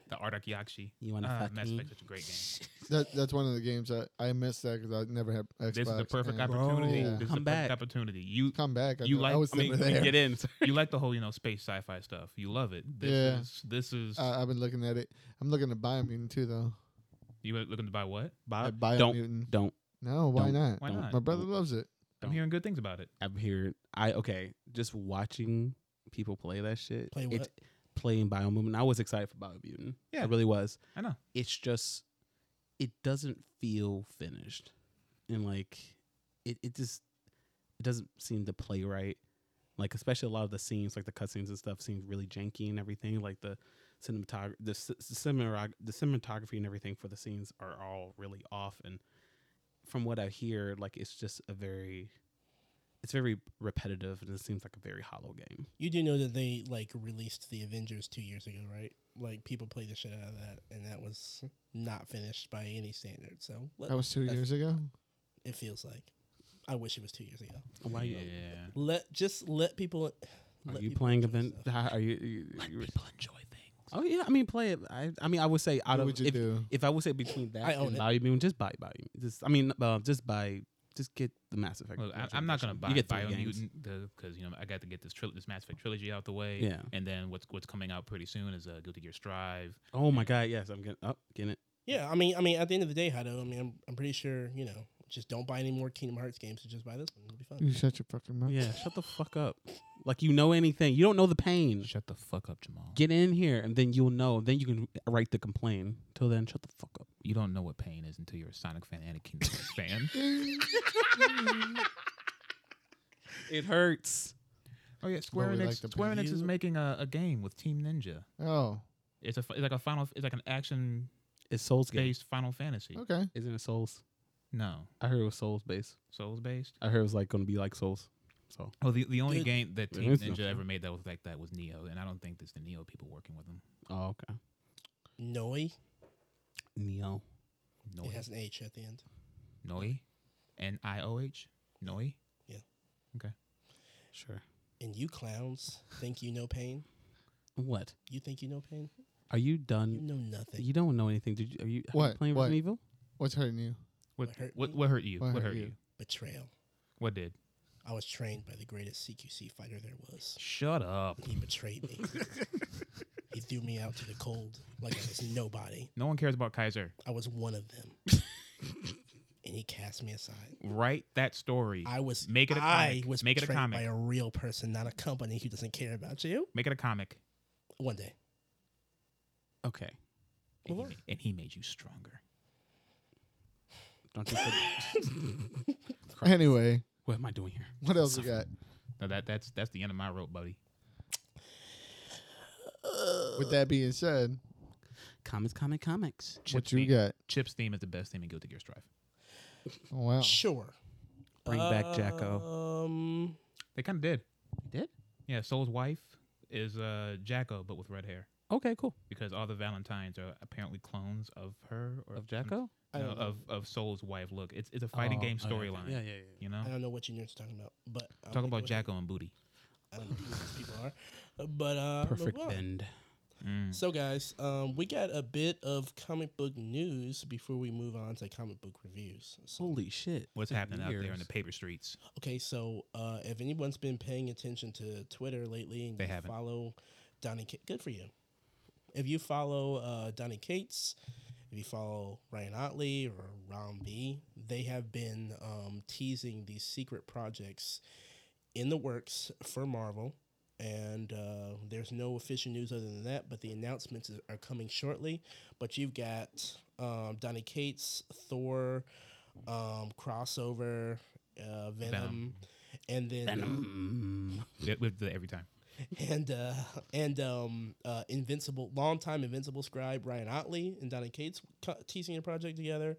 [SPEAKER 4] The Ardakiakshi.
[SPEAKER 3] You want to
[SPEAKER 4] Uh,
[SPEAKER 3] fuck
[SPEAKER 4] Mass
[SPEAKER 3] me?
[SPEAKER 4] Effect's such a great game.
[SPEAKER 2] That that's one of the games that I missed that because I never had Xbox.
[SPEAKER 4] This is the perfect
[SPEAKER 2] and-
[SPEAKER 4] opportunity.
[SPEAKER 2] Yeah.
[SPEAKER 4] This is
[SPEAKER 3] Come
[SPEAKER 4] the
[SPEAKER 3] back.
[SPEAKER 4] perfect opportunity. You
[SPEAKER 2] Come back. I,
[SPEAKER 4] You
[SPEAKER 2] know.
[SPEAKER 4] like-
[SPEAKER 2] I was
[SPEAKER 3] I mean,
[SPEAKER 2] never there.
[SPEAKER 3] get in. <laughs>
[SPEAKER 4] you like the whole you know space sci-fi stuff. You love it. This
[SPEAKER 2] Yeah.
[SPEAKER 4] is this is
[SPEAKER 3] Uh,
[SPEAKER 2] I, I've been looking at it. I'm looking at Biomutant too, though.
[SPEAKER 4] you were looking to buy what?
[SPEAKER 3] Bob,
[SPEAKER 2] At
[SPEAKER 3] don't
[SPEAKER 2] Biomutant.
[SPEAKER 3] don't.
[SPEAKER 2] No, why
[SPEAKER 3] don't-
[SPEAKER 2] not?
[SPEAKER 4] Why
[SPEAKER 3] Don't-
[SPEAKER 4] not?
[SPEAKER 2] My brother loves it.
[SPEAKER 4] I'm
[SPEAKER 3] don't.
[SPEAKER 4] hearing good things about it.
[SPEAKER 3] I'm here. I okay. Just watching people play that shit.
[SPEAKER 1] Play
[SPEAKER 3] It's playing Biomutant. I was excited for Biomutant.
[SPEAKER 4] Yeah.
[SPEAKER 3] I really was.
[SPEAKER 4] I know.
[SPEAKER 3] It's just, it doesn't feel finished, and like, it it just it doesn't seem to play right. Like especially a lot of the scenes, like the cutscenes and stuff, seems really janky and everything. Like the cinematography, the, c- cinematog- the cinematography and everything for the scenes are all really off. And from what I hear, like it's just a very, it's very repetitive, and it seems like a very hollow game.
[SPEAKER 1] You do know that they like released the Avengers two years ago, right? Like people played the shit out of that, and that was not finished by any standard. So let,
[SPEAKER 2] That was two
[SPEAKER 1] that's-
[SPEAKER 2] years ago.
[SPEAKER 1] it feels like. I wish it was two years ago.
[SPEAKER 3] Why
[SPEAKER 4] yeah.
[SPEAKER 1] Let just let people.
[SPEAKER 3] Are
[SPEAKER 1] let
[SPEAKER 3] you
[SPEAKER 1] people
[SPEAKER 3] playing
[SPEAKER 1] enjoy
[SPEAKER 3] event?
[SPEAKER 1] stuff.
[SPEAKER 3] How, are you? you- you-
[SPEAKER 4] People enjoy things.
[SPEAKER 3] oh yeah, I mean play it. I, I mean I would say out
[SPEAKER 2] What
[SPEAKER 3] of
[SPEAKER 2] would you
[SPEAKER 3] if,
[SPEAKER 2] do?
[SPEAKER 3] if I would say between that
[SPEAKER 1] I own
[SPEAKER 3] and
[SPEAKER 1] it.
[SPEAKER 3] Value Moon, just buy buy. Just I mean uh, just buy just get the Mass Effect.
[SPEAKER 4] Look, I,
[SPEAKER 3] trilogy
[SPEAKER 4] I'm not gonna
[SPEAKER 3] edition.
[SPEAKER 4] buy
[SPEAKER 3] You get three games.
[SPEAKER 4] Biomutant because you know I got to get this tril- this Mass Effect trilogy out the way.
[SPEAKER 3] Yeah.
[SPEAKER 4] And then what's what's coming out pretty soon is uh, Guilty Gear Strive.
[SPEAKER 3] Oh my god, yes, I'm getting up, getting it.
[SPEAKER 1] Yeah, I mean, I mean, at the end of the day, Hado, I mean, I'm, I'm pretty sure you know. Just don't buy any more Kingdom Hearts games. and Just buy this one. It'll be fun.
[SPEAKER 4] Mm.
[SPEAKER 2] You shut your fucking mouth.
[SPEAKER 3] Yeah, shut the fuck up. Like you know anything? You don't know the pain.
[SPEAKER 4] Shut the fuck up, Jamal.
[SPEAKER 3] Mm. Get in here, and then you'll know. Then you can write the complaint. Till then, shut the fuck up.
[SPEAKER 4] You don't know what pain is until you're a Sonic fan and a Kingdom Hearts
[SPEAKER 3] <laughs>
[SPEAKER 4] fan.
[SPEAKER 3] It hurts.
[SPEAKER 4] Oh yeah, Square
[SPEAKER 2] we
[SPEAKER 4] Enix.
[SPEAKER 2] like the
[SPEAKER 4] Square Enix is
[SPEAKER 1] preview.
[SPEAKER 4] making a, a game with Team Ninja.
[SPEAKER 2] Oh,
[SPEAKER 4] It's a fi- it's like a final. It's like an action
[SPEAKER 3] It's Souls game.
[SPEAKER 4] based Final Fantasy.
[SPEAKER 2] okay.
[SPEAKER 3] Isn't it Souls?
[SPEAKER 4] No,
[SPEAKER 3] I heard it was Souls based.
[SPEAKER 4] Souls based.
[SPEAKER 3] I heard it was like gonna be like Souls. So
[SPEAKER 4] Oh, the, the only
[SPEAKER 1] Dude.
[SPEAKER 4] game that
[SPEAKER 3] Yeah,
[SPEAKER 4] Team
[SPEAKER 3] it's
[SPEAKER 4] Ninja
[SPEAKER 3] nothing.
[SPEAKER 4] ever made that was like that was Neo, and I don't think it's the Neo people working with them.
[SPEAKER 3] oh okay.
[SPEAKER 1] Noi.
[SPEAKER 3] Neo.
[SPEAKER 1] It
[SPEAKER 4] Noi,
[SPEAKER 1] has an H at the end.
[SPEAKER 4] Noi, N I O H, Noi.
[SPEAKER 3] Sure.
[SPEAKER 1] And you clowns think you know pain?
[SPEAKER 3] What?
[SPEAKER 1] You think you know pain?
[SPEAKER 3] Are you
[SPEAKER 1] You
[SPEAKER 3] done?
[SPEAKER 1] know nothing.
[SPEAKER 3] You don't know anything. Did you? Are you, are you
[SPEAKER 2] What?
[SPEAKER 3] playing
[SPEAKER 2] What?
[SPEAKER 3] Resident Evil?
[SPEAKER 2] What's hurting you?
[SPEAKER 4] What
[SPEAKER 1] What hurt
[SPEAKER 4] what,
[SPEAKER 1] me?
[SPEAKER 4] what hurt you?
[SPEAKER 2] What
[SPEAKER 4] What,
[SPEAKER 2] hurt
[SPEAKER 4] hurt,
[SPEAKER 2] you?
[SPEAKER 4] you?
[SPEAKER 1] Betrayal.
[SPEAKER 4] What did?
[SPEAKER 1] I was trained by the greatest CQC fighter there was.
[SPEAKER 4] Shut up.
[SPEAKER 1] He betrayed
[SPEAKER 4] <laughs>
[SPEAKER 1] me. he threw me out to the cold like I was nobody.
[SPEAKER 4] No one cares about Kaiser.
[SPEAKER 1] I was one of them.
[SPEAKER 4] <laughs>
[SPEAKER 1] and he cast me aside.
[SPEAKER 4] Write that story.
[SPEAKER 1] I was
[SPEAKER 4] Make it a
[SPEAKER 1] I
[SPEAKER 4] comic.
[SPEAKER 1] was
[SPEAKER 4] Make it a
[SPEAKER 1] betrayed
[SPEAKER 4] comic.
[SPEAKER 1] by a real person, not a company who doesn't care about you.
[SPEAKER 4] Make it a comic,
[SPEAKER 1] One day.
[SPEAKER 3] Okay.
[SPEAKER 4] and he,
[SPEAKER 1] Well,
[SPEAKER 4] ma- and he made you stronger.
[SPEAKER 3] Don't you? think- Christ.
[SPEAKER 2] Anyway,
[SPEAKER 3] <laughs> what am I doing here?
[SPEAKER 2] what else we got?
[SPEAKER 4] No, that that's that's the end of my rope, buddy.
[SPEAKER 2] With that being said,
[SPEAKER 3] Comics, comic, comics.
[SPEAKER 2] what
[SPEAKER 4] Chip's
[SPEAKER 2] you
[SPEAKER 4] theme-
[SPEAKER 2] got?
[SPEAKER 4] Chip's theme is the best theme in Guilty Gear Strive.
[SPEAKER 2] Oh, wow.
[SPEAKER 1] Sure.
[SPEAKER 3] Bring back Jacko.
[SPEAKER 1] Um
[SPEAKER 4] They kind of did.
[SPEAKER 3] Did?
[SPEAKER 4] Yeah, Soul's wife is uh Jacko, but with red hair.
[SPEAKER 3] Okay, cool.
[SPEAKER 4] because all the Valentines are apparently clones of her or
[SPEAKER 3] Of
[SPEAKER 4] some-
[SPEAKER 3] Jacko?
[SPEAKER 2] I
[SPEAKER 4] no,
[SPEAKER 2] don't know.
[SPEAKER 4] of of Soul's wife. Look, it's it's a fighting
[SPEAKER 3] Oh,
[SPEAKER 4] game
[SPEAKER 3] okay, okay.
[SPEAKER 4] storyline.
[SPEAKER 3] Yeah, yeah, yeah.
[SPEAKER 4] You know,
[SPEAKER 1] I don't know what you nerds are talking about, but I'm
[SPEAKER 4] talking
[SPEAKER 1] like,
[SPEAKER 4] about
[SPEAKER 1] what-
[SPEAKER 4] Jacko and Booty.
[SPEAKER 1] I don't know who these people are, but uh,
[SPEAKER 3] Perfect
[SPEAKER 1] move on.
[SPEAKER 3] bend.
[SPEAKER 4] Mm.
[SPEAKER 1] So, guys, um, we got a bit of comic book news before we move on to comic book reviews. So,
[SPEAKER 3] Holy shit.
[SPEAKER 4] What's
[SPEAKER 3] Been
[SPEAKER 4] happening out there in
[SPEAKER 3] years.
[SPEAKER 4] the paper streets?
[SPEAKER 1] okay, so uh, if anyone's been paying attention to Twitter lately and
[SPEAKER 4] They
[SPEAKER 1] you
[SPEAKER 4] haven't.
[SPEAKER 1] follow Donnie, Ca- good for you. If you follow uh, Donnie Cates, if you follow Ryan Otley or Ron B, they have been um, teasing these secret projects in the works for Marvel. And uh, there's no official news other than that, but the announcements is- are coming shortly. But you've got um, Donny Cates, Thor, um, crossover, uh, Venom,
[SPEAKER 4] Venom.
[SPEAKER 1] and then
[SPEAKER 3] Venom.
[SPEAKER 4] Yeah, with the, every time.
[SPEAKER 1] and uh, and um, uh, Invincible, longtime Invincible scribe Ryan Otley and Donny Cates co- teasing a project together.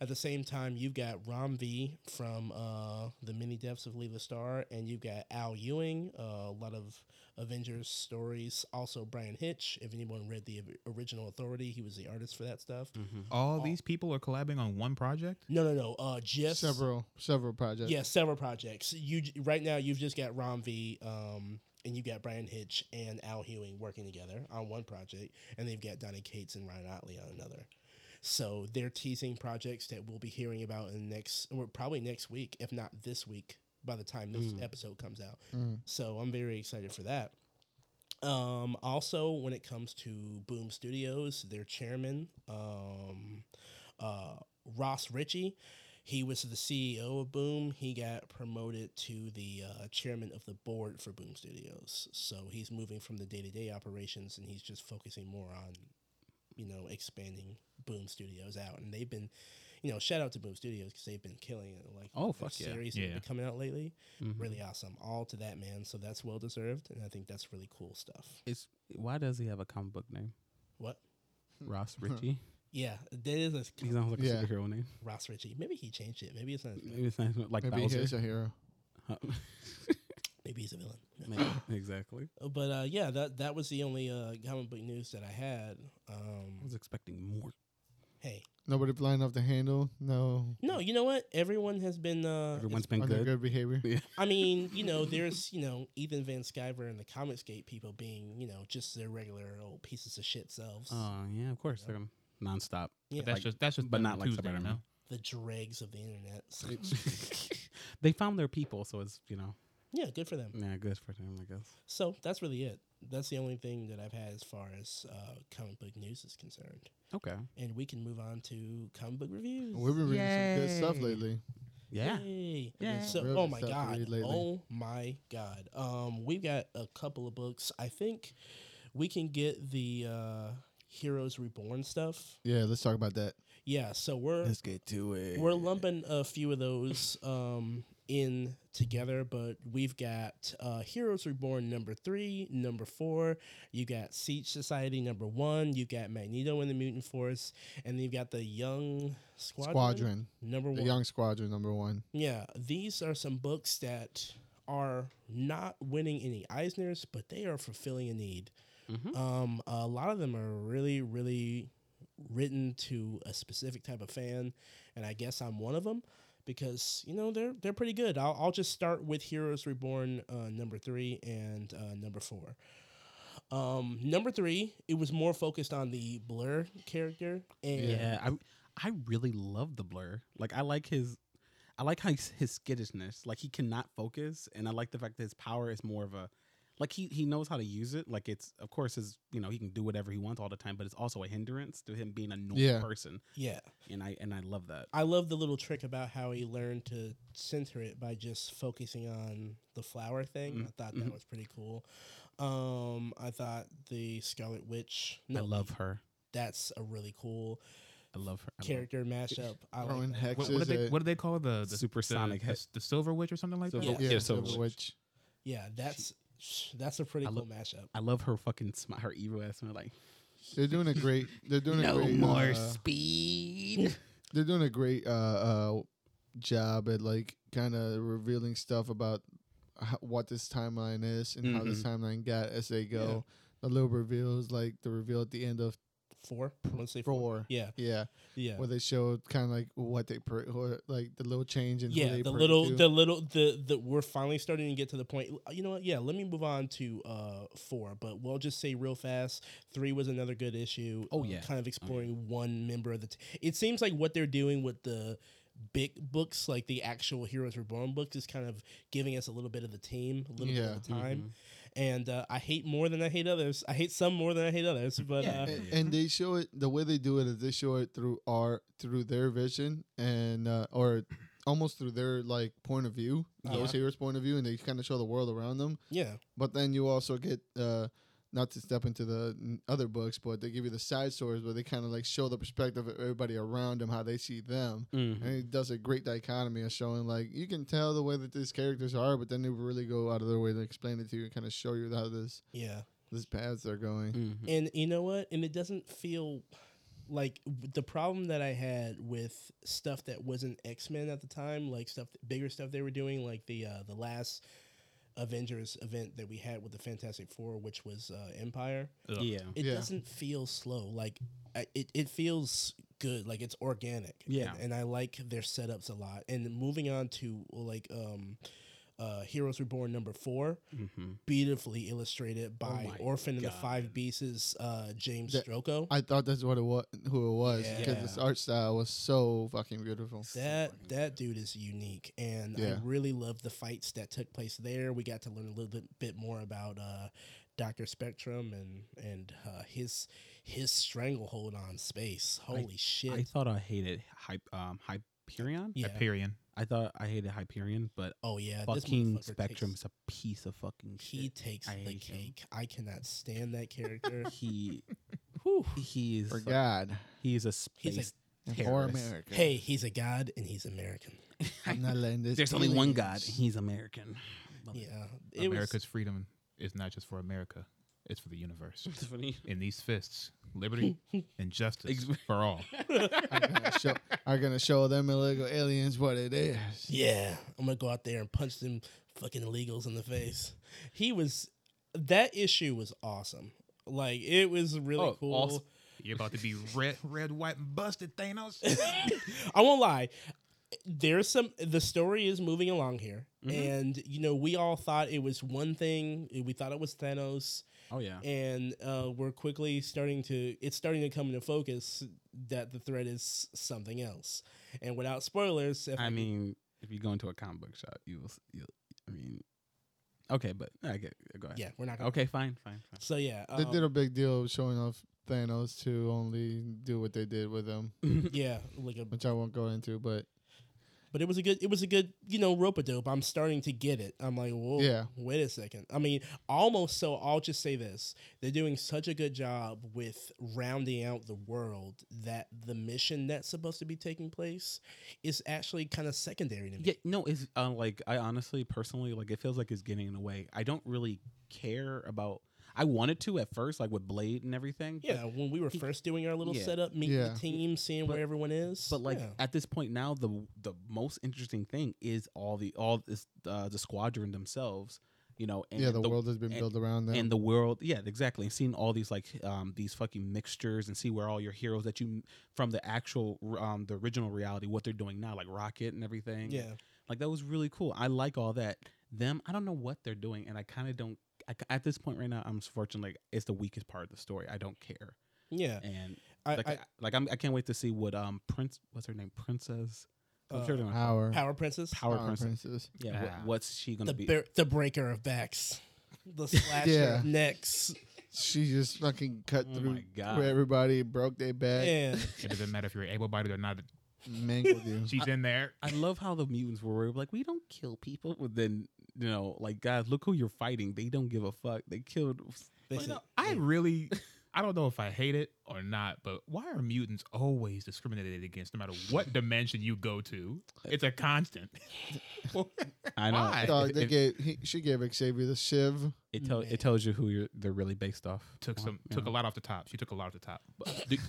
[SPEAKER 1] At the same time, you've got Rom V from uh, the many depths of Leela Star, and you've got Al Ewing, uh, a lot of Avengers stories. Also, Brian Hitch. If anyone read the original Authority, he was the artist for that stuff.
[SPEAKER 3] Mm-hmm,
[SPEAKER 4] All these people are collabing on one project.
[SPEAKER 1] No, no, no. Uh, just
[SPEAKER 2] several several projects.
[SPEAKER 1] Yeah, several projects. You j- right now you've just got Ron V, um, and you got Brian Hitch and Al Hewing working together on one project, and they've got Donny Cates and Ryan Otley on another. So they're teasing projects that we'll be hearing about in next, or probably next week, if not this week, by the time this
[SPEAKER 3] Mm.
[SPEAKER 1] episode comes out.
[SPEAKER 2] Mm.
[SPEAKER 1] So I'm very excited for that. Um, also, when it comes to Boom Studios, their chairman, um, uh, Ross Ritchie, he was the CEO of Boom. He got promoted to the uh, chairman of the board for Boom Studios. So he's moving from the day to day operations and he's just focusing more on, you know, expanding Boom Studios out. And they've been, you know, shout out to Boom Studios because they've been killing it. Like,
[SPEAKER 3] Oh,
[SPEAKER 1] the
[SPEAKER 3] fuck yeah.
[SPEAKER 1] series that have
[SPEAKER 4] Yeah.
[SPEAKER 1] been coming out lately
[SPEAKER 3] Mhm.
[SPEAKER 1] really awesome. All to that man. So that's well deserved, and I think that's really cool stuff.
[SPEAKER 3] It's why does he have a comic book name?
[SPEAKER 1] What?
[SPEAKER 3] Ross Ritchie.
[SPEAKER 1] Yeah, that is a
[SPEAKER 3] He sounds like a
[SPEAKER 2] Yeah.
[SPEAKER 3] superhero name. <laughs>
[SPEAKER 1] Ross Ritchie. Maybe he changed it. Maybe it's not.
[SPEAKER 3] Maybe it's not like
[SPEAKER 2] Maybe
[SPEAKER 3] Bowser.
[SPEAKER 2] he's a hero.
[SPEAKER 3] Huh.
[SPEAKER 1] Maybe he's a villain.
[SPEAKER 3] <laughs> Maybe. exactly.
[SPEAKER 1] But uh, yeah, that that was the only uh, comic book news that I had.
[SPEAKER 3] I
[SPEAKER 1] Um,
[SPEAKER 3] was expecting more.
[SPEAKER 1] hey,
[SPEAKER 2] Nobody flying off the handle. No.
[SPEAKER 1] no, you know what? Everyone has been. Uh,
[SPEAKER 3] Everyone's
[SPEAKER 1] it's-
[SPEAKER 3] been
[SPEAKER 2] On their
[SPEAKER 3] good.
[SPEAKER 2] good behavior.
[SPEAKER 1] I mean, you know, there's you know Ethan Van Sciver and the Comicsgate people being you know just their regular old pieces of shit selves,
[SPEAKER 3] Oh yeah, of course they're gonna nonstop.
[SPEAKER 1] Yeah.
[SPEAKER 4] But that's
[SPEAKER 3] Like-
[SPEAKER 4] just that's just
[SPEAKER 3] but
[SPEAKER 4] them
[SPEAKER 3] not like
[SPEAKER 4] Tuesday, you
[SPEAKER 3] Spider-Man.
[SPEAKER 4] know?
[SPEAKER 1] the dregs of the internet. So,
[SPEAKER 3] <laughs> they found their people, so it's you know
[SPEAKER 1] yeah, good for them.
[SPEAKER 3] yeah good for them, I guess.
[SPEAKER 1] So that's really it. That's the only thing that I've had as far as uh, comic book news is concerned.
[SPEAKER 3] Okay.
[SPEAKER 1] And we can move on to comic book reviews.
[SPEAKER 2] We've been reading some good stuff
[SPEAKER 3] Yay.
[SPEAKER 2] lately.
[SPEAKER 3] Yeah.
[SPEAKER 1] Yay.
[SPEAKER 3] Yeah.
[SPEAKER 1] So,
[SPEAKER 2] Real
[SPEAKER 1] oh
[SPEAKER 2] good
[SPEAKER 1] my
[SPEAKER 2] stuff to
[SPEAKER 1] god.
[SPEAKER 2] read lately.
[SPEAKER 1] Oh my god. Um, we've got a couple of books. I think we can get the uh, Heroes Reborn stuff.
[SPEAKER 2] Yeah, let's talk about that.
[SPEAKER 1] Yeah. So we're
[SPEAKER 2] get to it.
[SPEAKER 1] we're lumping a few of those um, in together, but we've got uh, Heroes Reborn number three, number four. You got Siege Society number one. You got Magneto and the Mutant Force, and then you've got the Young Squadron,
[SPEAKER 2] Squadron.
[SPEAKER 1] number
[SPEAKER 2] The
[SPEAKER 1] one.
[SPEAKER 2] Young Squadron, number one.
[SPEAKER 1] yeah, these are some books that are not winning any Eisners, but they are fulfilling a need.
[SPEAKER 3] Mm-hmm.
[SPEAKER 1] Um, a lot of them are really, really written to a specific type of fan, and I guess I'm one of them because you know they're they're pretty good. I'll, I'll just start with Heroes Reborn uh, number three and uh, number four. Um, number three, it was more focused on the Blur character, and
[SPEAKER 3] Yeah, I I really love the blur. Like I like his I like how his, his skittishness. Like he cannot focus and I like the fact that his power is more of a like he he knows how to use it. Like it's of course his you know, he can do whatever he wants all the time, but it's also a hindrance to him being a normal
[SPEAKER 2] Yeah.
[SPEAKER 3] person.
[SPEAKER 1] yeah,
[SPEAKER 3] And I and I love that.
[SPEAKER 1] I love the little trick about how he learned to center it by just focusing on the flower thing.
[SPEAKER 3] Mm,
[SPEAKER 1] I thought
[SPEAKER 3] mhm.
[SPEAKER 1] that was pretty cool. Um, I thought the Scarlet Witch.
[SPEAKER 3] I love her.
[SPEAKER 1] that's a really cool
[SPEAKER 3] I love her. I love-
[SPEAKER 1] character mashup. I like
[SPEAKER 2] Throwing
[SPEAKER 1] that.
[SPEAKER 2] hexes
[SPEAKER 4] What, what, do they,
[SPEAKER 2] at-
[SPEAKER 4] what do they call the, the
[SPEAKER 3] Supersonic
[SPEAKER 4] the,
[SPEAKER 3] head.
[SPEAKER 4] the, the Silver Witch or something like
[SPEAKER 3] Silver
[SPEAKER 4] that?
[SPEAKER 1] Yeah.
[SPEAKER 2] yeah,
[SPEAKER 3] Yeah,
[SPEAKER 2] Silver
[SPEAKER 3] Silver
[SPEAKER 2] Witch.
[SPEAKER 1] Yeah, that's that's a pretty
[SPEAKER 3] I
[SPEAKER 1] cool
[SPEAKER 3] love-
[SPEAKER 1] mashup.
[SPEAKER 3] I love her fucking smi- her evil ass and like
[SPEAKER 2] They're doing a great. They're doing a
[SPEAKER 3] no
[SPEAKER 2] great.
[SPEAKER 3] more
[SPEAKER 2] uh,
[SPEAKER 3] speed.
[SPEAKER 2] they're doing a great uh, uh, job at like kind of
[SPEAKER 1] Mm-hmm.
[SPEAKER 2] revealing stuff about how, what this timeline is and how this timeline got as they go. a little reveals, like the reveal at the end of
[SPEAKER 1] Four. I want to say four.
[SPEAKER 2] four.
[SPEAKER 1] Yeah,
[SPEAKER 2] Yeah,
[SPEAKER 1] yeah.
[SPEAKER 2] where they showed kind of like what they per, or like the little change in who
[SPEAKER 1] yeah,
[SPEAKER 2] they
[SPEAKER 1] the
[SPEAKER 2] per-
[SPEAKER 1] little,
[SPEAKER 2] to.
[SPEAKER 1] the little, the the we're finally starting to get to the point. You know what? Yeah, let me move on to uh four, but we'll just say real fast. Three was another good issue.
[SPEAKER 3] Oh,
[SPEAKER 1] uh,
[SPEAKER 3] yeah.
[SPEAKER 1] kind of exploring one member of the. T- it seems like what they're doing with the big books, like the actual Heroes Reborn books, is kind of giving us a little bit of the team, a little bit
[SPEAKER 2] Yeah.
[SPEAKER 1] of
[SPEAKER 3] Mm-hmm.
[SPEAKER 1] the time. And uh, I hate more than I hate others. I hate some more than I hate others, but
[SPEAKER 3] Yeah.
[SPEAKER 1] uh,
[SPEAKER 2] A- and, they show it the way they do it is they show it through our through their vision and uh, or almost through their like point of view those
[SPEAKER 1] Yeah.
[SPEAKER 2] heroes point of view and they kind of show the world around them
[SPEAKER 1] yeah,
[SPEAKER 2] but then you also get uh not to step into the n- other books but they give you the side stories where they kind of like show the perspective of everybody around them how they see them
[SPEAKER 3] Mm-hmm.
[SPEAKER 2] and it does a great dichotomy of showing like you can tell the way that these characters are but then they really go out of their way to explain it to you and kind of show you how this
[SPEAKER 1] yeah.
[SPEAKER 2] this paths they're
[SPEAKER 3] Mm-hmm.
[SPEAKER 2] going
[SPEAKER 1] And you know what? And it doesn't feel like the problem that I had with stuff that wasn't X Men at the time, like stuff bigger stuff they were doing, like the uh, the last Avengers event that we had with the Fantastic Four, which was uh, Empire.
[SPEAKER 4] Ugh.
[SPEAKER 3] Mm-hmm. Yeah.
[SPEAKER 1] It
[SPEAKER 2] Yeah.
[SPEAKER 1] doesn't feel slow. Like I, it, it feels good. Like it's organic.
[SPEAKER 3] Yeah.
[SPEAKER 1] and, and I like their setups a lot. And moving on to like um, uh, Heroes Reborn number four
[SPEAKER 3] Mm-hmm.
[SPEAKER 1] beautifully illustrated by
[SPEAKER 3] Oh my
[SPEAKER 1] Orphan and the
[SPEAKER 3] God.
[SPEAKER 1] Five Beasts, uh, James
[SPEAKER 2] That-
[SPEAKER 1] Stroko.
[SPEAKER 2] I thought that's what it was, who it was, because
[SPEAKER 1] Yeah.
[SPEAKER 2] this art style was so fucking beautiful.
[SPEAKER 1] that that dude is unique, and I
[SPEAKER 2] Yeah.
[SPEAKER 1] really love the fights that took place there. We got to learn a little bit, bit more about uh, Doctor Spectrum and and uh, his his stranglehold on space. Holy shit!
[SPEAKER 3] I thought I hated Hy- um, Hyperion.
[SPEAKER 1] yeah.
[SPEAKER 4] Hyperion.
[SPEAKER 3] I thought I hated Hyperion, but
[SPEAKER 1] Oh yeah. this
[SPEAKER 3] fucking
[SPEAKER 1] motherfucker
[SPEAKER 3] Spectrum
[SPEAKER 1] Takes,
[SPEAKER 3] is a piece of fucking
[SPEAKER 1] he
[SPEAKER 3] shit.
[SPEAKER 1] takes
[SPEAKER 3] I
[SPEAKER 1] the
[SPEAKER 3] hate him.
[SPEAKER 1] cake. I cannot stand
[SPEAKER 3] <laughs>
[SPEAKER 1] that character. <laughs>
[SPEAKER 3] He
[SPEAKER 1] Whew.
[SPEAKER 3] he is
[SPEAKER 2] For
[SPEAKER 3] a-
[SPEAKER 2] God.
[SPEAKER 3] he is
[SPEAKER 1] He's
[SPEAKER 3] a
[SPEAKER 1] a-
[SPEAKER 3] space
[SPEAKER 2] and For
[SPEAKER 3] terrorist.
[SPEAKER 2] America.
[SPEAKER 1] hey, he's a god and he's American.
[SPEAKER 2] I'm not letting this
[SPEAKER 3] There's only one
[SPEAKER 2] alien
[SPEAKER 3] God. and
[SPEAKER 2] sh-
[SPEAKER 3] He's American.
[SPEAKER 1] Yeah, <laughs> it was-
[SPEAKER 4] America's freedom is not just for America; it's for
[SPEAKER 1] <laughs>
[SPEAKER 4] the universe.
[SPEAKER 3] It's funny.
[SPEAKER 4] In these fists, liberty and justice for
[SPEAKER 1] <laughs>
[SPEAKER 4] all.
[SPEAKER 2] I'm gonna show, I'm gonna show them illegal aliens what it is.
[SPEAKER 1] Yeah, I'm gonna go out there and punch them fucking illegals in the face. He was that issue was awesome. Like it was really
[SPEAKER 3] Oh,
[SPEAKER 1] cool.
[SPEAKER 3] awesome.
[SPEAKER 4] You're about to be red, red, white, and busted, Thanos.
[SPEAKER 1] <laughs> I won't lie. There's some the story is moving along here.
[SPEAKER 3] Mhm.
[SPEAKER 1] And you know, we all thought it was one thing. We thought it was Thanos.
[SPEAKER 3] Oh yeah.
[SPEAKER 1] and uh, we're quickly starting to it's starting to come into focus that the threat is something else and without spoilers if
[SPEAKER 3] I mean, if you go into a comic book shop, you will. s- You'll, I mean, okay, but I get. Go ahead.
[SPEAKER 1] yeah we're not gonna
[SPEAKER 3] Okay, fine, fine, fine.
[SPEAKER 1] so yeah
[SPEAKER 2] They
[SPEAKER 1] um,
[SPEAKER 2] did a big deal of showing off Thanos to only do what they did with him,
[SPEAKER 1] yeah like a
[SPEAKER 2] which I won't go into, but
[SPEAKER 1] But it was a good, it was a good, you know, rope a dope. I'm starting to get it. I'm like, whoa,
[SPEAKER 2] Yeah.
[SPEAKER 1] wait a second. I mean, almost so. I'll just say this: they're doing such a good job with rounding out the world that the mission that's supposed to be taking place is actually kind of secondary to me.
[SPEAKER 3] Yeah, no, it's uh, like I honestly, personally, like it feels like it's getting in the way. I don't really care about. I wanted to at first, like with Blade and everything. but-
[SPEAKER 1] Yeah, when we were first doing our little
[SPEAKER 3] Yeah.
[SPEAKER 1] setup, meeting
[SPEAKER 2] Yeah.
[SPEAKER 1] the team, seeing where
[SPEAKER 3] But-
[SPEAKER 1] everyone is,
[SPEAKER 3] But like
[SPEAKER 1] yeah.
[SPEAKER 3] at this point now, the the most interesting thing is all the all this uh, the squadron themselves, you know, and
[SPEAKER 2] yeah, the, world has been
[SPEAKER 3] and-
[SPEAKER 2] built around them.
[SPEAKER 3] and the world yeah exactly and seeing all these like um these fucking mixtures and see where all your heroes that you from the actual um the original reality what they're doing now like rocket and everything
[SPEAKER 1] yeah,
[SPEAKER 3] like that was really cool i like all that them i don't know what they're doing and i kind of don't I, at this point right now i'm fortunately it's the weakest part of the story i don't care
[SPEAKER 1] yeah.
[SPEAKER 3] and
[SPEAKER 1] I,
[SPEAKER 3] like
[SPEAKER 1] I,
[SPEAKER 3] I, like I'm, i can't wait to see what um prince what's her name princess i'm
[SPEAKER 1] Uh,
[SPEAKER 3] sure they're gonna
[SPEAKER 2] power,
[SPEAKER 1] Power Princess,
[SPEAKER 3] power, princess,
[SPEAKER 2] princess.
[SPEAKER 3] yeah what-
[SPEAKER 4] Ah.
[SPEAKER 3] what's she gonna
[SPEAKER 1] the
[SPEAKER 3] be
[SPEAKER 1] bear, the breaker of backs, the slasher
[SPEAKER 2] <laughs> Yeah.
[SPEAKER 1] of necks,
[SPEAKER 2] She just fucking cut
[SPEAKER 3] Oh
[SPEAKER 2] through
[SPEAKER 3] my God.
[SPEAKER 2] where everybody broke their back,
[SPEAKER 1] and
[SPEAKER 4] It doesn't matter if you're able-bodied or not.
[SPEAKER 2] mangled
[SPEAKER 3] <laughs>
[SPEAKER 2] you.
[SPEAKER 4] She's in there.
[SPEAKER 3] I love how the mutants were worried, like, we don't kill people. But then, you know, like, guys, look who you're fighting. They don't give a fuck. They killed.
[SPEAKER 4] You
[SPEAKER 1] listen,
[SPEAKER 4] know, I
[SPEAKER 1] yeah. <laughs>
[SPEAKER 4] really, I don't know if I hate it or not, but why are mutants always discriminated against, no matter what dimension you go to? It's a constant.
[SPEAKER 3] I know.
[SPEAKER 4] Why?
[SPEAKER 3] It-
[SPEAKER 2] Dog,
[SPEAKER 3] it-
[SPEAKER 2] they
[SPEAKER 3] it,
[SPEAKER 2] gave he, she gave Xavier the shiv.
[SPEAKER 3] it tell, it tells you who you're, they're really based off.
[SPEAKER 4] Took some, took a lot off the top. She took a lot off the top.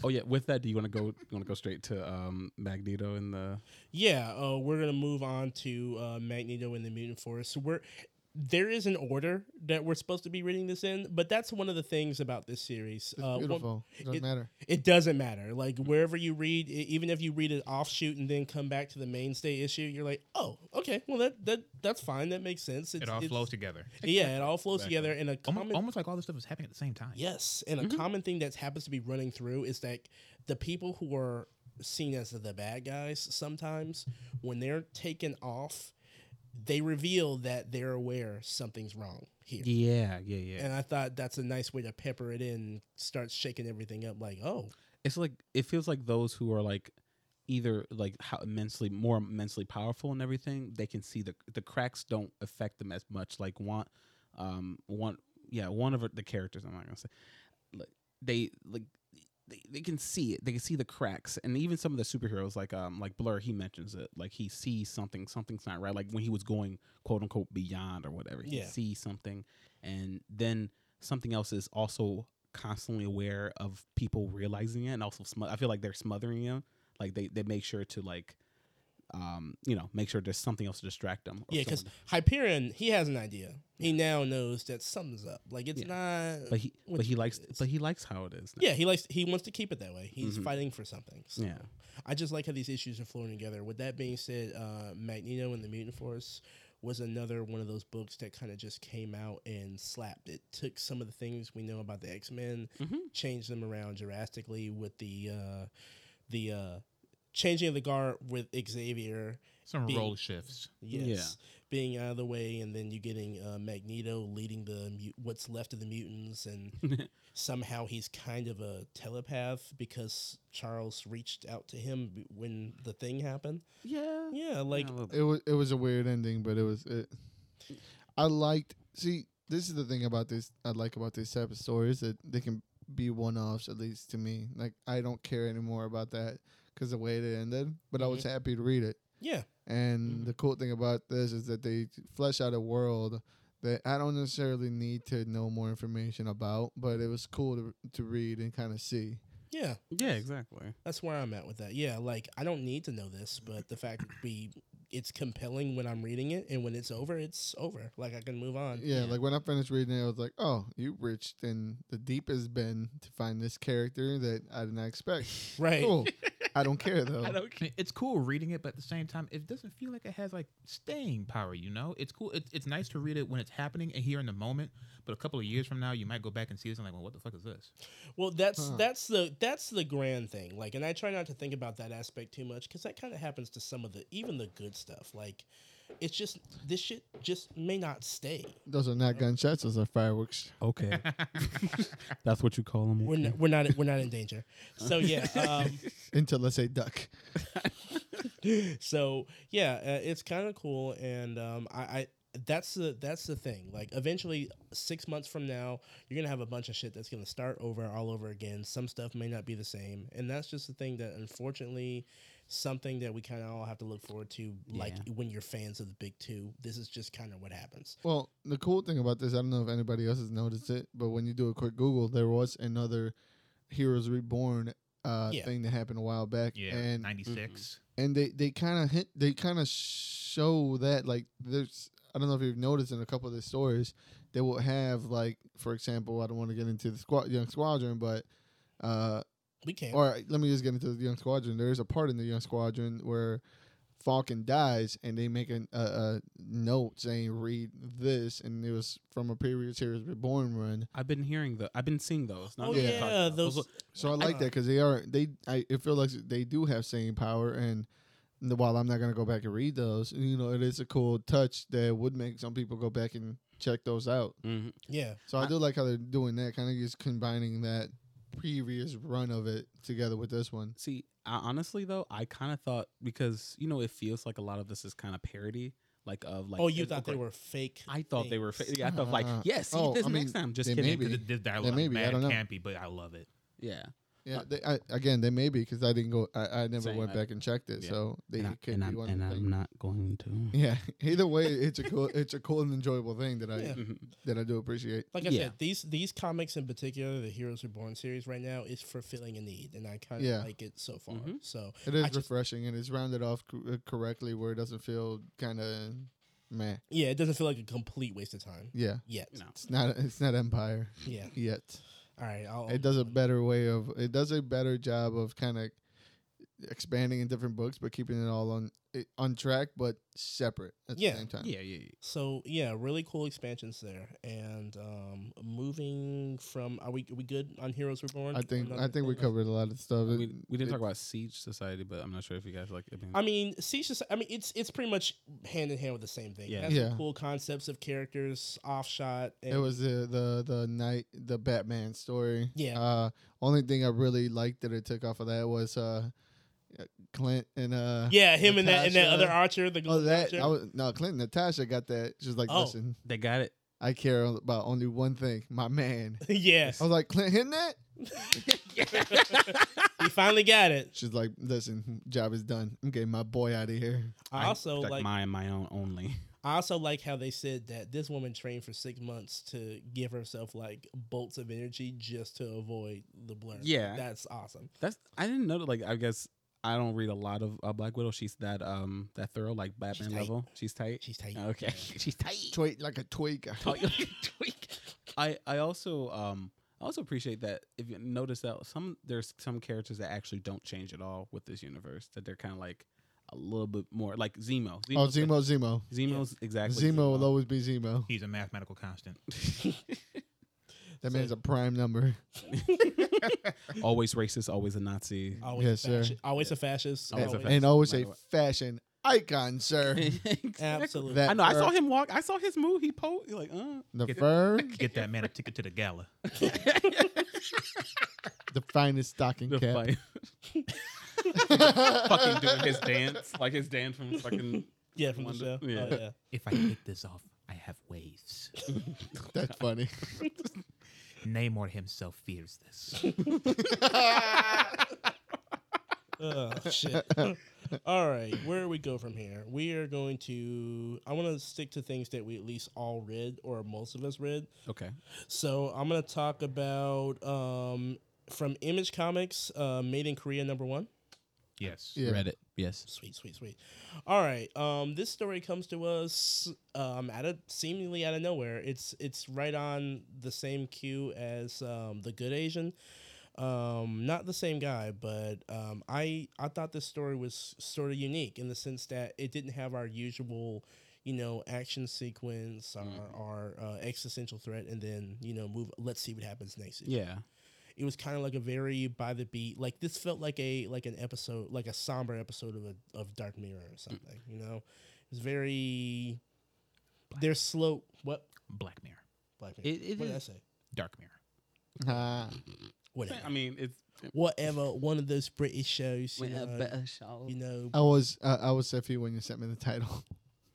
[SPEAKER 3] oh yeah. With that, do you want to go? You want to go straight to um, Magneto and the?
[SPEAKER 1] Yeah, uh, we're gonna move on to uh, Magneto and the Mutant Force. We're there is an order that we're supposed to be reading this in, but that's one of the things about this series.
[SPEAKER 2] It's
[SPEAKER 1] Uh, one-
[SPEAKER 2] beautiful. it doesn't
[SPEAKER 1] it-
[SPEAKER 2] matter.
[SPEAKER 1] it doesn't matter. Like wherever you read, e- even if you read an offshoot and then come back to the mainstay issue, you're like, oh, okay, well that that that's fine. That makes sense.
[SPEAKER 4] It all
[SPEAKER 1] it's-
[SPEAKER 4] flows together.
[SPEAKER 1] Yeah, it all flows
[SPEAKER 4] Exactly.
[SPEAKER 1] together. And a
[SPEAKER 4] Almost,
[SPEAKER 1] common
[SPEAKER 4] almost like all this stuff is happening at the same time.
[SPEAKER 1] Yes, and
[SPEAKER 3] mm-hmm.
[SPEAKER 1] a common thing that happens to be running through is that the people who are seen as the bad guys sometimes, when they're taken off, they reveal that they're aware something's wrong here.
[SPEAKER 3] Yeah, yeah, yeah.
[SPEAKER 1] And I thought that's a nice way to pepper it in, start shaking everything up. Like, oh,
[SPEAKER 3] It's like it feels like those who are like either like how immensely more immensely powerful and everything, they can see the the cracks don't affect them as much. Like want um one yeah, one of the characters I'm not gonna say like they like they, they can see it. They can see the cracks, and even some of the superheroes, like um, like Blur, he mentions it. Like he sees something, something's not right. Like when he was going quote unquote beyond or whatever, he
[SPEAKER 1] Yeah.
[SPEAKER 3] sees something, and then something else is also constantly aware of people realizing it, and also sm- I feel like they're smothering him. Like they they make sure to like, um, you know, make sure there's something else to distract them. or
[SPEAKER 1] yeah, because
[SPEAKER 3] someone-
[SPEAKER 1] Hyperion, he has an idea. He now knows that something's up. Like, it's
[SPEAKER 3] Yeah.
[SPEAKER 1] not.
[SPEAKER 3] but he
[SPEAKER 1] what
[SPEAKER 3] but he
[SPEAKER 1] you
[SPEAKER 3] likes
[SPEAKER 1] is.
[SPEAKER 3] but he likes how it is. now.
[SPEAKER 1] yeah, he likes. He wants to keep it that way. He's
[SPEAKER 3] Mhm.
[SPEAKER 1] fighting for something. so.
[SPEAKER 3] yeah.
[SPEAKER 1] I just like how these issues are flowing together. With that being said, uh, Magneto and the Mutant Force was another one of those books that kind of just came out and slapped. It took some of the things we know about the X Men,
[SPEAKER 3] Mhm.
[SPEAKER 1] changed them around drastically with the uh, the uh, changing of the guard with Xavier.
[SPEAKER 4] Some
[SPEAKER 1] Being-
[SPEAKER 4] role shifts.
[SPEAKER 1] Yes,
[SPEAKER 3] Yeah.
[SPEAKER 1] being out of the way, and then you getting uh, Magneto leading the mu- what's left of the mutants, and <laughs> somehow he's kind of a telepath because Charles reached out to him b- when the thing happened.
[SPEAKER 3] Yeah.
[SPEAKER 1] Yeah, like
[SPEAKER 3] a little bit.
[SPEAKER 2] It was it was a weird ending, but it was it. I liked. See, this is the thing about this. I like about this type of story is that they can be one offs at least to me. Like I don't care anymore about that because the way it ended. But I was happy to read it.
[SPEAKER 1] yeah,
[SPEAKER 2] And
[SPEAKER 3] Mhm.
[SPEAKER 2] the cool thing about this is that they flesh out a world that I don't necessarily need to know more information about, but it was cool to, to read and kind of see.
[SPEAKER 1] yeah,
[SPEAKER 3] yeah, exactly.
[SPEAKER 1] that's where I'm at with that. Yeah, like I don't need to know this, but the fact that we it's compelling when I'm reading it, and when it's over, it's over. Like I can move on.
[SPEAKER 2] Yeah,
[SPEAKER 3] Yeah.
[SPEAKER 2] like when I finished reading it, I was like, "Oh, you reached in the deepest bin to find this character that I did not expect."
[SPEAKER 1] <laughs> Right.
[SPEAKER 2] cool. I don't care though.
[SPEAKER 4] I don't. It's cool reading it, but at the same time, it doesn't feel like it has like staying power. You know, it's cool. It's, it's nice to read it when it's happening and here in the moment. But a couple of years from now, you might go back and see this and like, well, what the fuck is this? <laughs>
[SPEAKER 1] Well, that's
[SPEAKER 2] Huh.
[SPEAKER 1] that's the that's the grand thing. Like, and I try not to think about that aspect too much because that kind of happens to some of the even the good stuff. Like, it's just this shit just may not stay.
[SPEAKER 2] Those are not gunshots; those are fireworks.
[SPEAKER 3] Okay.
[SPEAKER 1] <laughs>
[SPEAKER 3] That's what you call them.
[SPEAKER 1] We're not, we're not we're not in danger.
[SPEAKER 3] <laughs>
[SPEAKER 1] So yeah. Um,
[SPEAKER 2] Until let's say duck.
[SPEAKER 1] so yeah, uh, it's kind of cool, and um, I. I that's the that's the thing. Like eventually, six months from now, you're gonna have a bunch of shit that's gonna start over all over again. Some stuff may not be the same, and that's just the thing that unfortunately, something that we kind of all have to look forward to. Like
[SPEAKER 3] Yeah.
[SPEAKER 1] when you're fans of the big two, this is just kind of what happens.
[SPEAKER 2] Well, the cool thing about this, I don't know if anybody else has noticed it, but when you do a quick Google, there was another Heroes Reborn uh,
[SPEAKER 1] Yeah.
[SPEAKER 2] thing that happened a while back,
[SPEAKER 4] Yeah,
[SPEAKER 2] and mm-hmm.
[SPEAKER 4] ninety six.
[SPEAKER 2] and they they kind of hint they kind of show that like there's i don't know if you've noticed in a couple of the stories they will have like for example i don't want to get into the squad young squadron but uh
[SPEAKER 1] We can't.
[SPEAKER 2] or let me just get into the young squadron there's a part in the young squadron where falcon dies and they make an, a, a note saying read this and it was from a previous series reborn run
[SPEAKER 3] <laughs> I've been hearing the. I've been seeing those. Not
[SPEAKER 1] oh
[SPEAKER 2] yeah.
[SPEAKER 1] yeah,
[SPEAKER 3] just talking about
[SPEAKER 1] those.
[SPEAKER 3] Those,
[SPEAKER 2] so i like that because they are they i it feels like they do have staying power and the- while i'm not going to go back and read those you know it is a cool touch that would make some people go back and check those out
[SPEAKER 3] Mhm.
[SPEAKER 1] yeah,
[SPEAKER 2] so i do like how they're doing that kind of just combining that previous run of it together with this one
[SPEAKER 3] See, I, honestly though, I kind of thought because you know it feels like a lot of this is kind of parody, like of like.
[SPEAKER 1] oh, you
[SPEAKER 3] it-
[SPEAKER 1] thought they
[SPEAKER 3] like-
[SPEAKER 1] were fake.
[SPEAKER 3] I thought they were. Fa-
[SPEAKER 1] things.
[SPEAKER 3] yeah, I thought like
[SPEAKER 2] Uh,
[SPEAKER 3] yeah. See
[SPEAKER 2] oh,
[SPEAKER 3] this
[SPEAKER 2] I mean,
[SPEAKER 3] next time. Just
[SPEAKER 2] they
[SPEAKER 3] kidding.
[SPEAKER 2] maybe-
[SPEAKER 3] <laughs>
[SPEAKER 4] This this dialogue
[SPEAKER 2] maybe, I
[SPEAKER 4] is
[SPEAKER 2] don't
[SPEAKER 4] bad
[SPEAKER 2] know.
[SPEAKER 4] campy, but I love it.
[SPEAKER 3] Yeah.
[SPEAKER 2] yeah
[SPEAKER 3] Uh,
[SPEAKER 2] they, I, again they may be because i didn't go i, I never
[SPEAKER 3] Same,
[SPEAKER 2] went
[SPEAKER 3] I-
[SPEAKER 2] back and checked it
[SPEAKER 3] yeah.
[SPEAKER 2] so they
[SPEAKER 3] and I,
[SPEAKER 2] could
[SPEAKER 3] and
[SPEAKER 2] be
[SPEAKER 3] I'm,
[SPEAKER 2] one
[SPEAKER 3] and
[SPEAKER 2] of the
[SPEAKER 3] I'm
[SPEAKER 2] things.
[SPEAKER 3] not going to.
[SPEAKER 2] yeah <laughs> either way it's a
[SPEAKER 3] <laughs>
[SPEAKER 2] cool it's a cool and enjoyable thing that i
[SPEAKER 1] Yeah.
[SPEAKER 3] Mhm.
[SPEAKER 2] that i do appreciate
[SPEAKER 1] Like I
[SPEAKER 3] Yeah.
[SPEAKER 1] said, these these comics in particular, the Heroes Reborn series right now is fulfilling a need, and I kind of
[SPEAKER 2] Yeah.
[SPEAKER 1] like it so far.
[SPEAKER 3] Mhm.
[SPEAKER 1] So
[SPEAKER 2] It is
[SPEAKER 1] I just-
[SPEAKER 2] refreshing and it's rounded off co- uh, correctly where it doesn't feel kind of man.
[SPEAKER 1] Yeah, it doesn't feel like a complete waste of time
[SPEAKER 2] Yeah,
[SPEAKER 1] yet.
[SPEAKER 4] No.
[SPEAKER 2] it's not. It's not Empire
[SPEAKER 1] Yeah.
[SPEAKER 2] yet.
[SPEAKER 1] All right. I'll,
[SPEAKER 2] It does a better way of. It does a better job of kind of expanding in different books, but keeping it all on it- on track, but separate at
[SPEAKER 1] Yeah.
[SPEAKER 2] the same time.
[SPEAKER 4] Yeah, yeah, yeah.
[SPEAKER 1] So yeah, really cool expansions there. And um, moving from are we are we good on Heroes Reborn?
[SPEAKER 2] I think.
[SPEAKER 1] Or
[SPEAKER 2] I think we
[SPEAKER 1] nothing?
[SPEAKER 2] covered a lot of stuff.
[SPEAKER 3] We, we didn't
[SPEAKER 2] It-
[SPEAKER 3] talk about Siege Society, but I'm not sure if you guys like. I mean,
[SPEAKER 1] I mean, Siege Soci- I mean, it's it's pretty much hand in hand with the same thing.
[SPEAKER 3] Yeah.
[SPEAKER 1] It has some
[SPEAKER 2] Yeah.
[SPEAKER 1] cool concepts of characters, offshot. And
[SPEAKER 2] It was the the the night the Batman story.
[SPEAKER 1] Yeah.
[SPEAKER 2] Uh, only thing I really liked that it took off of that was uh, Clint and uh.
[SPEAKER 1] yeah, him and that and that
[SPEAKER 2] Natasha.
[SPEAKER 1] other archer. The
[SPEAKER 2] Oh,
[SPEAKER 1] golden
[SPEAKER 2] that
[SPEAKER 1] archer.
[SPEAKER 2] I was no Clint and Natasha got that. She was like,
[SPEAKER 1] Oh.
[SPEAKER 2] "Listen,
[SPEAKER 3] they got it.
[SPEAKER 2] I care about only one thing, my man."
[SPEAKER 1] <laughs> yes,
[SPEAKER 2] I was like, "Clint hitting that?"
[SPEAKER 1] <laughs> he finally got it.
[SPEAKER 2] She's like, "Listen, job is done. I'm getting my boy out of here."
[SPEAKER 1] I also like
[SPEAKER 3] my my own only. <laughs>
[SPEAKER 1] I also like how they said that this woman trained for six months to give herself like bolts of energy just to avoid the blur.
[SPEAKER 3] Yeah.
[SPEAKER 1] that's awesome.
[SPEAKER 3] That's I didn't know. that, Like I guess I don't read a lot of uh, Black Widow. She's that um that thorough like Batman
[SPEAKER 1] tight.
[SPEAKER 3] level. She's tight.
[SPEAKER 1] She's tight.
[SPEAKER 3] okay, <laughs> she's tight.
[SPEAKER 2] Tweet like a tweak.
[SPEAKER 3] Tight like a tweak. I I also um I also appreciate that if you notice that some there's some characters that actually don't change at all with this universe that they're kind of like a little bit more like Zemo.
[SPEAKER 2] <laughs> Oh, Zemo, Zemo,
[SPEAKER 3] Zemo's exactly
[SPEAKER 2] Zemo will
[SPEAKER 3] <laughs>
[SPEAKER 2] always be Zemo.
[SPEAKER 4] He's a mathematical constant.
[SPEAKER 2] That
[SPEAKER 1] So-
[SPEAKER 2] man's a prime number.
[SPEAKER 3] always racist, always a <laughs> Nazi.
[SPEAKER 1] Always
[SPEAKER 2] Yes,
[SPEAKER 1] a
[SPEAKER 2] sir.
[SPEAKER 1] fascist. Always a fascist.
[SPEAKER 3] <laughs> Always a
[SPEAKER 2] And,
[SPEAKER 3] fascist,
[SPEAKER 2] and always
[SPEAKER 3] no
[SPEAKER 2] a
[SPEAKER 3] matter what.
[SPEAKER 2] fashion icon,
[SPEAKER 3] <laughs>
[SPEAKER 2] sir.
[SPEAKER 1] Absolutely.
[SPEAKER 2] That
[SPEAKER 3] I know. I saw
[SPEAKER 2] fur-
[SPEAKER 3] him walk. I saw his move. He posed. Like, uh.
[SPEAKER 2] The
[SPEAKER 4] Get-
[SPEAKER 2] fur,
[SPEAKER 4] Get that man a ticket to the gala.
[SPEAKER 2] the finest stocking
[SPEAKER 3] The
[SPEAKER 2] cap.
[SPEAKER 3] fight. fucking
[SPEAKER 2] <laughs>
[SPEAKER 3] doing his dance, like his dance from fucking.
[SPEAKER 1] yeah, from the
[SPEAKER 3] Wonder-
[SPEAKER 1] show.
[SPEAKER 3] yeah.
[SPEAKER 1] Oh, yeah.
[SPEAKER 4] If I take this off, I have waves.
[SPEAKER 2] That's
[SPEAKER 3] <laughs>
[SPEAKER 2] funny. <laughs>
[SPEAKER 4] Namor himself fears this.
[SPEAKER 1] Oh shit. <laughs> all right, where we go from here? We are going to. I want to stick to things that we at least all read, or most of us read.
[SPEAKER 3] Okay.
[SPEAKER 1] So I'm gonna talk about um, from Image Comics, uh, Made in Korea number one.
[SPEAKER 4] Yes.
[SPEAKER 2] <laughs> Yeah.
[SPEAKER 3] Read it. Yes.
[SPEAKER 1] Sweet, sweet, sweet. All right. Um, this story comes to us um out of seemingly out of nowhere. It's it's right on the same queue as um the Good Asian. Um, not the same guy, but um, I I thought this story was sort of unique in the sense that it didn't have our usual, you know, action sequence or
[SPEAKER 3] Mhm.
[SPEAKER 1] our uh, existential threat, and then you know move. Let's see what happens next
[SPEAKER 3] Yeah.
[SPEAKER 1] it was kind of like a very by the beat like this felt like a like an episode like a somber episode of a of dark mirror or something you know it was very they're slow what
[SPEAKER 4] Black Mirror.
[SPEAKER 1] black mirror
[SPEAKER 3] It, it
[SPEAKER 1] what did i
[SPEAKER 3] is.
[SPEAKER 1] say
[SPEAKER 4] Dark Mirror.
[SPEAKER 2] Ah,
[SPEAKER 1] whatever
[SPEAKER 3] I mean, it's.
[SPEAKER 1] whatever one of those british shows you know,
[SPEAKER 3] <laughs>
[SPEAKER 1] you know
[SPEAKER 2] I was uh, I was iffy when you sent me the title.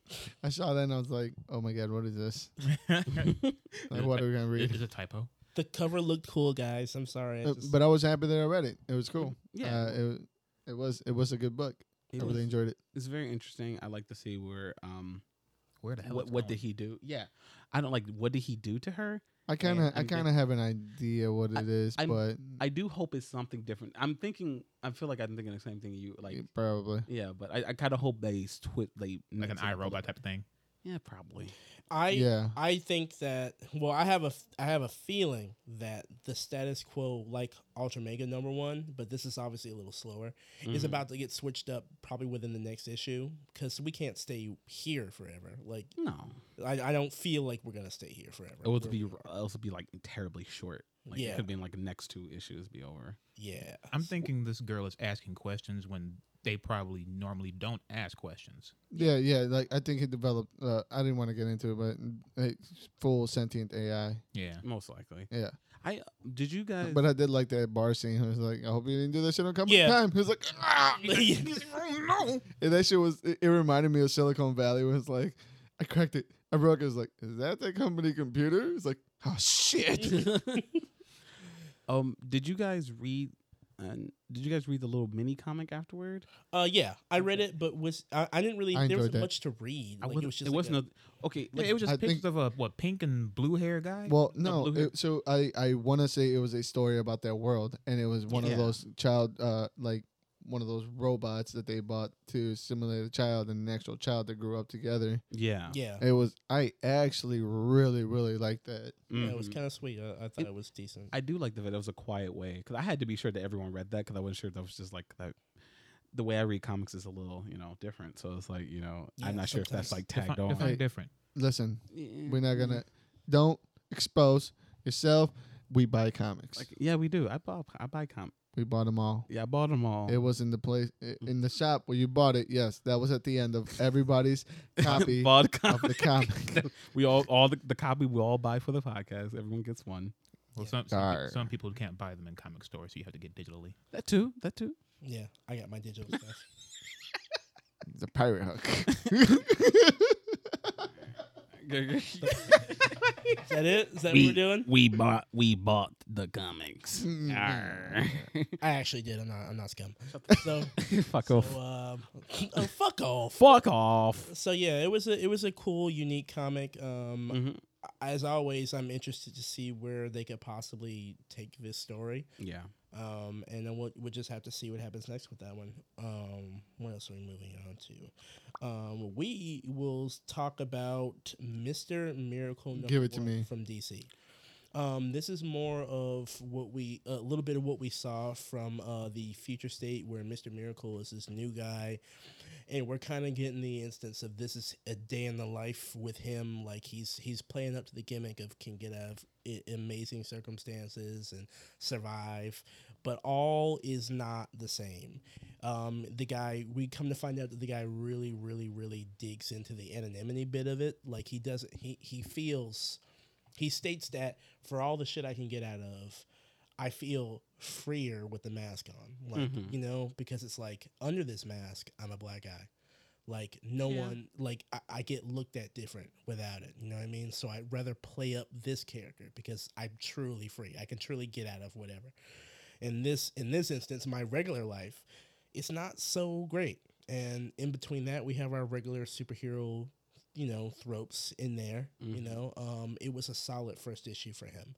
[SPEAKER 2] <laughs> I saw that and I was like, "Oh my god, what is this? Like, what are we gonna
[SPEAKER 4] It
[SPEAKER 3] <laughs>
[SPEAKER 2] read?"
[SPEAKER 4] is a typo.
[SPEAKER 1] the cover looked cool guys i'm sorry I
[SPEAKER 2] Uh,
[SPEAKER 1] just-
[SPEAKER 2] but I was happy that I read it. It was cool.
[SPEAKER 3] yeah.
[SPEAKER 2] uh, it, it was it was a good book.
[SPEAKER 3] it
[SPEAKER 2] I really
[SPEAKER 3] was-
[SPEAKER 2] enjoyed it.
[SPEAKER 3] it's very interesting. I like to see where um
[SPEAKER 4] Where the hell?
[SPEAKER 3] what
[SPEAKER 4] it's
[SPEAKER 3] what
[SPEAKER 4] going.
[SPEAKER 3] did he do? Yeah. I don't like what did he do to her?
[SPEAKER 2] I kind of
[SPEAKER 3] and
[SPEAKER 2] I
[SPEAKER 3] the-
[SPEAKER 2] kind of have an idea what it is,
[SPEAKER 3] I'm-
[SPEAKER 2] but
[SPEAKER 3] I do hope it's something different. I'm thinking. I feel like I'm thinking the same thing. You like.
[SPEAKER 2] probably
[SPEAKER 3] Yeah, but I, I kind of hope they twit they
[SPEAKER 4] Like an
[SPEAKER 3] mix it up a
[SPEAKER 4] iRobot
[SPEAKER 3] little-
[SPEAKER 4] type of thing.
[SPEAKER 3] Yeah, probably.
[SPEAKER 1] i
[SPEAKER 2] yeah.
[SPEAKER 1] I think that well, I have a f- I have a feeling that the status quo, like Ultra Mega Number One, but this is obviously a little slower, is
[SPEAKER 3] Mhm.
[SPEAKER 1] about to get switched up probably within the next issue because we can't stay here forever. Like
[SPEAKER 3] No,
[SPEAKER 1] I, I don't feel like we're gonna stay here forever.
[SPEAKER 3] it would
[SPEAKER 1] We're-
[SPEAKER 3] be it would be like terribly short. Like
[SPEAKER 1] Yeah.
[SPEAKER 3] it could be in like next two issues be over.
[SPEAKER 1] yeah.
[SPEAKER 4] I'm thinking this girl is asking questions when they probably normally don't ask questions.
[SPEAKER 2] yeah, yeah, Like I think it developed. Uh, I didn't want to get into it, but uh, it's full sentient AI.
[SPEAKER 4] Yeah.
[SPEAKER 3] Most likely.
[SPEAKER 2] Yeah,
[SPEAKER 3] I did you guys?
[SPEAKER 2] but I did like that bar scene. I was like, I hope you didn't do that shit on Comic
[SPEAKER 1] Yeah.
[SPEAKER 2] Time. He was like,
[SPEAKER 3] <laughs>
[SPEAKER 2] ah! <laughs>
[SPEAKER 4] no.
[SPEAKER 2] and that shit was. It, it reminded me of Silicon Valley. Where it's like, I cracked it. I broke. It was like, is that the company computer? It's like, oh shit.
[SPEAKER 3] <laughs>
[SPEAKER 2] <laughs>
[SPEAKER 3] um, did you guys read? Uh, did you guys read the little mini comic afterward?
[SPEAKER 1] Uh, yeah, I read it, but was I, I didn't really.
[SPEAKER 2] I
[SPEAKER 1] there
[SPEAKER 2] enjoyed
[SPEAKER 1] wasn't
[SPEAKER 2] that.
[SPEAKER 1] much to read.
[SPEAKER 3] I
[SPEAKER 1] Like,
[SPEAKER 3] wasn't.
[SPEAKER 1] it was just
[SPEAKER 3] it
[SPEAKER 1] like
[SPEAKER 3] wasn't
[SPEAKER 1] a-
[SPEAKER 3] a, okay.
[SPEAKER 4] Yeah,
[SPEAKER 3] Like,
[SPEAKER 4] it was just
[SPEAKER 2] I
[SPEAKER 4] pictures
[SPEAKER 2] think-
[SPEAKER 4] of a Uh, what pink and blue hair guy.
[SPEAKER 2] Well, no.
[SPEAKER 3] blue hair-
[SPEAKER 2] It, so I I want to say it was a story about that world, and it was one
[SPEAKER 3] Yeah.
[SPEAKER 2] of those child uh like one of those robots that they bought to simulate a child and an actual child that grew up together.
[SPEAKER 3] Yeah.
[SPEAKER 1] Yeah.
[SPEAKER 2] It was I actually really really liked that.
[SPEAKER 1] Yeah, it was
[SPEAKER 3] Mhm.
[SPEAKER 1] kind of sweet. I, I thought it, was decent.
[SPEAKER 3] I do like that it was a quiet way because I had to be sure that everyone read that because I wasn't sure that was just like that. The way I read comics is a little, you know, different. So it's like, you know,
[SPEAKER 1] Yeah,
[SPEAKER 3] I'm not sure if that's like
[SPEAKER 1] sometimes.
[SPEAKER 3] tagged
[SPEAKER 4] Defi-
[SPEAKER 3] on.
[SPEAKER 4] define different.
[SPEAKER 2] Listen,
[SPEAKER 3] Yeah.
[SPEAKER 2] we're not gonna
[SPEAKER 3] Mm-hmm.
[SPEAKER 2] don't expose yourself. We buy comics.
[SPEAKER 3] Mm, Like, yeah, we do. I bought. I buy comp.
[SPEAKER 2] We bought them all.
[SPEAKER 3] Yeah, I bought them all.
[SPEAKER 2] It
[SPEAKER 3] <laughs>
[SPEAKER 2] was in the place i-
[SPEAKER 3] Mm-hmm.
[SPEAKER 2] in the shop where you bought it. Yes, that was at the end of everybody's copy
[SPEAKER 3] <laughs> bought a
[SPEAKER 2] of
[SPEAKER 3] comic.
[SPEAKER 2] the comic.
[SPEAKER 3] <laughs> we all all the, the copy we all buy for the podcast. Everyone gets one.
[SPEAKER 4] Well,
[SPEAKER 1] Yeah.
[SPEAKER 4] some, some, pe-
[SPEAKER 2] Arr.
[SPEAKER 4] some people can't buy them in comic stores, so you have to get digitally.
[SPEAKER 3] That too. That <laughs> too.
[SPEAKER 1] yeah, I got my digital
[SPEAKER 3] <laughs>
[SPEAKER 1] stuff.
[SPEAKER 2] the pirate hook.
[SPEAKER 1] Is that it? Is that what we're doing?
[SPEAKER 3] we bought we bought the comics.
[SPEAKER 2] Mm-hmm.
[SPEAKER 1] I actually did. I'm not. I'm not scum. So,
[SPEAKER 3] <laughs>
[SPEAKER 1] Mm-hmm.
[SPEAKER 3] Fuck
[SPEAKER 1] so
[SPEAKER 3] off.
[SPEAKER 1] um, <laughs> oh, fuck off.
[SPEAKER 3] Fuck off.
[SPEAKER 1] So yeah, it was a it was a cool, unique comic. Um,
[SPEAKER 3] Mhm.
[SPEAKER 1] as always, I'm interested to see where they could possibly take this story.
[SPEAKER 3] Yeah.
[SPEAKER 1] Um, and then we'll, we'll just have to see what happens next with that one. Um, what else are we moving on to? Um, we will s- talk about Mister Miracle. Number
[SPEAKER 2] Give it to
[SPEAKER 1] One
[SPEAKER 2] me.
[SPEAKER 1] from DC. Um, this is more of what we a little bit of what we saw from uh, the future state where Mister Miracle is this new guy, and we're kind of getting the instance of this is a day in the life with him. Like he's he's playing up to the gimmick of can get out of i- amazing circumstances and survive, but all is not the same. Um, the guy we come to find out that the guy really, really, really digs into the anonymity bit of it. Like he doesn't he he feels he states that for all the shit I can get out of, I feel freer with the mask on. Like,
[SPEAKER 3] Mhm.
[SPEAKER 1] you know, because it's like under this mask, I'm a black guy. Like no
[SPEAKER 4] Yeah.
[SPEAKER 1] one like I, I get looked at different without it. You know what I mean? So I'd rather play up this character because I'm truly free. I can truly get out of whatever. In this in this instance, my regular life, it's not so great. And in between that, we have our regular superhero you know thropes in there you
[SPEAKER 3] Mhm.
[SPEAKER 1] know um it was a solid first issue for him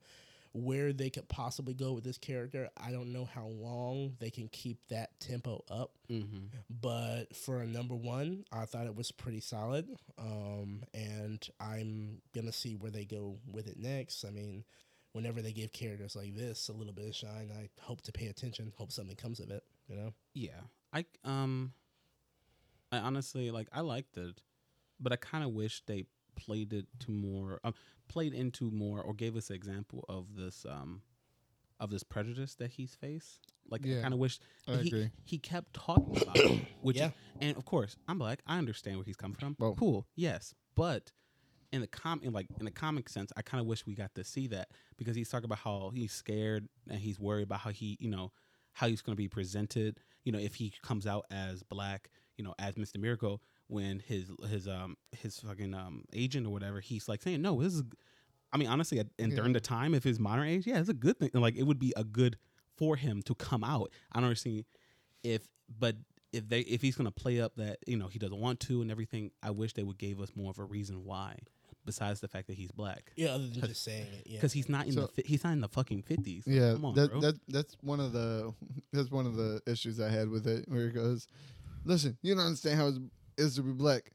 [SPEAKER 1] where they could possibly go with this character i don't know how long they can keep that tempo up
[SPEAKER 3] Mm-hmm.
[SPEAKER 1] but for a number one i thought it was pretty solid um and i'm gonna see where they go with it next i mean whenever they give characters like this a little bit of shine i hope to pay attention hope something comes of it you know
[SPEAKER 3] Yeah. I um I honestly like I liked it, but I kind of wish they played it to more um, played into more or gave us an example of this um of this prejudice that he's faced. Like I
[SPEAKER 2] Yeah.
[SPEAKER 3] kind of wish
[SPEAKER 2] I
[SPEAKER 3] he, <laughs>
[SPEAKER 2] agree.
[SPEAKER 3] he kept talking
[SPEAKER 2] <coughs>
[SPEAKER 3] about it, which
[SPEAKER 1] Yeah.
[SPEAKER 3] and of course, I'm black. I understand where he's coming from.
[SPEAKER 2] Well-
[SPEAKER 3] Cool. Yes. But in the com in like in the comic sense, I kind of wish we got to see that because he's talking about how he's scared and he's worried about how he, you know, how he's going to be presented, you know, if he comes out as black, you know, as Mr. Miracle when his his um his fucking um agent or whatever, he's like saying, "No, this is I mean, honestly, at- and
[SPEAKER 2] Yeah.
[SPEAKER 3] during the time if his modern age, yeah, it's a good thing. Like it would be a good for him to come out. I don't see if but if they if he's gonna play up that you know he doesn't want to and everything, I wish they would give us more of a reason why, besides the fact that he's black,
[SPEAKER 1] yeah other than just saying it yeah
[SPEAKER 3] because he's not in
[SPEAKER 2] So-
[SPEAKER 3] the fi- he's not in the fucking fifties.
[SPEAKER 2] Yeah,
[SPEAKER 3] come on,
[SPEAKER 2] that,
[SPEAKER 3] bro.
[SPEAKER 2] that that's one of the that's one of the issues I had with it. Where it goes, listen, you don't understand how it is to be black,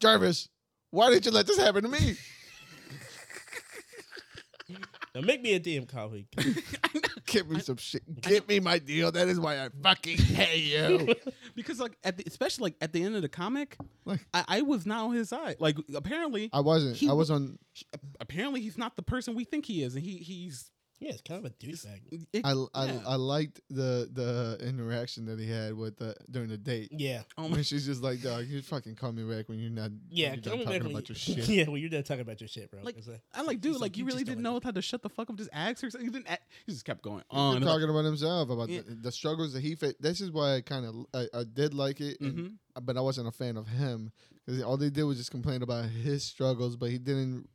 [SPEAKER 2] Jarvis. Why did you let this happen to
[SPEAKER 3] <laughs>
[SPEAKER 2] me?
[SPEAKER 1] now make me a dm colleague <laughs>
[SPEAKER 2] Give me some shit. Give me my deal. That is why I fucking hate you.
[SPEAKER 3] because like at the, especially like at the end of the comic,
[SPEAKER 2] Like-
[SPEAKER 3] I, I was not on his side. Like apparently,
[SPEAKER 2] I wasn't.
[SPEAKER 3] He
[SPEAKER 2] I
[SPEAKER 3] wa-
[SPEAKER 2] was on.
[SPEAKER 3] apparently he's not the person we think he is, and he he's
[SPEAKER 1] yeah it's kind of a douchebag
[SPEAKER 3] it-
[SPEAKER 2] I, I,
[SPEAKER 3] yeah.
[SPEAKER 2] I liked the the interaction that he had with the during the date. <laughs>
[SPEAKER 1] yeah
[SPEAKER 3] Oh my-
[SPEAKER 2] When she's just like, dog, you fucking call me back when you're not. when
[SPEAKER 1] Yeah,
[SPEAKER 2] you're done
[SPEAKER 1] come back
[SPEAKER 2] talking
[SPEAKER 1] when
[SPEAKER 2] about
[SPEAKER 1] you- <laughs>
[SPEAKER 2] your shit.
[SPEAKER 1] Yeah, well, you're done talking about your shit, bro.
[SPEAKER 3] Like,
[SPEAKER 1] 'cause, uh,
[SPEAKER 3] I'm like, dude,
[SPEAKER 1] he's
[SPEAKER 3] like you,
[SPEAKER 1] just
[SPEAKER 3] really
[SPEAKER 1] don't
[SPEAKER 3] didn't
[SPEAKER 1] like
[SPEAKER 3] know
[SPEAKER 1] it.
[SPEAKER 3] how to shut the fuck up. Just ask her. You didn't. Ask, he just kept going
[SPEAKER 2] He's
[SPEAKER 3] on.
[SPEAKER 2] been talking about himself, about
[SPEAKER 3] Yeah.
[SPEAKER 2] the, the struggles that he faced. This is why I kind of I, I did like it, and-
[SPEAKER 3] Mhm.
[SPEAKER 2] but I wasn't a fan of him because all they did was just complain about his struggles, but he didn't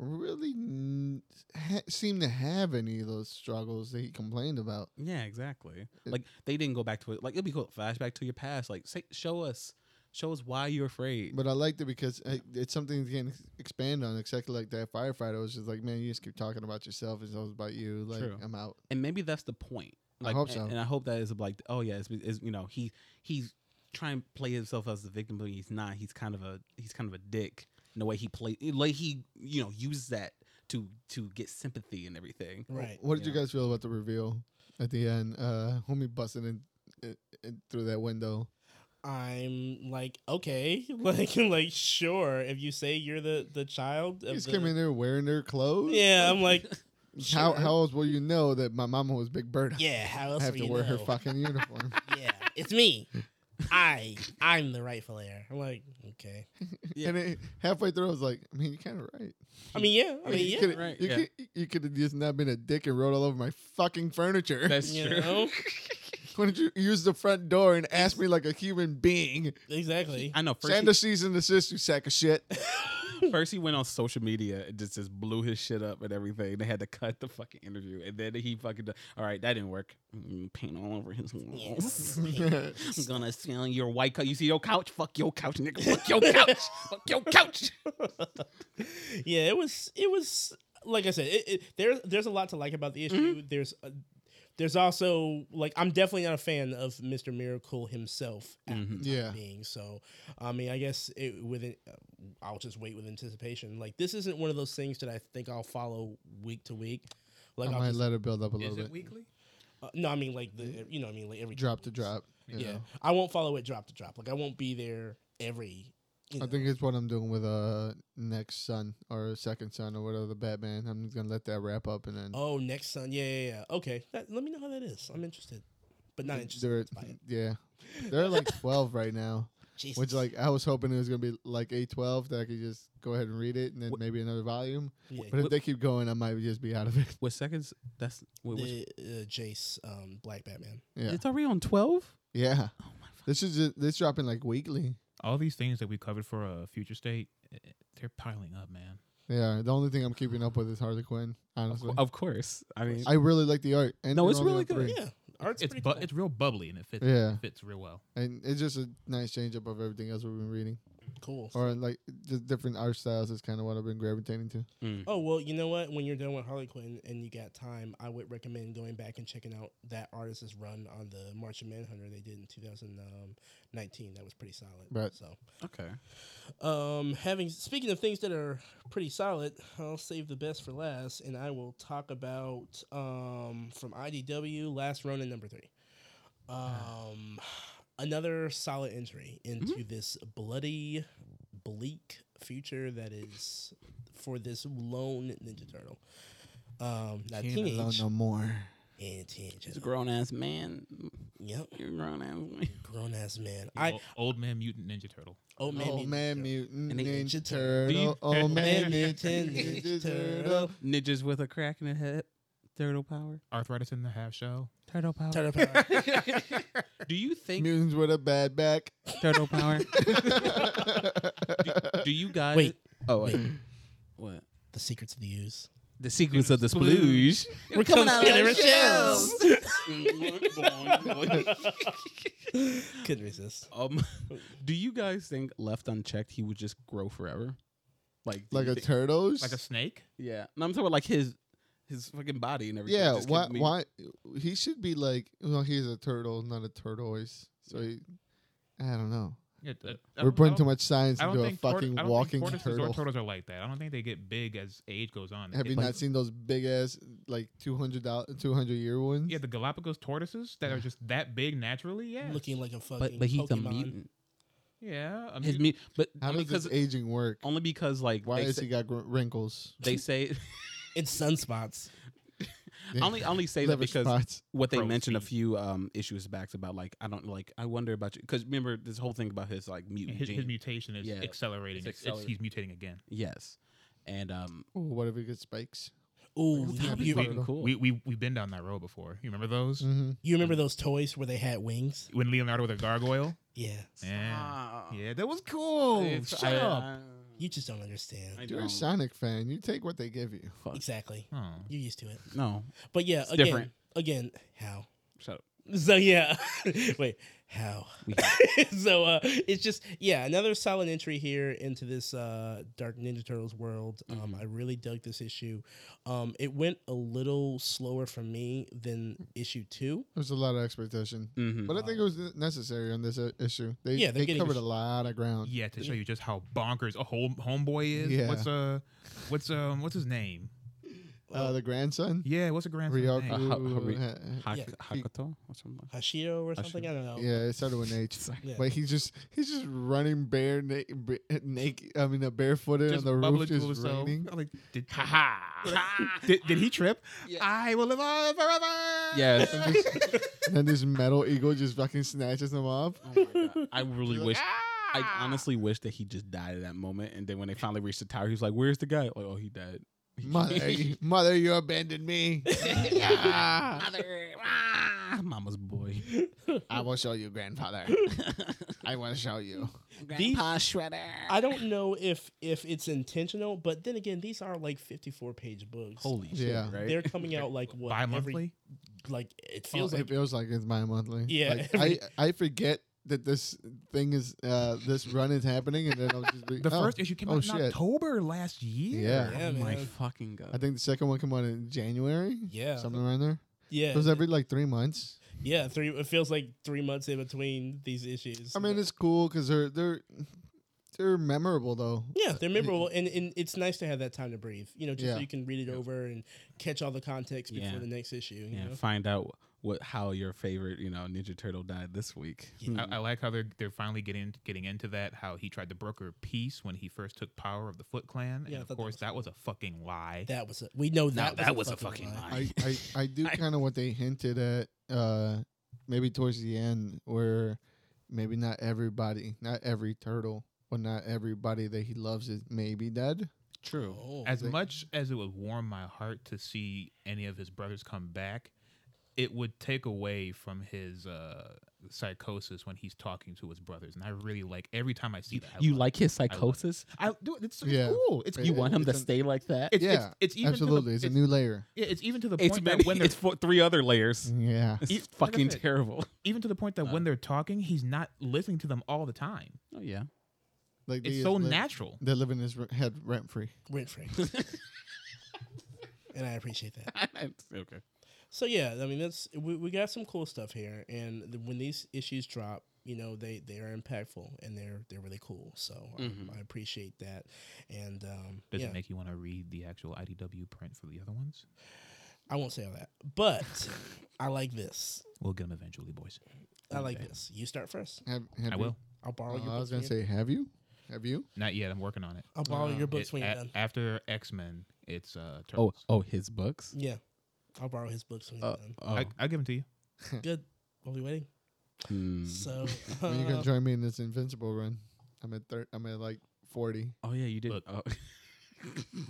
[SPEAKER 2] really n- ha- seem to have any of those struggles that he complained about.
[SPEAKER 3] Yeah, exactly.
[SPEAKER 2] It-
[SPEAKER 3] Like they didn't go back to it. Like it'd be cool. Flashback to your past. Like say, show us, show us why you're afraid.
[SPEAKER 2] But I liked it because I, it's something you can ex- expand on, exactly like that firefighter was just like, man, you just keep talking about yourself, it's always about you. Like
[SPEAKER 3] True.
[SPEAKER 2] I'm out.
[SPEAKER 3] and maybe that's the point. Like,
[SPEAKER 2] hope
[SPEAKER 3] a-
[SPEAKER 2] so.
[SPEAKER 3] And I hope that is like, oh yeah, it's, it's you know he he's trying to play himself as the victim, but he's not. He's kind of a he's kind of a dick in the way he plays, the way he you know uses that to to get sympathy and everything.
[SPEAKER 2] oh,
[SPEAKER 1] Right.
[SPEAKER 2] What did you
[SPEAKER 3] Yeah.
[SPEAKER 2] guys feel about the reveal at the end? Uh, homie busting in, in, in through that window.
[SPEAKER 1] I'm like, okay, <laughs> like, like, sure. If you say you're the the child, of
[SPEAKER 2] He's
[SPEAKER 1] the-
[SPEAKER 2] came in there wearing their clothes.
[SPEAKER 1] Yeah, I'm like,
[SPEAKER 2] How
[SPEAKER 1] sure.
[SPEAKER 2] <laughs> how else will you know that my mama was Big Bird?
[SPEAKER 1] yeah. How else
[SPEAKER 2] I have
[SPEAKER 1] will
[SPEAKER 2] to
[SPEAKER 1] you
[SPEAKER 2] wear her
[SPEAKER 1] know?
[SPEAKER 2] fucking uniform.
[SPEAKER 1] <laughs> Yeah, it's me. I I'm the rightful heir. I'm like, okay.
[SPEAKER 3] Yeah.
[SPEAKER 2] And it, halfway through, I was like, I mean, you're kind of right.
[SPEAKER 1] I mean, yeah.
[SPEAKER 2] <laughs>
[SPEAKER 1] I mean,
[SPEAKER 2] you
[SPEAKER 1] yeah.
[SPEAKER 2] could
[SPEAKER 3] right,
[SPEAKER 2] you
[SPEAKER 3] yeah.
[SPEAKER 2] could you could have just not been a dick and rolled all over my fucking furniture. <laughs>
[SPEAKER 3] That's
[SPEAKER 1] You
[SPEAKER 3] true.
[SPEAKER 1] know?
[SPEAKER 2] Why did you use the front door and ask me like a human being? <laughs>
[SPEAKER 1] Exactly.
[SPEAKER 3] <laughs> I know. First,
[SPEAKER 2] Send
[SPEAKER 3] he,
[SPEAKER 2] a cease and desist, you sack
[SPEAKER 1] <laughs>
[SPEAKER 2] of <laughs> shit.
[SPEAKER 3] <laughs> first he went on social media and just just blew his shit up and everything. They had to cut the fucking interview, and then he fucking d- all right, that didn't work. Mm, Paint all over
[SPEAKER 2] <laughs>
[SPEAKER 3] his walls. I'm gonna sell your white couch. You see your couch? Fuck your couch, nigga. Fuck your couch. <laughs> Fuck your couch.
[SPEAKER 1] <laughs> yeah, it was it was like I said, it, it, there's there's a lot to like about the issue.
[SPEAKER 2] Mm-hmm.
[SPEAKER 1] There's uh there's also like I'm definitely not a fan of Mr. Miracle himself at
[SPEAKER 3] Mhm.
[SPEAKER 1] the time
[SPEAKER 2] Yeah.
[SPEAKER 1] being. So I mean, I guess it within uh, I'll just wait with anticipation. Like this isn't one of those things that I think I'll follow week to week. Like
[SPEAKER 2] I
[SPEAKER 1] I'll
[SPEAKER 2] might
[SPEAKER 1] just,
[SPEAKER 2] let it build up a
[SPEAKER 4] Is
[SPEAKER 2] little
[SPEAKER 4] it
[SPEAKER 2] bit.
[SPEAKER 4] weekly?
[SPEAKER 1] uh, no, I mean like the you know what I mean like every
[SPEAKER 2] drop to drop. you
[SPEAKER 1] Yeah,
[SPEAKER 2] know.
[SPEAKER 1] I won't follow it drop to drop. Like I won't be there every. You know.
[SPEAKER 2] I think it's what I'm doing with uh next son or second son or whatever the Batman. I'm just gonna let that wrap up and then
[SPEAKER 1] Oh, next son. Yeah, yeah, yeah. Okay, that, let me know how that is. I'm interested, but not interested.
[SPEAKER 2] they're
[SPEAKER 1] by it.
[SPEAKER 2] yeah, they're like
[SPEAKER 1] <laughs>
[SPEAKER 2] 12 right now,
[SPEAKER 1] Jesus.
[SPEAKER 2] which like I was hoping it was gonna be like a 12 that I could just go ahead and read it and then
[SPEAKER 3] Wh-
[SPEAKER 2] maybe another volume.
[SPEAKER 1] yeah.
[SPEAKER 2] But if they keep going, I might just be out of it. <laughs>
[SPEAKER 3] What seconds? That's wait, which-
[SPEAKER 1] the uh, Jace, um, Black Batman.
[SPEAKER 2] Yeah,
[SPEAKER 3] it's already on twelve.
[SPEAKER 2] yeah.
[SPEAKER 3] Oh my fuck.
[SPEAKER 2] This is just, this dropping like weekly.
[SPEAKER 4] All these things that we covered for a uh, future state, eh, eh, they're piling up, man.
[SPEAKER 2] Yeah, the only thing I'm keeping up with is Harley Quinn.
[SPEAKER 3] Of,
[SPEAKER 2] Honestly,
[SPEAKER 3] cou- of course. I mean,
[SPEAKER 2] I really like the art. And
[SPEAKER 3] No,
[SPEAKER 2] they're
[SPEAKER 3] it's
[SPEAKER 2] only
[SPEAKER 3] really
[SPEAKER 2] on
[SPEAKER 3] good.
[SPEAKER 2] three.
[SPEAKER 1] Yeah, art's
[SPEAKER 4] It's
[SPEAKER 1] pretty
[SPEAKER 4] bu-
[SPEAKER 1] cool.
[SPEAKER 4] it's real bubbly and it fits
[SPEAKER 2] Yeah.
[SPEAKER 4] fits real well.
[SPEAKER 2] and it's just a nice change up of everything else we've been reading.
[SPEAKER 1] cool.
[SPEAKER 2] or like just different art styles is kind of what I've been gravitating to.
[SPEAKER 1] Oh well, you know what? When you're done with Harley Quinn and you got time, I would recommend going back and checking out that artist's run on the Martian Manhunter they did in 2019. That was pretty solid.
[SPEAKER 2] Right.
[SPEAKER 1] So
[SPEAKER 3] okay.
[SPEAKER 1] Um, having speaking of things that are pretty solid, I'll save the best for last, and I will talk about um, from IDW Last Ronin number three. Um, another solid entry into
[SPEAKER 2] Mm-hmm.
[SPEAKER 1] this bloody, bleak future that is for this lone Ninja Turtle. Um, not teenage
[SPEAKER 2] no more.
[SPEAKER 1] and teenage.
[SPEAKER 3] He's a grown ass man.
[SPEAKER 1] Yep,
[SPEAKER 3] You're a grown ass man.
[SPEAKER 1] grown ass
[SPEAKER 3] <laughs>
[SPEAKER 1] man.
[SPEAKER 4] I,
[SPEAKER 1] I
[SPEAKER 4] old man mutant ninja turtle.
[SPEAKER 1] oh man,
[SPEAKER 2] Old
[SPEAKER 1] Ninja
[SPEAKER 2] man
[SPEAKER 1] Turtle.
[SPEAKER 2] mutant
[SPEAKER 3] And they-
[SPEAKER 2] ninja
[SPEAKER 4] Beep.
[SPEAKER 2] turtle. Old man mutant ninja turtle.
[SPEAKER 3] Ninjas with a crack in the head. Turtle power.
[SPEAKER 4] Arthritis in the half shell.
[SPEAKER 3] Turtle power.
[SPEAKER 1] Turtle power.
[SPEAKER 3] <laughs> Do you think
[SPEAKER 2] Mutants with a bad back. <laughs>
[SPEAKER 3] turtle power? Do you guys?
[SPEAKER 1] Wait,
[SPEAKER 3] Oh wait.
[SPEAKER 1] wait.
[SPEAKER 3] What?
[SPEAKER 1] the secrets of the use.
[SPEAKER 3] The secrets of the
[SPEAKER 4] Splooge.
[SPEAKER 3] splooge. We're coming out of
[SPEAKER 1] Coming
[SPEAKER 3] our
[SPEAKER 1] out
[SPEAKER 3] shells.
[SPEAKER 1] Couldn't resist.
[SPEAKER 3] um, do you guys think left unchecked he would just grow forever? Like do
[SPEAKER 2] like
[SPEAKER 3] you
[SPEAKER 2] a
[SPEAKER 3] thi-
[SPEAKER 2] turtles.
[SPEAKER 4] Like a snake?
[SPEAKER 3] yeah. No, I'm talking about like his his fucking body and everything.
[SPEAKER 2] yeah.
[SPEAKER 3] just
[SPEAKER 2] Why?
[SPEAKER 3] kept me-
[SPEAKER 2] Why? He should be like. Well, he's a turtle, not a tortoise. So he, I don't know.
[SPEAKER 4] Yeah, uh, I
[SPEAKER 2] We're
[SPEAKER 4] don't-
[SPEAKER 2] putting
[SPEAKER 4] I
[SPEAKER 2] too
[SPEAKER 4] don't-
[SPEAKER 2] much science
[SPEAKER 4] I don't
[SPEAKER 2] into a
[SPEAKER 4] think tort-
[SPEAKER 2] fucking
[SPEAKER 4] I don't think
[SPEAKER 2] walking
[SPEAKER 4] tortoises Or
[SPEAKER 2] turtle.
[SPEAKER 4] turtles are like that. I don't think they get big as age goes on.
[SPEAKER 2] Have you
[SPEAKER 4] Like,
[SPEAKER 2] not seen those big ass like 200 200 year ones?
[SPEAKER 4] Yeah, the Galapagos tortoises that are just that big naturally. Yeah,
[SPEAKER 1] Looking like a fucking
[SPEAKER 3] But but he's
[SPEAKER 1] Pokemon.
[SPEAKER 3] a mutant.
[SPEAKER 4] yeah. I
[SPEAKER 3] His
[SPEAKER 4] mean,
[SPEAKER 3] mut- but
[SPEAKER 2] How
[SPEAKER 3] only
[SPEAKER 2] does
[SPEAKER 3] because
[SPEAKER 2] this aging work?
[SPEAKER 3] only because like
[SPEAKER 2] Why
[SPEAKER 3] they,
[SPEAKER 2] has
[SPEAKER 3] say,
[SPEAKER 2] he got gr- wrinkles? <laughs>
[SPEAKER 3] they say
[SPEAKER 1] It's sunspots.
[SPEAKER 3] I only I only say that
[SPEAKER 2] Liver
[SPEAKER 3] because
[SPEAKER 2] spots.
[SPEAKER 3] what they
[SPEAKER 4] Crow's
[SPEAKER 3] mentioned a
[SPEAKER 4] feet.
[SPEAKER 3] few um issues back about like I don't like I wonder about you because remember this whole thing about his like mutant
[SPEAKER 4] his,
[SPEAKER 3] gene.
[SPEAKER 4] his mutation is
[SPEAKER 3] Yeah.
[SPEAKER 4] accelerating.
[SPEAKER 3] It's
[SPEAKER 4] It's, it's- he's
[SPEAKER 3] accelerating.
[SPEAKER 4] mutating again.
[SPEAKER 3] yes, and um
[SPEAKER 2] Ooh, what if he gets spikes?
[SPEAKER 1] Ooh,
[SPEAKER 2] What's
[SPEAKER 1] you,
[SPEAKER 2] happening?
[SPEAKER 1] you,
[SPEAKER 2] Fucking
[SPEAKER 3] cool.
[SPEAKER 4] We we we've been down that road before. You remember those
[SPEAKER 2] Mm-hmm.
[SPEAKER 1] you remember those toys where they had wings?
[SPEAKER 4] when Leonardo was a gargoyle?
[SPEAKER 1] Yeah.
[SPEAKER 4] Yeah,
[SPEAKER 3] Ah.
[SPEAKER 4] yeah, that was cool.
[SPEAKER 3] It's-
[SPEAKER 4] Oh,
[SPEAKER 3] uh,
[SPEAKER 4] Shut
[SPEAKER 3] I-
[SPEAKER 4] up.
[SPEAKER 3] I-
[SPEAKER 1] You just don't understand.
[SPEAKER 3] I
[SPEAKER 2] You're a
[SPEAKER 3] don't-
[SPEAKER 2] Sonic fan. You take what they give you.
[SPEAKER 3] fuck.
[SPEAKER 1] exactly.
[SPEAKER 4] Oh.
[SPEAKER 1] You're used to it.
[SPEAKER 3] No,
[SPEAKER 1] But yeah,
[SPEAKER 3] It's
[SPEAKER 1] again,
[SPEAKER 3] different.
[SPEAKER 1] again, how?
[SPEAKER 3] shut up.
[SPEAKER 1] So yeah, <laughs> wait, how? <laughs> so uh, it's just yeah, another solid entry here into this uh, Dark Ninja Turtles world.
[SPEAKER 3] Mm-hmm.
[SPEAKER 1] Um, I really dug this issue. Um, it went a little slower for me than issue two.
[SPEAKER 2] There's a lot of expectation,
[SPEAKER 3] Mm-hmm.
[SPEAKER 2] but I think it was necessary on this uh, issue. They
[SPEAKER 1] Yeah, they're
[SPEAKER 2] they
[SPEAKER 1] getting
[SPEAKER 2] covered
[SPEAKER 1] a-
[SPEAKER 2] a lot of ground.
[SPEAKER 4] Yeah, to show you just how bonkers a home homeboy is.
[SPEAKER 2] Yeah.
[SPEAKER 4] What's uh what's um what's his name?
[SPEAKER 2] Uh, the grandson,
[SPEAKER 4] Yeah, what's a grandson's
[SPEAKER 2] Ryoku,
[SPEAKER 4] name?
[SPEAKER 3] Uh, Ha- Hari-
[SPEAKER 2] ha-
[SPEAKER 3] Hak-
[SPEAKER 1] Yeah.
[SPEAKER 3] Hakuto or something.
[SPEAKER 1] Hashiro or something. I don't know.
[SPEAKER 2] Yeah, it started with an
[SPEAKER 3] <laughs>
[SPEAKER 2] H.
[SPEAKER 1] Yeah.
[SPEAKER 2] But he's just he's just running bare na- ba- naked. I mean, uh, barefooted
[SPEAKER 4] Just
[SPEAKER 2] on the
[SPEAKER 4] bubbling
[SPEAKER 2] roof,
[SPEAKER 4] to
[SPEAKER 2] just
[SPEAKER 3] Oh
[SPEAKER 4] himself.
[SPEAKER 2] raining.
[SPEAKER 4] I'm like, did, ha. <laughs> did, did he trip? I will live on forever.
[SPEAKER 3] <laughs> Yes.
[SPEAKER 2] and then this metal eagle just fucking snatches
[SPEAKER 1] <laughs>
[SPEAKER 2] him off.
[SPEAKER 3] I really wish. I
[SPEAKER 4] "Ah!"
[SPEAKER 3] honestly wish that he just died at that moment, and then when they finally reached the tower, he was like, "Where's the guy?" Like, oh, he died.
[SPEAKER 2] Mother, you- mother, you abandoned
[SPEAKER 1] <laughs>
[SPEAKER 2] me.
[SPEAKER 3] Mother, ah, <laughs> mama's boy.
[SPEAKER 2] I will show you, grandfather. I will show you.
[SPEAKER 1] Grandpa
[SPEAKER 3] Shredder.
[SPEAKER 1] I don't know if if it's intentional, but then again, these are like fifty four page books.
[SPEAKER 3] Holy shit!
[SPEAKER 2] Yeah.
[SPEAKER 3] Right?
[SPEAKER 1] They're coming out like what every-
[SPEAKER 4] Bi-monthly?
[SPEAKER 1] like it feels
[SPEAKER 2] Oh,
[SPEAKER 1] like
[SPEAKER 2] it feels like it's my monthly.
[SPEAKER 1] Yeah, <laughs>
[SPEAKER 2] Like,
[SPEAKER 1] every-
[SPEAKER 2] I I forget that this thing is uh this run is happening, and then I'll just be
[SPEAKER 4] The
[SPEAKER 2] oh,
[SPEAKER 4] first issue came out
[SPEAKER 2] oh,
[SPEAKER 4] in
[SPEAKER 2] shit.
[SPEAKER 4] October last year.
[SPEAKER 2] Yeah.
[SPEAKER 1] Yeah,
[SPEAKER 3] oh my
[SPEAKER 1] man.
[SPEAKER 3] fucking god!
[SPEAKER 2] I think the second one came out in January.
[SPEAKER 1] Yeah.
[SPEAKER 2] something around there.
[SPEAKER 1] yeah
[SPEAKER 2] It was every like three months.
[SPEAKER 1] yeah three. It feels like three months in between these issues.
[SPEAKER 2] I mean, it's cool because they're they're they're memorable though.
[SPEAKER 1] Yeah, they're memorable, and, and it's nice to have that time to breathe. You know, just so
[SPEAKER 2] Yeah.
[SPEAKER 1] you can read it over and catch all the context before
[SPEAKER 3] Yeah.
[SPEAKER 1] the next issue. You
[SPEAKER 3] yeah,
[SPEAKER 1] know?
[SPEAKER 3] find out what how your favorite you know Ninja Turtle died this week.
[SPEAKER 4] I, I like how they're they're finally getting getting into that. How he tried to broker peace when he first took power of the Foot Clan,
[SPEAKER 1] Yeah, I thought
[SPEAKER 4] and
[SPEAKER 1] that
[SPEAKER 4] of course
[SPEAKER 1] was
[SPEAKER 4] that was a fucking lie.
[SPEAKER 1] That was a, we know that
[SPEAKER 3] Now, that was a fucking
[SPEAKER 1] lie.
[SPEAKER 2] I I, I
[SPEAKER 4] <laughs>
[SPEAKER 2] do kind of what they hinted at, uh, maybe towards the end, where maybe not everybody, not every turtle, or not everybody that he loves is maybe dead.
[SPEAKER 3] True.
[SPEAKER 1] Oh.
[SPEAKER 4] as much as it would warm my heart to see any of his brothers come back, it would take away from his uh, psychosis when he's talking to his brothers. And I really like every time I see that. I
[SPEAKER 3] you
[SPEAKER 4] love
[SPEAKER 3] like his
[SPEAKER 4] it.
[SPEAKER 3] psychosis?
[SPEAKER 4] I, do. It's, it's
[SPEAKER 2] Yeah.
[SPEAKER 4] cool. It's
[SPEAKER 2] It-
[SPEAKER 3] You want him to
[SPEAKER 2] it's an-
[SPEAKER 3] stay like that?
[SPEAKER 4] it's,
[SPEAKER 2] yeah,
[SPEAKER 4] it's, it's even
[SPEAKER 2] absolutely.
[SPEAKER 4] To
[SPEAKER 2] it's
[SPEAKER 4] the,
[SPEAKER 2] a new layer.
[SPEAKER 4] yeah, it's even to the
[SPEAKER 3] It's
[SPEAKER 4] point
[SPEAKER 3] many,
[SPEAKER 4] that when they're
[SPEAKER 3] it's <laughs> four, three other layers.
[SPEAKER 2] Yeah,
[SPEAKER 3] It's
[SPEAKER 4] E- like I
[SPEAKER 3] fucking
[SPEAKER 4] said- <laughs>
[SPEAKER 3] terrible.
[SPEAKER 4] even to the point that when they're talking, he's not listening to them all the time.
[SPEAKER 3] Oh yeah.
[SPEAKER 2] like
[SPEAKER 4] It's
[SPEAKER 2] they
[SPEAKER 4] so
[SPEAKER 2] live-
[SPEAKER 4] natural.
[SPEAKER 2] They live in his r- head rent free.
[SPEAKER 1] Rent
[SPEAKER 3] <laughs>
[SPEAKER 1] free. and I appreciate that.
[SPEAKER 3] <laughs> okay.
[SPEAKER 1] So yeah, I mean that's we, we got some cool stuff here, and the, when these issues drop, you know they they are impactful and they're they're really cool. So um, I appreciate that, and um,
[SPEAKER 4] Mm-hmm. Does
[SPEAKER 1] yeah,
[SPEAKER 4] it make you want to read the actual IDW print for the other ones?
[SPEAKER 1] I won't say all that,
[SPEAKER 4] <laughs>
[SPEAKER 1] but I like this.
[SPEAKER 4] We'll get them eventually, boys.
[SPEAKER 1] I like this. You start first.
[SPEAKER 2] Have, have
[SPEAKER 4] I
[SPEAKER 2] you-
[SPEAKER 4] will.
[SPEAKER 1] I'll borrow
[SPEAKER 2] Oh,
[SPEAKER 1] your.
[SPEAKER 2] I
[SPEAKER 1] books
[SPEAKER 2] was
[SPEAKER 1] when
[SPEAKER 2] gonna
[SPEAKER 1] you're-
[SPEAKER 2] say, have you? Have you?
[SPEAKER 4] Not yet. I'm working on it.
[SPEAKER 1] I'll borrow your books
[SPEAKER 4] It-
[SPEAKER 1] when you're
[SPEAKER 4] a-
[SPEAKER 1] done.
[SPEAKER 4] After X Men, it's uh,
[SPEAKER 3] Oh,
[SPEAKER 4] Turtles.
[SPEAKER 3] oh, his books.
[SPEAKER 1] Yeah. I'll borrow his books when
[SPEAKER 3] Uh,
[SPEAKER 1] he's
[SPEAKER 3] oh.
[SPEAKER 4] I, I'll give them to you.
[SPEAKER 1] done. Good. We'll be waiting.
[SPEAKER 3] hmm.
[SPEAKER 4] Mm-hmm.
[SPEAKER 1] So, <laughs>
[SPEAKER 2] When you
[SPEAKER 1] uh,
[SPEAKER 2] gonna join me in this invincible run? I'm at thir- I'm at like forty.
[SPEAKER 3] Oh yeah, you did.
[SPEAKER 4] Look.
[SPEAKER 3] Oh.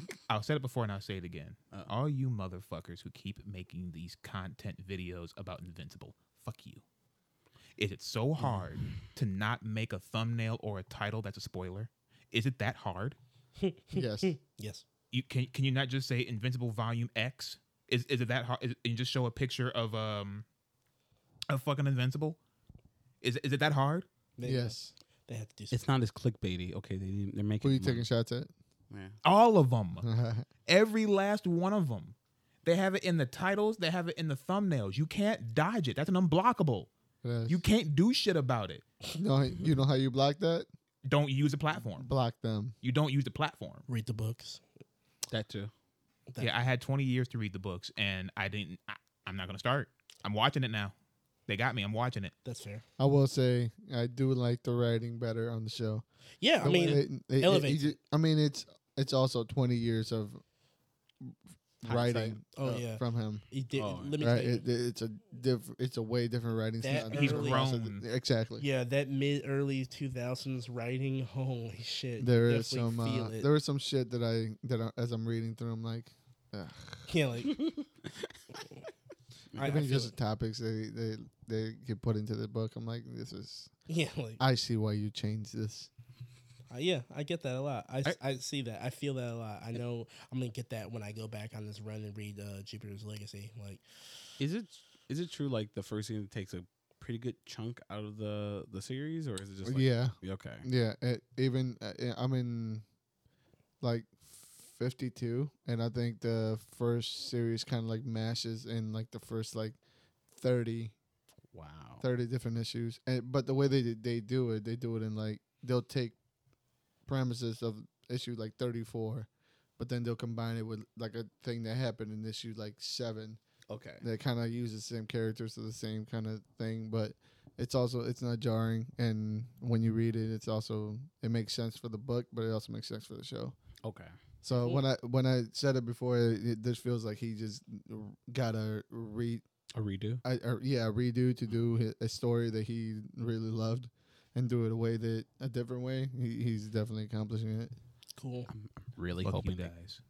[SPEAKER 3] <laughs>
[SPEAKER 4] I'll say it before and I'll say it again.
[SPEAKER 3] Uh.
[SPEAKER 4] All you motherfuckers who keep making these content videos about Invincible, fuck you. Is it so hard to not make a thumbnail or a title that's a spoiler? Is it that hard?
[SPEAKER 2] Yes.
[SPEAKER 1] yes.
[SPEAKER 4] You can can you not just say Invincible Volume X? Is is it that hard? Is, and just show a picture of um, of fucking Invincible. Is is it that hard?
[SPEAKER 1] They,
[SPEAKER 2] yes.
[SPEAKER 1] They have to do something.
[SPEAKER 3] It's not as clickbaity. Okay, they didn't- they're making.
[SPEAKER 2] Who are you
[SPEAKER 3] money.
[SPEAKER 2] taking shots at?
[SPEAKER 3] Yeah.
[SPEAKER 4] All of them.
[SPEAKER 2] <laughs>
[SPEAKER 4] Every last one of them. They have it in the titles. They have it in the thumbnails. You can't dodge it. That's an unblockable.
[SPEAKER 2] Yes.
[SPEAKER 4] You can't do shit about it.
[SPEAKER 2] know, you know how you block that?
[SPEAKER 4] Don't use the platform.
[SPEAKER 2] Block them.
[SPEAKER 4] You don't use the platform.
[SPEAKER 1] Read the books.
[SPEAKER 3] That too.
[SPEAKER 1] That-
[SPEAKER 4] yeah, I had 20 years to read the books, and I didn't. I, I'm not gonna start. I'm watching it now. They got me. I'm watching it.
[SPEAKER 1] That's fair.
[SPEAKER 2] I will say I do like the writing better on the show.
[SPEAKER 1] Yeah. I
[SPEAKER 2] The way
[SPEAKER 1] mean,
[SPEAKER 2] it- it- it-
[SPEAKER 1] elevates
[SPEAKER 2] it- I mean, it's it's also twenty years of writing.
[SPEAKER 1] Oh, yeah.
[SPEAKER 2] from him.
[SPEAKER 1] he did,
[SPEAKER 3] Oh,
[SPEAKER 1] let me
[SPEAKER 2] uh, Right?
[SPEAKER 1] tell you.
[SPEAKER 2] It, it's a diff, It's a way different writing.
[SPEAKER 1] That
[SPEAKER 2] style.
[SPEAKER 1] He's
[SPEAKER 2] Different process.
[SPEAKER 4] grown.
[SPEAKER 2] Exactly.
[SPEAKER 1] yeah, that mid early 2000s writing. <laughs> Holy shit. you
[SPEAKER 2] There is
[SPEAKER 1] definitely
[SPEAKER 2] some. Uh,
[SPEAKER 1] feel it.
[SPEAKER 2] there is some shit that I that I, as I'm reading through, I'm like, ugh.
[SPEAKER 1] yeah,
[SPEAKER 4] <laughs>
[SPEAKER 1] like. I, I
[SPEAKER 2] even
[SPEAKER 1] feel
[SPEAKER 2] just
[SPEAKER 1] it.
[SPEAKER 2] the topics they they they get put into the book. I'm like, this is.
[SPEAKER 1] yeah, like,
[SPEAKER 2] I see why you changed this.
[SPEAKER 1] uh, yeah, I get that a lot. I, s- I see that. I feel that a lot. I know I'm gonna get that when I go back on this run and read uh, Jupiter's Legacy. Like,
[SPEAKER 3] Is it Is it true like the first season takes a pretty good chunk out of the the series, or is it just like,
[SPEAKER 2] yeah,
[SPEAKER 3] okay?
[SPEAKER 2] yeah. It, even uh, uh, I'm in like 52, and I think the first series kind of like mashes in like the first like 30,
[SPEAKER 3] Wow.
[SPEAKER 2] 30 different issues. And but the way they they do it, they do it in like they'll take premises of issue like 34, but then they'll combine it with like a thing that happened in issue like seven.
[SPEAKER 3] Okay.
[SPEAKER 2] that kind of use the same characters for the same kind of thing, but it's also it's not jarring. And when you read it, it's also it makes sense for the book, but it also makes sense for the show.
[SPEAKER 3] Okay.
[SPEAKER 2] So
[SPEAKER 1] Cool.
[SPEAKER 2] when I when I said it before, it, it just feels like he just got a re
[SPEAKER 3] A redo.
[SPEAKER 2] I, or, yeah a redo to do
[SPEAKER 1] Mm-hmm.
[SPEAKER 2] hi- a story that he really loved and do it a way that a different way. He, he's definitely accomplishing it.
[SPEAKER 1] Cool.
[SPEAKER 3] I'm I'm really
[SPEAKER 4] Fuck you
[SPEAKER 3] hoping that.
[SPEAKER 4] guys.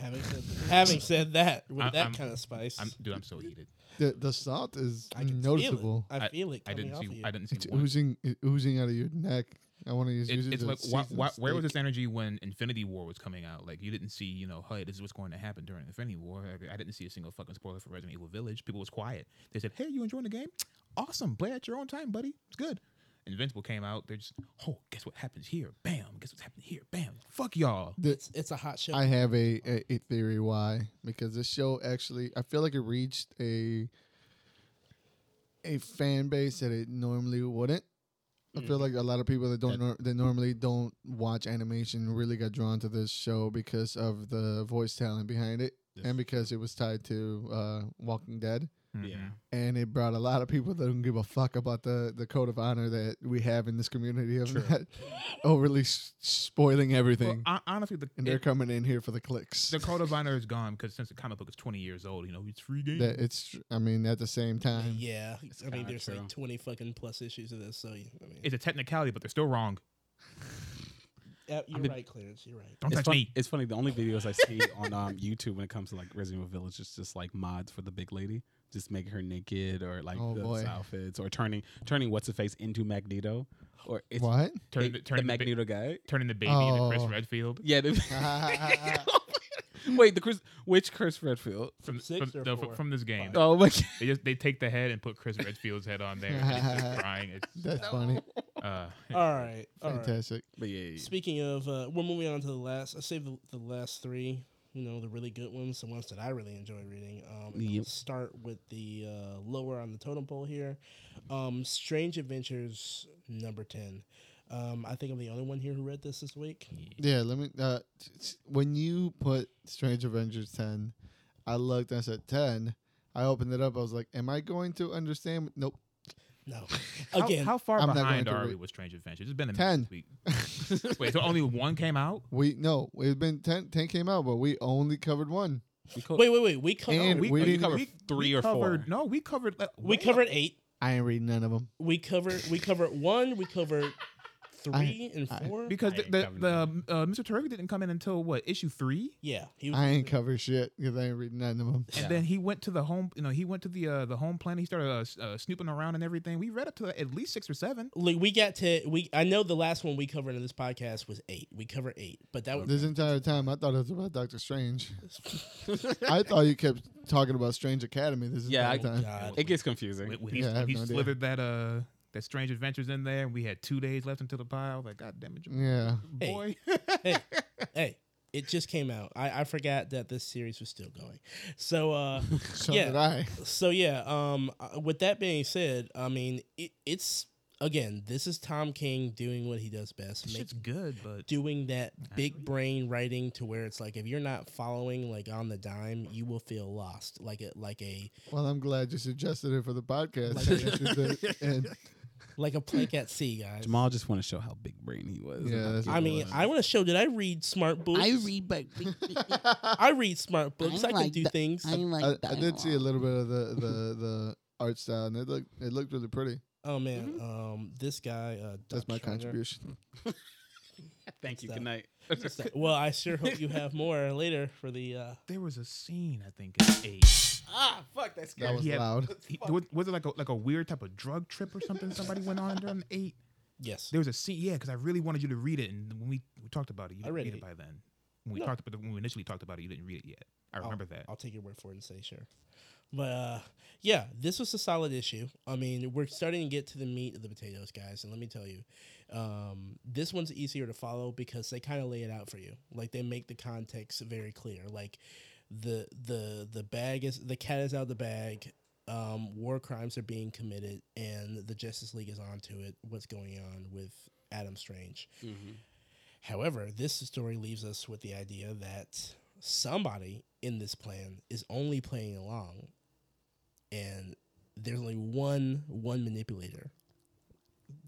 [SPEAKER 1] Having said, having said
[SPEAKER 4] <laughs>
[SPEAKER 1] that, with
[SPEAKER 4] I'm-
[SPEAKER 1] that
[SPEAKER 4] I'm-
[SPEAKER 1] kind of spice,
[SPEAKER 4] I'm, dude, I'm so heated.
[SPEAKER 2] The the salt is
[SPEAKER 1] I can
[SPEAKER 2] noticeable.
[SPEAKER 1] Feel it. I feel it.
[SPEAKER 4] I
[SPEAKER 1] Coming
[SPEAKER 4] didn't
[SPEAKER 1] off
[SPEAKER 4] see.
[SPEAKER 1] Of you.
[SPEAKER 4] I didn't
[SPEAKER 2] It's <laughs>
[SPEAKER 4] see one.
[SPEAKER 2] oozing it oozing out of your neck. I want to use
[SPEAKER 4] It,
[SPEAKER 2] use it
[SPEAKER 4] it's
[SPEAKER 2] to
[SPEAKER 4] like why,
[SPEAKER 2] season
[SPEAKER 4] why, where was
[SPEAKER 2] steak.
[SPEAKER 4] this energy when Infinity War was coming out? Like you didn't see, you know, hey, this is what's going to happen during Infinity War. I, I didn't see a single fucking spoiler for Resident Evil Village. People was quiet. They said, "Hey, you enjoying the game? Awesome. Play at your own time, buddy. It's good." Invincible came out. They're just, oh, guess what happens here? Bam. Guess what's happening here? Bam. Fuck y'all.
[SPEAKER 1] it's, it's a hot show.
[SPEAKER 2] I have a, a, a theory why because this show actually I feel like it reached a a fan base that it normally wouldn't. I
[SPEAKER 4] Mm.
[SPEAKER 2] feel like a lot of people that don't nor- that normally don't watch animation really got drawn to this show because of the voice talent behind it and because it was tied to uh, Walking Dead
[SPEAKER 3] Yeah.
[SPEAKER 2] and it brought a lot of people that don't give a fuck about the the code of honor that we have in this community of not overly s- spoiling
[SPEAKER 4] Well,
[SPEAKER 2] everything.
[SPEAKER 4] hon- honestly, the,
[SPEAKER 2] and they're
[SPEAKER 4] it-
[SPEAKER 2] coming in here for the clicks.
[SPEAKER 4] the code of honor is gone because since the comic book is 20 years old, you know, it's free game.
[SPEAKER 2] that it's i mean at the same time
[SPEAKER 1] yeah, I mean,
[SPEAKER 3] kinda
[SPEAKER 1] there's
[SPEAKER 3] true.
[SPEAKER 1] like 20 fucking plus issues of this, so you, I mean,
[SPEAKER 4] it's a technicality, but they're still wrong.
[SPEAKER 1] uh, you're
[SPEAKER 4] I've been-
[SPEAKER 1] right, Clarence. You're right.
[SPEAKER 4] Don't
[SPEAKER 3] It's,
[SPEAKER 4] touch
[SPEAKER 3] fun-
[SPEAKER 4] me.
[SPEAKER 3] it's funny. The only videos I see <laughs> on um, YouTube when it comes to like Resident Evil Village is just like mods for the big lady, just making her naked or like
[SPEAKER 2] Oh,
[SPEAKER 3] those
[SPEAKER 2] boy.
[SPEAKER 3] outfits or turning turning what's the face into Magneto or
[SPEAKER 4] <laughs>
[SPEAKER 3] it's
[SPEAKER 2] what
[SPEAKER 4] Turn,
[SPEAKER 3] it-
[SPEAKER 4] turn the, ba-
[SPEAKER 3] the Magneto guy.
[SPEAKER 4] turning the baby into Chris
[SPEAKER 2] Oh.
[SPEAKER 4] Redfield.
[SPEAKER 2] <laughs>
[SPEAKER 3] Yeah. the- <laughs> Wait, the Chris which Chris Redfield?
[SPEAKER 4] From,
[SPEAKER 1] Six
[SPEAKER 4] from,
[SPEAKER 1] or
[SPEAKER 4] no, from,
[SPEAKER 1] four?
[SPEAKER 4] from this game,
[SPEAKER 3] Oh my <laughs> god.
[SPEAKER 4] they just they take the head and put Chris Redfield's head on there. And he's <laughs> just crying. It's,
[SPEAKER 2] that's funny
[SPEAKER 4] uh, <laughs>
[SPEAKER 2] <laughs>
[SPEAKER 1] All right. All right.
[SPEAKER 2] fantastic
[SPEAKER 3] But yeah, yeah,
[SPEAKER 1] Speaking of, uh, we're moving on to the last. I saved the, the last three, you know, the really good ones, the ones that I really enjoy reading. Um, and I'll
[SPEAKER 3] Yep.
[SPEAKER 1] Start with the uh, lower on the totem pole here. Um, Strange Adventures number ten. Um, I think I'm the only one here who read this this week.
[SPEAKER 2] yeah let me uh t- t- when you put strange avengers 10 i looked and i said 10 i opened it up i was like am i going to understand nope <laughs>
[SPEAKER 1] No,
[SPEAKER 4] How-
[SPEAKER 1] again,
[SPEAKER 4] how, far
[SPEAKER 2] I'm not going
[SPEAKER 4] behind
[SPEAKER 2] to
[SPEAKER 4] are we
[SPEAKER 2] read-
[SPEAKER 4] with Strange Adventures? It's been a
[SPEAKER 2] Ten.
[SPEAKER 4] week. Wait, so only one came <laughs> out?
[SPEAKER 2] we no it's been 10 10 came out but we only covered one
[SPEAKER 3] We co-
[SPEAKER 1] wait, wait, wait. We co-
[SPEAKER 2] And
[SPEAKER 1] we,
[SPEAKER 2] we
[SPEAKER 3] oh, you
[SPEAKER 2] didn't-
[SPEAKER 3] covered
[SPEAKER 4] we-
[SPEAKER 3] three
[SPEAKER 4] we
[SPEAKER 3] or
[SPEAKER 4] covered,
[SPEAKER 3] four.
[SPEAKER 4] No, we covered. uh,
[SPEAKER 1] we
[SPEAKER 4] way-
[SPEAKER 1] covered eight.
[SPEAKER 2] i ain't read none of them
[SPEAKER 1] We covered we covered one. We covered three and
[SPEAKER 2] I-
[SPEAKER 1] four.
[SPEAKER 4] because
[SPEAKER 3] I
[SPEAKER 4] the,
[SPEAKER 3] ain't
[SPEAKER 4] the,
[SPEAKER 3] covered
[SPEAKER 4] the uh, Mr. Terrific didn't come in until what issue three,
[SPEAKER 1] yeah, he
[SPEAKER 2] i ain't
[SPEAKER 1] covered.
[SPEAKER 2] covered shit because i ain't read none of them
[SPEAKER 4] and
[SPEAKER 3] Yeah.
[SPEAKER 4] then he went to the home. You know, he went to the uh, the home planet. He started uh, s- uh, snooping around and everything. We read up to at least six or seven.
[SPEAKER 1] Like we got to we I know the last one we covered in this podcast was eight. We covered eight, but that was
[SPEAKER 2] Oh, this entire time i thought it was about dr strange i thought you kept talking about strange academy this
[SPEAKER 3] Yeah,
[SPEAKER 2] entire
[SPEAKER 3] I-
[SPEAKER 2] time
[SPEAKER 1] God.
[SPEAKER 3] It gets confusing.
[SPEAKER 4] When, when he,
[SPEAKER 2] Yeah, I have
[SPEAKER 4] he
[SPEAKER 2] no idea.
[SPEAKER 4] slithered that uh that Strange Adventures in there, and we had two days left until the pile. Like, God damn it, Jamal,
[SPEAKER 2] yeah
[SPEAKER 1] Hey.
[SPEAKER 4] boy!
[SPEAKER 1] hey, hey, it just came out. I, I forgot that this series was still going. So
[SPEAKER 4] <laughs>
[SPEAKER 1] uh
[SPEAKER 2] So
[SPEAKER 1] Yeah.
[SPEAKER 2] did I.
[SPEAKER 1] so yeah, um uh, with that being said, I mean it, it's again, this is Tom King doing what he does best.
[SPEAKER 4] This
[SPEAKER 1] make-
[SPEAKER 4] shit's good, but
[SPEAKER 1] doing that big brain writing to where it's like if you're not following like on the dime, you will feel lost. Like a like a
[SPEAKER 2] Well, I'm glad you suggested it for the podcast.
[SPEAKER 1] Like-
[SPEAKER 2] This <laughs> is it. and
[SPEAKER 1] like a plank at sea, guys.
[SPEAKER 3] Jamal just want to show how big brain he was.
[SPEAKER 2] Yeah, that's-
[SPEAKER 1] I mean, I want to show that I read smart books. I read, I read smart books. I, can do things.
[SPEAKER 2] I, I did see a little bit of the, the, the art style, and it looked it looked really pretty.
[SPEAKER 1] oh man, um, this guy. Uh,
[SPEAKER 2] That's
[SPEAKER 1] Doc
[SPEAKER 2] my
[SPEAKER 1] Schreiner.
[SPEAKER 2] contribution.
[SPEAKER 3] Thank you.
[SPEAKER 1] So-
[SPEAKER 3] Good night. <laughs>
[SPEAKER 1] So- well, I sure hope you have more later for the. Uh,
[SPEAKER 4] there was a scene I think in eight.
[SPEAKER 3] ah, fuck. That's
[SPEAKER 2] That was
[SPEAKER 4] he had- <laughs>
[SPEAKER 2] loud.
[SPEAKER 4] He, was, was it like a like a weird type of drug trip or something? Somebody went on during eight.
[SPEAKER 1] yes.
[SPEAKER 4] There was a scene, yeah, because I really wanted you to read it, and when we, we talked about it, you
[SPEAKER 1] I
[SPEAKER 4] didn't
[SPEAKER 1] read
[SPEAKER 4] read it
[SPEAKER 1] it.
[SPEAKER 4] by then. When we
[SPEAKER 1] No.
[SPEAKER 4] talked about it, when we initially talked about it, you didn't read it yet. I remember that.
[SPEAKER 1] I'll take your word for it and say sure. But uh, yeah, this was a solid issue. I mean, we're starting to get to the meat of the potatoes, guys. And let me tell you, um, this one's easier to follow because they kind of lay it out for you. Like they make the context very clear. Like the the the bag is the cat is out of the bag. Um, war crimes are being committed, and the Justice League is onto it. What's going on with Adam Strange? However, this story leaves us with the idea that somebody in this plan is only playing along and there's only one one manipulator.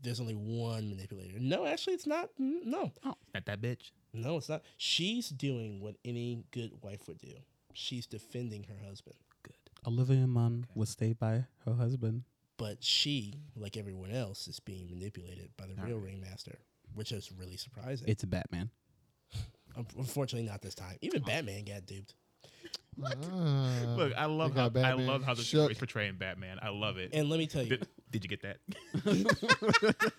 [SPEAKER 1] There's only one manipulator. No, actually it's not. N- No.
[SPEAKER 4] Not that bitch.
[SPEAKER 1] No, it's not. She's doing what any good wife would do. She's defending her husband.
[SPEAKER 3] Olivia Munn was stayed by her husband.
[SPEAKER 1] But she, like everyone else, is being manipulated by the real ringmaster, which is really surprising.
[SPEAKER 3] It's Batman.
[SPEAKER 1] Un- Unfortunately, not this time. Even Batman got duped.
[SPEAKER 2] Ah.
[SPEAKER 4] Look, I love
[SPEAKER 2] they got
[SPEAKER 4] how I
[SPEAKER 2] Batman
[SPEAKER 4] love how the
[SPEAKER 2] shook.
[SPEAKER 4] story's portraying Batman. I love it.
[SPEAKER 1] And let me tell you,
[SPEAKER 4] did, did you get that?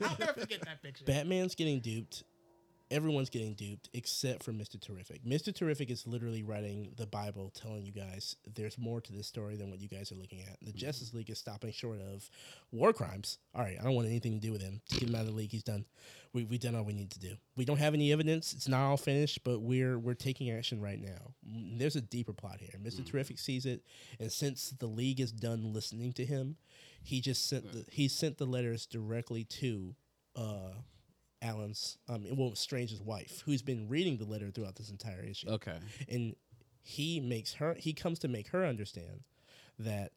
[SPEAKER 4] I'll never forget that picture.
[SPEAKER 1] Batman's getting duped. Everyone's getting duped except for Mr. Terrific. Mr. Terrific is literally writing the Bible telling you guys there's more to this story than what you guys are looking at. The Justice League is stopping short of war crimes. All right, I don't want anything to do with him. Just get him out of the league. He's done. We we done all we need to do. We don't have any evidence. It's not all finished, but we're we're taking action right now. Mm, There's a deeper plot here. Mr. Terrific sees it, and since the league is done listening to him, he just sent the he sent the letters directly to uh Alan's um well Strange's wife, who's been reading the letter throughout this entire issue.
[SPEAKER 3] Okay.
[SPEAKER 1] And he makes her he comes to make her understand that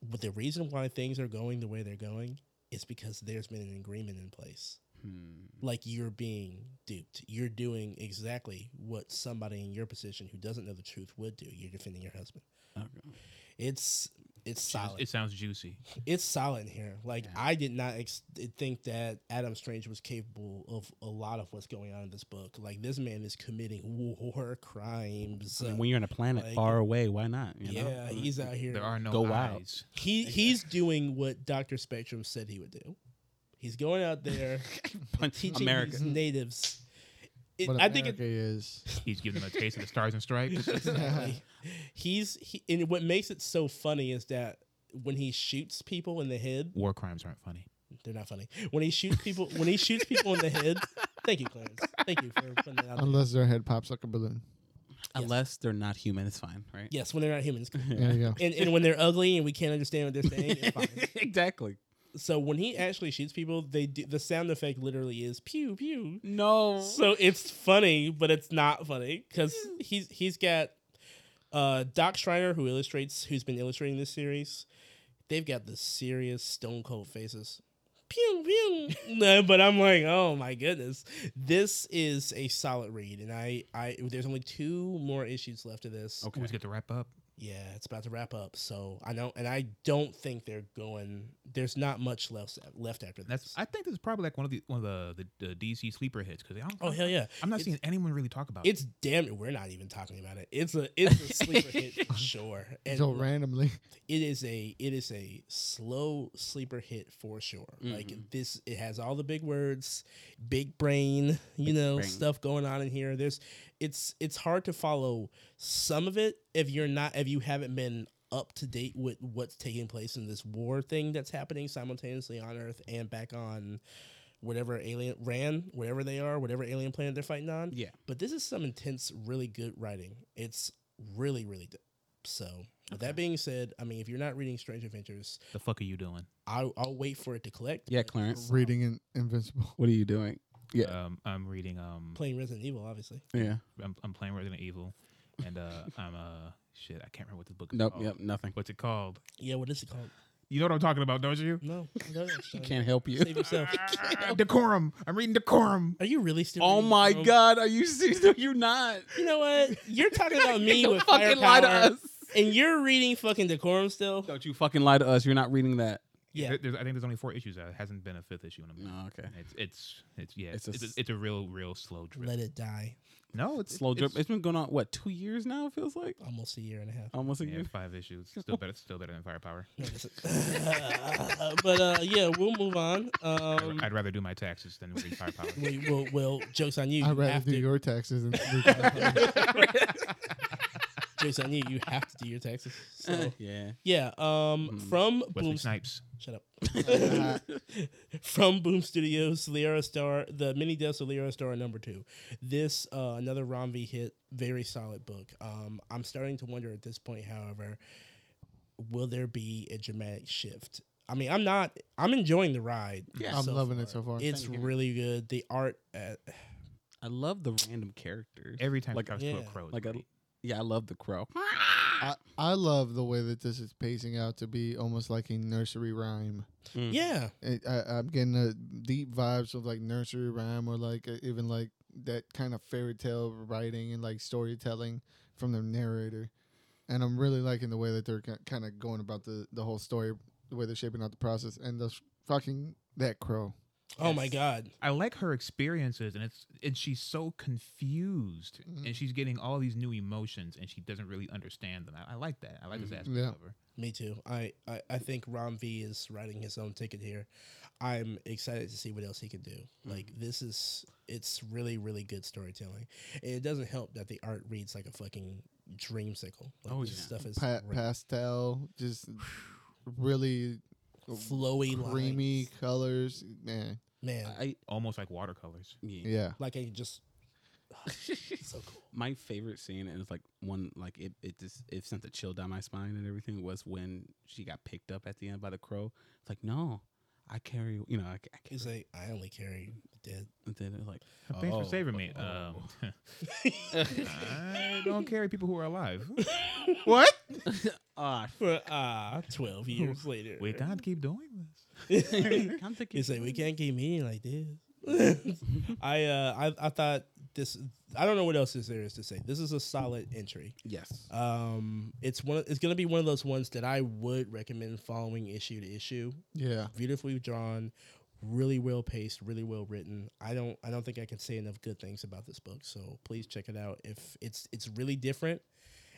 [SPEAKER 1] but the reason why things are going the way they're going is because there's been an agreement in place like you're being duped. You're doing exactly what somebody in your position who doesn't know the truth would do. You're defending your husband. It's it's solid.
[SPEAKER 4] It sounds juicy.
[SPEAKER 1] It's solid in here. Like I did not ex- think that Adam Strange was capable of a lot of what's going on in this book. Like this man is committing war crimes.
[SPEAKER 3] and when you're on a planet
[SPEAKER 1] like-
[SPEAKER 3] far away, why not? You know?
[SPEAKER 1] yeah,
[SPEAKER 3] <laughs>
[SPEAKER 1] he's out here.
[SPEAKER 4] There are no
[SPEAKER 3] Go wild.
[SPEAKER 4] eyes.
[SPEAKER 1] he he's doing what Doctor Spectrum said he would do. He's going out
[SPEAKER 3] <laughs>
[SPEAKER 1] there and
[SPEAKER 3] Punch
[SPEAKER 1] <laughs> teaching
[SPEAKER 3] America.
[SPEAKER 1] these natives. It,
[SPEAKER 2] What
[SPEAKER 1] I think it,
[SPEAKER 2] America is.
[SPEAKER 4] He's giving them a taste of the stars and stripes.
[SPEAKER 1] <laughs> Exactly. he's he, and what makes it so funny is that when he shoots people in the head,
[SPEAKER 4] War crimes aren't funny.
[SPEAKER 1] they're not funny. When he shoots people, when he shoots people in the head, thank you, Clarence. Thank you for putting that out. there.
[SPEAKER 2] Unless their head pops like a balloon.
[SPEAKER 3] Unless they're not human, it's fine, right? <laughs>
[SPEAKER 1] Yes, when they're not humans,
[SPEAKER 2] There you go.
[SPEAKER 1] and and when they're ugly and we can't understand what they're saying, it's
[SPEAKER 3] <laughs>
[SPEAKER 1] fine.
[SPEAKER 3] exactly.
[SPEAKER 1] So when he actually shoots people, they do, the sound effect literally is pew pew.
[SPEAKER 3] No.
[SPEAKER 1] So it's funny, but it's not funny because he's he's got uh, Doc Schreiner, who illustrates, who's been illustrating this series. They've got the serious stone cold faces. Pew pew. <laughs> No, but I'm like, oh my goodness, this is a solid read, and I, I there's only two more issues left of this.
[SPEAKER 4] Okay. Let's get to wrap up.
[SPEAKER 1] Yeah, it's about to wrap up. So I don't, and I don't think they're going. There's not much left left after this.
[SPEAKER 4] That's. I think this is probably like one of the one of the, the, the DC sleeper hits because I'm,
[SPEAKER 1] oh hell yeah!
[SPEAKER 4] I'm not
[SPEAKER 1] It's-
[SPEAKER 4] seeing anyone really talk about
[SPEAKER 1] It's damn it. We're not even talking about it. It's a it's a sleeper hit, sure. <laughs> And
[SPEAKER 2] So randomly.
[SPEAKER 1] it is a it is a slow sleeper hit for sure. Like this, it has all the big words, big brain, you know,
[SPEAKER 3] brain.
[SPEAKER 1] stuff going on in here. There's, it's it's hard to follow some of it if you're not if you haven't been up to date with what's taking place in this war thing that's happening simultaneously on Earth and back on whatever alien ran whatever they are whatever alien planet they're fighting on
[SPEAKER 3] Yeah.
[SPEAKER 1] but this is some intense, really good writing. It's really, really dope. So, with that being said, I mean, if you're not reading Strange Adventures,
[SPEAKER 4] it. The fuck are you doing?
[SPEAKER 1] I, I'll wait for it to collect.
[SPEAKER 3] Yeah, Clarence.
[SPEAKER 2] <laughs> Reading in Invincible.
[SPEAKER 3] What are you doing? Yeah.
[SPEAKER 4] Um, I'm reading. Um,
[SPEAKER 1] Playing Resident Evil, obviously.
[SPEAKER 3] Yeah.
[SPEAKER 4] I'm, I'm playing Resident Evil, and uh, I'm uh, shit. I can't remember what this book is
[SPEAKER 3] Nope.
[SPEAKER 4] called.
[SPEAKER 3] Yep. Nothing.
[SPEAKER 4] What's it called?
[SPEAKER 1] Yeah, what is it called?
[SPEAKER 4] You know what I'm talking about, don't you?
[SPEAKER 1] No, go ahead, Sean.
[SPEAKER 3] Can't help <laughs> you.
[SPEAKER 1] save
[SPEAKER 3] <laughs>
[SPEAKER 1] yourself.
[SPEAKER 4] Ah, <laughs> decorum. I'm reading decorum.
[SPEAKER 1] Are you really still?
[SPEAKER 3] Oh
[SPEAKER 1] reading
[SPEAKER 3] my
[SPEAKER 1] Chrome?
[SPEAKER 3] God! Are you serious? No, you're not.
[SPEAKER 1] You know what? You're talking
[SPEAKER 3] <laughs>
[SPEAKER 1] about me
[SPEAKER 3] Don't
[SPEAKER 1] with
[SPEAKER 3] fucking lie to
[SPEAKER 1] firepower,
[SPEAKER 3] us.
[SPEAKER 1] and you're reading fucking Decorum still.
[SPEAKER 3] Don't you fucking lie to us. You're not reading that.
[SPEAKER 1] Yeah.
[SPEAKER 4] There- there's- I think there's only four issues. out. It hasn't been a fifth issue in a month.
[SPEAKER 3] Oh, okay.
[SPEAKER 4] It's it's it's yeah.
[SPEAKER 3] It's
[SPEAKER 4] It's
[SPEAKER 3] a
[SPEAKER 4] a, it's a,
[SPEAKER 3] s-
[SPEAKER 4] real real slow drip.
[SPEAKER 1] Let it die.
[SPEAKER 4] no, it's
[SPEAKER 3] Slow drip.
[SPEAKER 4] It's,
[SPEAKER 3] it's been going on what two years now. It feels like
[SPEAKER 1] Almost a year and a half.
[SPEAKER 3] almost a
[SPEAKER 4] yeah,
[SPEAKER 3] year.
[SPEAKER 4] five issues. Still better. Still better than Firepower.
[SPEAKER 1] No, listen. <laughs> but uh, yeah, we'll move on.
[SPEAKER 4] I'd-
[SPEAKER 1] Um,
[SPEAKER 4] I'd rather do my taxes than read Firepower.
[SPEAKER 1] we will. Will jokes on you. you
[SPEAKER 2] I'd
[SPEAKER 1] have
[SPEAKER 2] rather do
[SPEAKER 1] to,
[SPEAKER 2] your taxes than Luke's.
[SPEAKER 1] jokes on you. You have to do your taxes.
[SPEAKER 3] Uh, <laughs>
[SPEAKER 1] So
[SPEAKER 3] yeah.
[SPEAKER 1] yeah. Um,
[SPEAKER 3] Mm.
[SPEAKER 1] from
[SPEAKER 4] Wesley
[SPEAKER 1] Boom.
[SPEAKER 4] Snipes.
[SPEAKER 1] Shut up. <laughs> From Boom Studios, Liara Star, the mini deaths of Liara Star number two. This uh, another Romvi hit, very solid book. Um, I'm starting to wonder at this point, however, will there be a dramatic shift? I mean, I'm not. I'm enjoying the ride.
[SPEAKER 3] Yeah.
[SPEAKER 2] I'm loving it so far.
[SPEAKER 1] It's
[SPEAKER 3] Same here.
[SPEAKER 1] really good. The art, uh,
[SPEAKER 3] I love the random characters.
[SPEAKER 4] Every time
[SPEAKER 3] Like-
[SPEAKER 4] like, he talks to
[SPEAKER 1] yeah.
[SPEAKER 4] a crow, it's
[SPEAKER 3] like a,
[SPEAKER 4] great.
[SPEAKER 3] yeah, I love the crow. <laughs>
[SPEAKER 2] I, I love the way that this is pacing out to be almost like a nursery rhyme.
[SPEAKER 3] Mm.
[SPEAKER 1] yeah,
[SPEAKER 2] It, I, I'm getting a deep vibes of like nursery rhyme or like uh, even like that kind of fairy tale writing and like storytelling from the narrator. And I'm really liking the way that they're kind of going about the, the whole story, the way they're shaping out the process, and the fucking that crow.
[SPEAKER 1] Oh my god.
[SPEAKER 4] I like her experiences, and it's and she's so confused, and she's getting all these new emotions, and she doesn't really understand them. I, I like that. I like this aspect
[SPEAKER 2] Yeah.
[SPEAKER 4] of her.
[SPEAKER 1] Me too. I, I, I think Rom V is writing his own ticket here. I'm excited to see what else he can do. Like this is it's really, really good storytelling. And it doesn't help that the art reads like a fucking dreamsicle. Like
[SPEAKER 3] Oh,
[SPEAKER 1] this
[SPEAKER 3] yeah.
[SPEAKER 1] stuff is
[SPEAKER 2] Pa-
[SPEAKER 1] ra-
[SPEAKER 2] pastel, just really
[SPEAKER 1] flowy
[SPEAKER 2] creamy
[SPEAKER 1] lines.
[SPEAKER 2] colors. Man,
[SPEAKER 1] man.
[SPEAKER 3] I
[SPEAKER 4] Almost like watercolors.
[SPEAKER 3] yeah.
[SPEAKER 2] yeah.
[SPEAKER 1] like I just <sighs>
[SPEAKER 3] <laughs>
[SPEAKER 1] so cool.
[SPEAKER 3] My favorite scene and it's like one like it, it just it sent a chill down my spine and everything was when she got picked up at the end by the crow. It's like no, I carry you know I, ca- I carry.
[SPEAKER 1] He's like, I only carry dead.
[SPEAKER 3] And then they're like
[SPEAKER 4] Thanks
[SPEAKER 3] oh,
[SPEAKER 4] for saving me.
[SPEAKER 3] oh.
[SPEAKER 4] Um, I don't carry people who are alive.
[SPEAKER 3] what? Ah, f-
[SPEAKER 1] <laughs> For ah, twelve years later. <laughs>
[SPEAKER 4] We can't keep doing this.
[SPEAKER 3] I'm thinking.
[SPEAKER 1] You say we
[SPEAKER 3] <laughs>
[SPEAKER 1] can't keep meeting like this. I uh I, I thought this I don't know what else is there is to say. This is a solid entry.
[SPEAKER 3] Yes.
[SPEAKER 1] Um it's one it's gonna be one of those ones that I would recommend following issue to issue.
[SPEAKER 2] Yeah.
[SPEAKER 1] Beautifully drawn, really well paced, really well written. I don't I don't think I can say enough good things about this book. So please check it out. If it's it's really different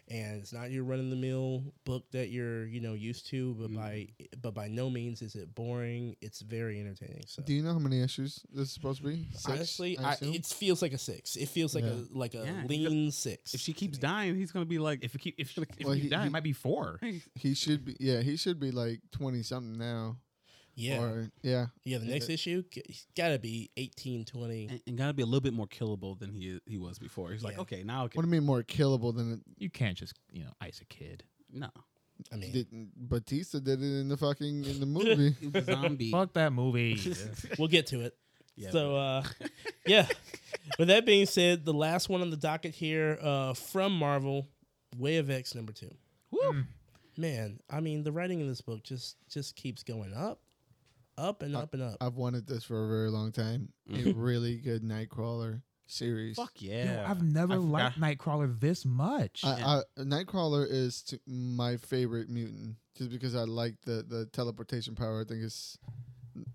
[SPEAKER 1] and it's not your run of the mill book that you're, you know, used to, but
[SPEAKER 3] Mm.
[SPEAKER 1] by but by no means is it boring. It's very entertaining. So
[SPEAKER 2] Do you know how many issues this is supposed to be? Six,
[SPEAKER 1] Honestly,
[SPEAKER 2] I
[SPEAKER 1] I
[SPEAKER 2] assume?
[SPEAKER 1] it feels like a six. It feels like
[SPEAKER 2] Yeah.
[SPEAKER 1] a like a
[SPEAKER 3] Yeah,
[SPEAKER 1] lean six.
[SPEAKER 3] If she keeps dying, he's gonna be like.
[SPEAKER 4] If it keep if, if
[SPEAKER 2] Well,
[SPEAKER 4] you
[SPEAKER 2] he-
[SPEAKER 4] die,
[SPEAKER 2] he-
[SPEAKER 4] it might be four.
[SPEAKER 2] he should be. Yeah, he should be like twenty something now.
[SPEAKER 1] yeah,
[SPEAKER 2] Or yeah,
[SPEAKER 1] yeah. The next issue g- gotta be 18, 20.
[SPEAKER 3] <laughs> And, and gotta be a little bit more killable than he he was before. He's like,
[SPEAKER 1] Yeah.
[SPEAKER 3] okay, now I
[SPEAKER 2] what
[SPEAKER 3] can
[SPEAKER 2] do you mean more killable than it?
[SPEAKER 4] You can't just you know ice a kid.
[SPEAKER 3] no
[SPEAKER 1] I mean,
[SPEAKER 2] Did, Batista did it in the fucking in the
[SPEAKER 3] <laughs>
[SPEAKER 2] movie.
[SPEAKER 3] It
[SPEAKER 4] <laughs>
[SPEAKER 3] was zombie.
[SPEAKER 4] Fuck that movie.
[SPEAKER 1] we'll get to
[SPEAKER 2] <laughs>
[SPEAKER 1] it.
[SPEAKER 3] Yeah,
[SPEAKER 1] so, uh, yeah. With that being said, the last one on the docket here uh, from Marvel, Way of X number two.
[SPEAKER 4] Woo.
[SPEAKER 1] Man, I mean, the writing in this book just just keeps going up, up
[SPEAKER 2] Uh,
[SPEAKER 1] and up and up.
[SPEAKER 2] I've wanted this for a very long time. A really good Nightcrawler series.
[SPEAKER 3] Fuck
[SPEAKER 4] Yo,
[SPEAKER 3] yeah.
[SPEAKER 4] I've never
[SPEAKER 3] I
[SPEAKER 4] liked Nightcrawler this much.
[SPEAKER 2] I, I, Nightcrawler is t my favorite mutant just because I like the the teleportation power. I think it's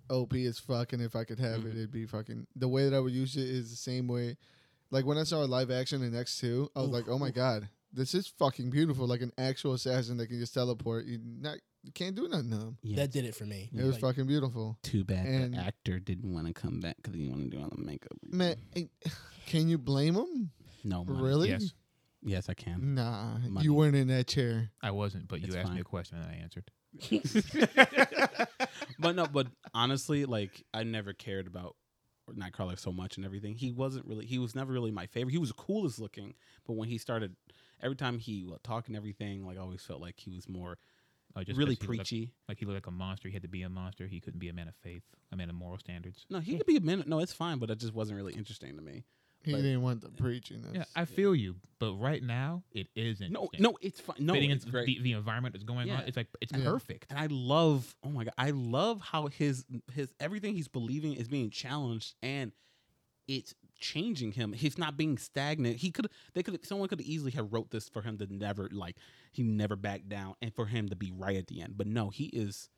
[SPEAKER 2] OP as fuck, and if I could have it, it'd be fucking. The way that I would use it is the same way. Like when I saw a live action in X two, I was like, oh my god, this is fucking beautiful. Like an actual assassin that can just teleport. You not you can't do nothing to him.
[SPEAKER 3] Yeah.
[SPEAKER 1] That did it for me.
[SPEAKER 2] It was
[SPEAKER 1] Like,
[SPEAKER 2] fucking beautiful.
[SPEAKER 3] Too bad
[SPEAKER 2] And-
[SPEAKER 3] the actor didn't want to come back because he wanted to do all the makeup.
[SPEAKER 2] Man, it- <sighs> can you blame him?
[SPEAKER 3] no, money.
[SPEAKER 2] Really?
[SPEAKER 4] Yes,
[SPEAKER 3] Yes, I can.
[SPEAKER 2] Nah,
[SPEAKER 3] Money.
[SPEAKER 2] you weren't in that chair.
[SPEAKER 4] I wasn't, but you
[SPEAKER 3] It's
[SPEAKER 4] asked
[SPEAKER 3] fine.
[SPEAKER 4] me a question and I <laughs> answered.
[SPEAKER 2] Mm.
[SPEAKER 3] <laughs>
[SPEAKER 2] <laughs>
[SPEAKER 3] but no, but honestly, like I never cared about Nightcrawler so much and everything. He wasn't really. He was never really my favorite. He was the coolest looking, but when he started, every time he would talk and everything, like I always felt like he was more
[SPEAKER 4] Oh, just
[SPEAKER 3] really
[SPEAKER 4] 'cause he looked like-
[SPEAKER 3] preachy.
[SPEAKER 4] Like he looked like a monster. He had to be a monster. He couldn't be a man of faith, a man of moral standards.
[SPEAKER 3] No, he could be a minute. No, it's fine, but it just wasn't really interesting to me.
[SPEAKER 2] He
[SPEAKER 3] But-
[SPEAKER 2] didn't want the preaching.
[SPEAKER 4] Yeah,
[SPEAKER 2] That's-
[SPEAKER 4] I feel you, but right now it isn't.
[SPEAKER 3] No, no, it's fine. No,
[SPEAKER 4] fitting
[SPEAKER 3] it's
[SPEAKER 4] into
[SPEAKER 3] great.
[SPEAKER 4] the, the environment that's going
[SPEAKER 3] Yeah.
[SPEAKER 4] on. It's like it's
[SPEAKER 2] Yeah.
[SPEAKER 4] perfect.
[SPEAKER 3] and I love oh my god, I love how his his everything he's believing is being challenged and it's changing him. He's not being stagnant. He could they could someone could easily have wrote this for him to never like he never back down and for him to be right at the end. But no, he is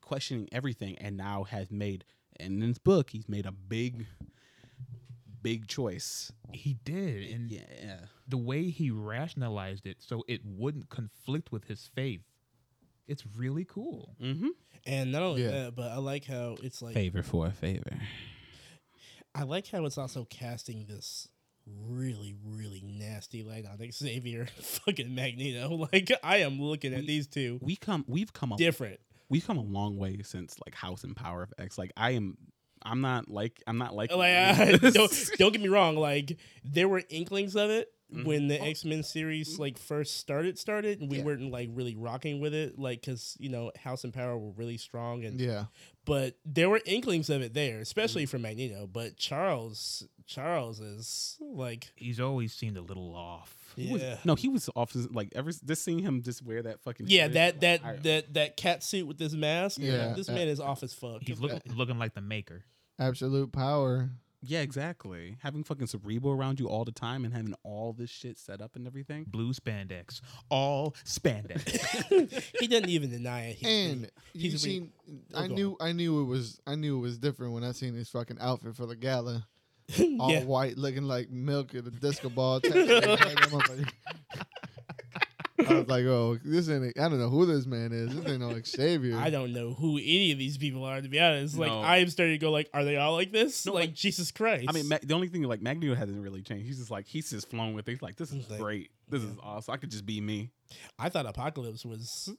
[SPEAKER 3] questioning everything and now has made in this book he's made a big big choice.
[SPEAKER 4] He did, and
[SPEAKER 3] yeah.
[SPEAKER 4] the way he rationalized it so it wouldn't conflict with his faith, it's really cool.
[SPEAKER 3] Mm-hmm.
[SPEAKER 1] And not only
[SPEAKER 2] Yeah.
[SPEAKER 1] that, but I like how it's like
[SPEAKER 3] Favor for a favor.
[SPEAKER 1] I like how it's also casting this really, really nasty light on Xavier <laughs> fucking Magneto. <laughs> Like I am looking at
[SPEAKER 3] We-
[SPEAKER 1] these two
[SPEAKER 3] We come we've come a
[SPEAKER 1] different.
[SPEAKER 3] we've come a long way since like House and Power of X. Like I am I'm not like I'm not like
[SPEAKER 1] Like I,
[SPEAKER 3] <laughs>
[SPEAKER 1] don't, don't get me wrong, like there were inklings of it
[SPEAKER 3] Mhm.
[SPEAKER 1] when the X Men series like first started started, and we
[SPEAKER 3] Mm-hmm. Yeah.
[SPEAKER 1] weren't like really rocking with it, like because you know House and Power were really strong, and
[SPEAKER 2] Yeah.
[SPEAKER 1] but there were inklings of it there,
[SPEAKER 3] Mm-hmm.
[SPEAKER 1] especially from Magneto. But Charles, Charles is like
[SPEAKER 4] He's always seemed a little off.
[SPEAKER 3] He was-
[SPEAKER 1] yeah.
[SPEAKER 3] no, he was off his- like ever s- just seeing him just wear that fucking
[SPEAKER 1] Yeah,
[SPEAKER 3] shirt,
[SPEAKER 1] that that
[SPEAKER 3] I-
[SPEAKER 1] that that cat suit with this mask. Yeah,
[SPEAKER 2] Yeah.
[SPEAKER 1] this man is off as fuck.
[SPEAKER 4] He's look, looking like the maker.
[SPEAKER 2] Absolute power.
[SPEAKER 3] yeah, exactly. Having fucking cerebral around you all the time and having all this shit set up and everything.
[SPEAKER 4] Blue spandex. All <laughs> spandex.
[SPEAKER 1] <laughs> he doesn't even deny it. He-
[SPEAKER 2] And you
[SPEAKER 1] he's re-
[SPEAKER 2] seen,
[SPEAKER 1] Oh,
[SPEAKER 2] I
[SPEAKER 1] go
[SPEAKER 2] knew, I knew it was, I knew it was different when I seen his fucking outfit for the gala,
[SPEAKER 1] <laughs>
[SPEAKER 2] all
[SPEAKER 1] yeah,
[SPEAKER 2] white, looking like milk at a disco ball. I was like, oh, this ain't. I don't know who this man is. This ain't no Xavier.
[SPEAKER 1] I don't know who any of these people are to be honest. Like
[SPEAKER 3] No.
[SPEAKER 1] I am starting to go like, are they all like this?
[SPEAKER 3] No,
[SPEAKER 1] like,
[SPEAKER 3] like-
[SPEAKER 1] Jesus Christ.
[SPEAKER 3] I mean, Ma- the only thing like Magneto hasn't really changed. He's just like he's just flown with it. He's like, this is
[SPEAKER 1] He's like,
[SPEAKER 3] great. This
[SPEAKER 1] yeah.
[SPEAKER 3] is awesome. I could just be me.
[SPEAKER 1] I thought Apocalypse was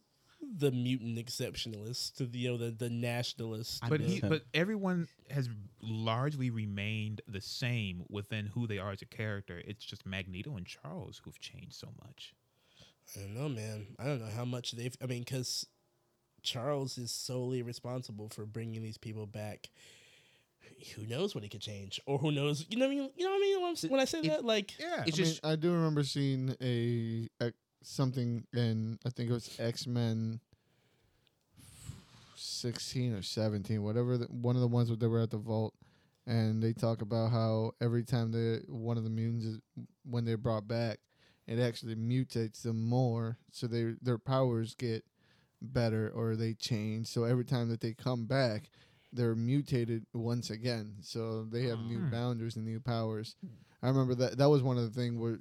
[SPEAKER 1] the mutant exceptionalist, the you know the the nationalist.
[SPEAKER 3] I
[SPEAKER 4] but
[SPEAKER 1] the-
[SPEAKER 3] miss
[SPEAKER 4] he,
[SPEAKER 3] him.
[SPEAKER 4] but everyone has largely remained the same within who they are as a character. It's just Magneto and Charles who've changed so much.
[SPEAKER 1] I don't know, man. I don't know how much they've. I mean, because Charles is solely responsible for bringing these people back. Who knows what he could change, or who knows? You know what I mean? You know what I mean? When I'm- When I say
[SPEAKER 3] It-
[SPEAKER 1] that, like,
[SPEAKER 4] Yeah.
[SPEAKER 3] It's
[SPEAKER 2] I
[SPEAKER 3] just
[SPEAKER 2] mean, I do remember seeing a, a something in I think it was X Men sixteen or seventeen, whatever. The, one of the ones where they were at the vault, and they talk about how every time they one of the mutants is, when they're brought back, it actually mutates them more, so they their powers get better or they change. So every time that they come back. They're mutated once again, so they have new
[SPEAKER 4] Hmm.
[SPEAKER 2] boundaries and new powers. I remember that that was one of the things where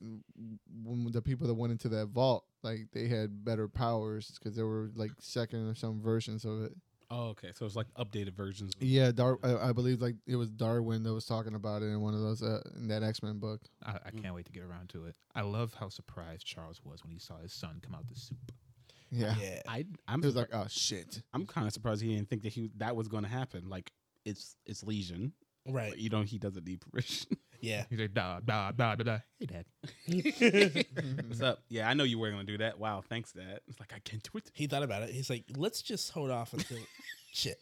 [SPEAKER 2] when the people that went into that vault, like they had better powers because there were like second or some versions of it.
[SPEAKER 3] oh, okay. So it's like updated versions. of-
[SPEAKER 2] Yeah, Dar- I, I believe like it was Darwin that was talking about it in one of those uh, in that X Men book.
[SPEAKER 4] I, I can't wait to get around to it. I love how surprised Charles was when he saw his son come out the soup.
[SPEAKER 2] Yeah,
[SPEAKER 1] yeah.
[SPEAKER 3] I I'm
[SPEAKER 2] it was like oh shit.
[SPEAKER 3] I'm kind of surprised he didn't think that he that was going to happen. Like it's it's Legion. But
[SPEAKER 1] right,
[SPEAKER 3] you know he doesn't need permission.
[SPEAKER 1] yeah. <laughs>
[SPEAKER 4] He's like, da, da, da, da, da. Hey, Dad.
[SPEAKER 3] <laughs>
[SPEAKER 2] Mm-hmm.
[SPEAKER 3] What's up? Yeah, I know you were going to do that. Wow, thanks, Dad. It's like I can't do it.
[SPEAKER 1] he thought about it. He's like, let's just hold off
[SPEAKER 3] <laughs>
[SPEAKER 1] until shit.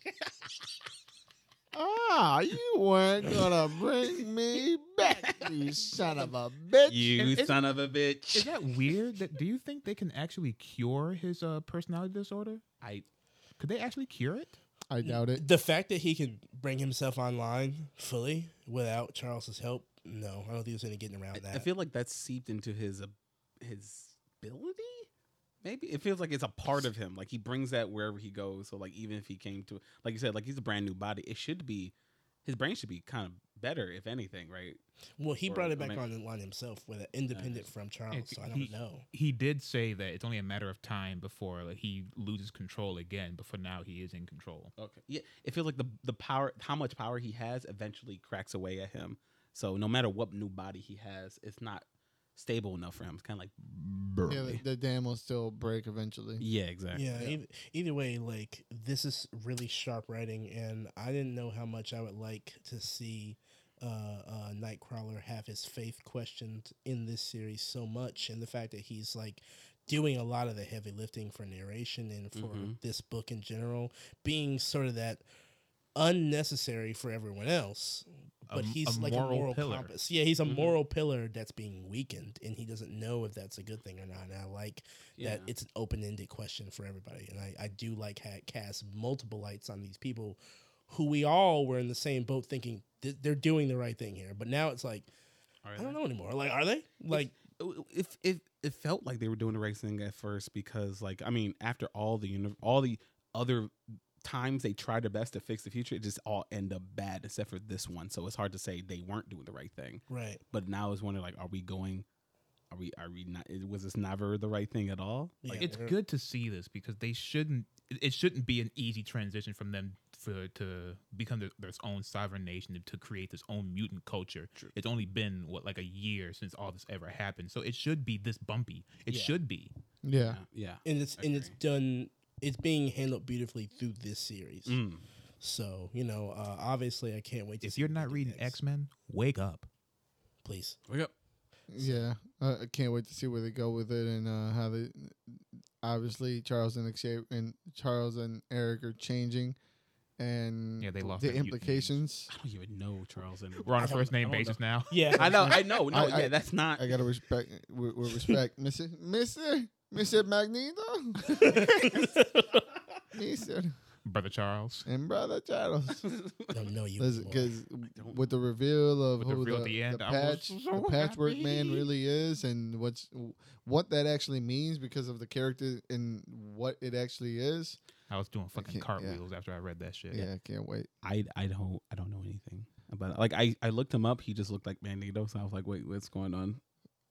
[SPEAKER 2] Ah, you weren't gonna bring me back, you son of
[SPEAKER 4] <laughs>
[SPEAKER 2] a bitch.
[SPEAKER 3] You
[SPEAKER 4] Is-
[SPEAKER 3] son of a
[SPEAKER 4] Is
[SPEAKER 3] bitch.
[SPEAKER 4] that weird? That do you think they can actually cure his uh, personality disorder? I could they actually cure it?
[SPEAKER 2] I doubt it.
[SPEAKER 1] The fact that he can bring himself online fully without Charles's help, no, I don't think there's any getting around that.
[SPEAKER 3] I, I feel like that's seeped into his uh, his ability. Maybe it feels like it's a part of him. Like he brings that wherever he goes. So like even if he came to, like you said, like he's a brand new body. It should be his brain should be kind of better, if anything, right?
[SPEAKER 1] well, he
[SPEAKER 3] or-
[SPEAKER 1] brought
[SPEAKER 3] I
[SPEAKER 1] it back
[SPEAKER 3] mean-
[SPEAKER 1] online himself with an independent from Charles, so I don't
[SPEAKER 4] he-
[SPEAKER 1] know.
[SPEAKER 4] He did say that it's only a matter of time before like, he loses control again. But for now, he is in control.
[SPEAKER 3] Okay. Yeah, it feels like the the power, how much power he has, eventually cracks away at him. So no matter what new body he has, it's not stable enough for him. It's kind of like
[SPEAKER 2] Yeah,
[SPEAKER 3] burly.
[SPEAKER 2] the, the dam will still break eventually.
[SPEAKER 3] Yeah, exactly.
[SPEAKER 1] Yeah,
[SPEAKER 2] Yeah.
[SPEAKER 1] Either, either way, like this is really sharp writing, and I didn't know how much I would like to see uh, uh, Nightcrawler have his faith questioned in this series so much, and the fact that he's like doing a lot of the heavy lifting for narration and for
[SPEAKER 4] Mm-hmm.
[SPEAKER 3] Mhm.
[SPEAKER 1] this book in general, being sort of that unnecessary for everyone else.
[SPEAKER 4] A
[SPEAKER 1] But
[SPEAKER 4] m-
[SPEAKER 1] he's
[SPEAKER 4] a
[SPEAKER 1] like
[SPEAKER 4] moral
[SPEAKER 1] a moral
[SPEAKER 4] pillar. Mm-hmm.
[SPEAKER 1] compass. Yeah, he's a
[SPEAKER 3] Mhm.
[SPEAKER 1] moral pillar that's being weakened, and he doesn't know if that's a good thing or not. And I like that
[SPEAKER 3] Yeah.
[SPEAKER 1] it's an open-ended question for everybody and i, I do like how it casts multiple lights on these people who we all were in the same boat thinking th- they're doing the right thing here but now it's like
[SPEAKER 3] Alright,
[SPEAKER 1] i don't know anymore like are they like
[SPEAKER 3] if if it felt like they were doing the right thing at first because like I mean after all the uni- all the other times they try their best to fix the future, it just all end up bad, except for this one. So it's hard to say they weren't doing the right thing.
[SPEAKER 1] Right.
[SPEAKER 3] But now it's wondering like, are we going? Are we? Are we not? is- Was this never the right thing at all?
[SPEAKER 1] Yeah,
[SPEAKER 4] Like it's
[SPEAKER 1] they're-
[SPEAKER 4] good to see this because they shouldn't. it- It shouldn't be an easy transition from them for to become their, their own sovereign nation to create this own mutant culture. It's only been what like a year since all this ever happened, so it should be this bumpy. It
[SPEAKER 1] Yeah.
[SPEAKER 4] should be.
[SPEAKER 2] Yeah.
[SPEAKER 3] Yeah. yeah.
[SPEAKER 1] And it's and it's
[SPEAKER 3] Agree.
[SPEAKER 1] done. It's being handled beautifully through this series.
[SPEAKER 3] Mm.
[SPEAKER 1] So you know, uh, obviously, I can't wait to.
[SPEAKER 4] If
[SPEAKER 1] see
[SPEAKER 4] you're
[SPEAKER 1] what they
[SPEAKER 4] not
[SPEAKER 1] do
[SPEAKER 4] reading
[SPEAKER 1] next.
[SPEAKER 4] X Men, wake up.
[SPEAKER 1] please.
[SPEAKER 3] Wake up.
[SPEAKER 2] Yeah, Uh, I I can't wait to see where they go with it and uh, how they. Obviously, Charles and Xavier and Charles and Eric are changing, and
[SPEAKER 4] Yeah, they lost
[SPEAKER 2] the
[SPEAKER 4] their mutant <laughs>
[SPEAKER 2] implications.
[SPEAKER 3] I don't even know Charles. And
[SPEAKER 4] We're on
[SPEAKER 1] I
[SPEAKER 4] a
[SPEAKER 1] don't-
[SPEAKER 4] first name
[SPEAKER 1] I don't
[SPEAKER 4] basis now. <laughs>
[SPEAKER 1] Yeah,
[SPEAKER 3] <laughs> I
[SPEAKER 1] <laughs>
[SPEAKER 3] know. I know. No.
[SPEAKER 2] I- I-
[SPEAKER 3] yeah. That's not.
[SPEAKER 2] I gotta respect with, with respect, <laughs> Mister Mister Mister
[SPEAKER 4] <laughs>
[SPEAKER 2] Magneto, Mister
[SPEAKER 4] Brother Charles.
[SPEAKER 2] and brother Charles.
[SPEAKER 1] no, no, you. more.
[SPEAKER 2] Because with the reveal of
[SPEAKER 4] With the
[SPEAKER 2] who
[SPEAKER 4] reveal
[SPEAKER 2] the,
[SPEAKER 4] at the end,
[SPEAKER 2] the
[SPEAKER 4] I was
[SPEAKER 2] patch,
[SPEAKER 4] so
[SPEAKER 2] the patchwork man
[SPEAKER 4] happy.
[SPEAKER 2] really is, and what's what that actually means because of the character and what it actually is.
[SPEAKER 4] I was doing fucking
[SPEAKER 2] can't- yeah.
[SPEAKER 4] cartwheels after I read that shit.
[SPEAKER 2] Yeah, I can't wait.
[SPEAKER 3] I I don't I don't know anything about it. Like I I looked him up. He just looked like Magneto. So I was like, wait, what's going on?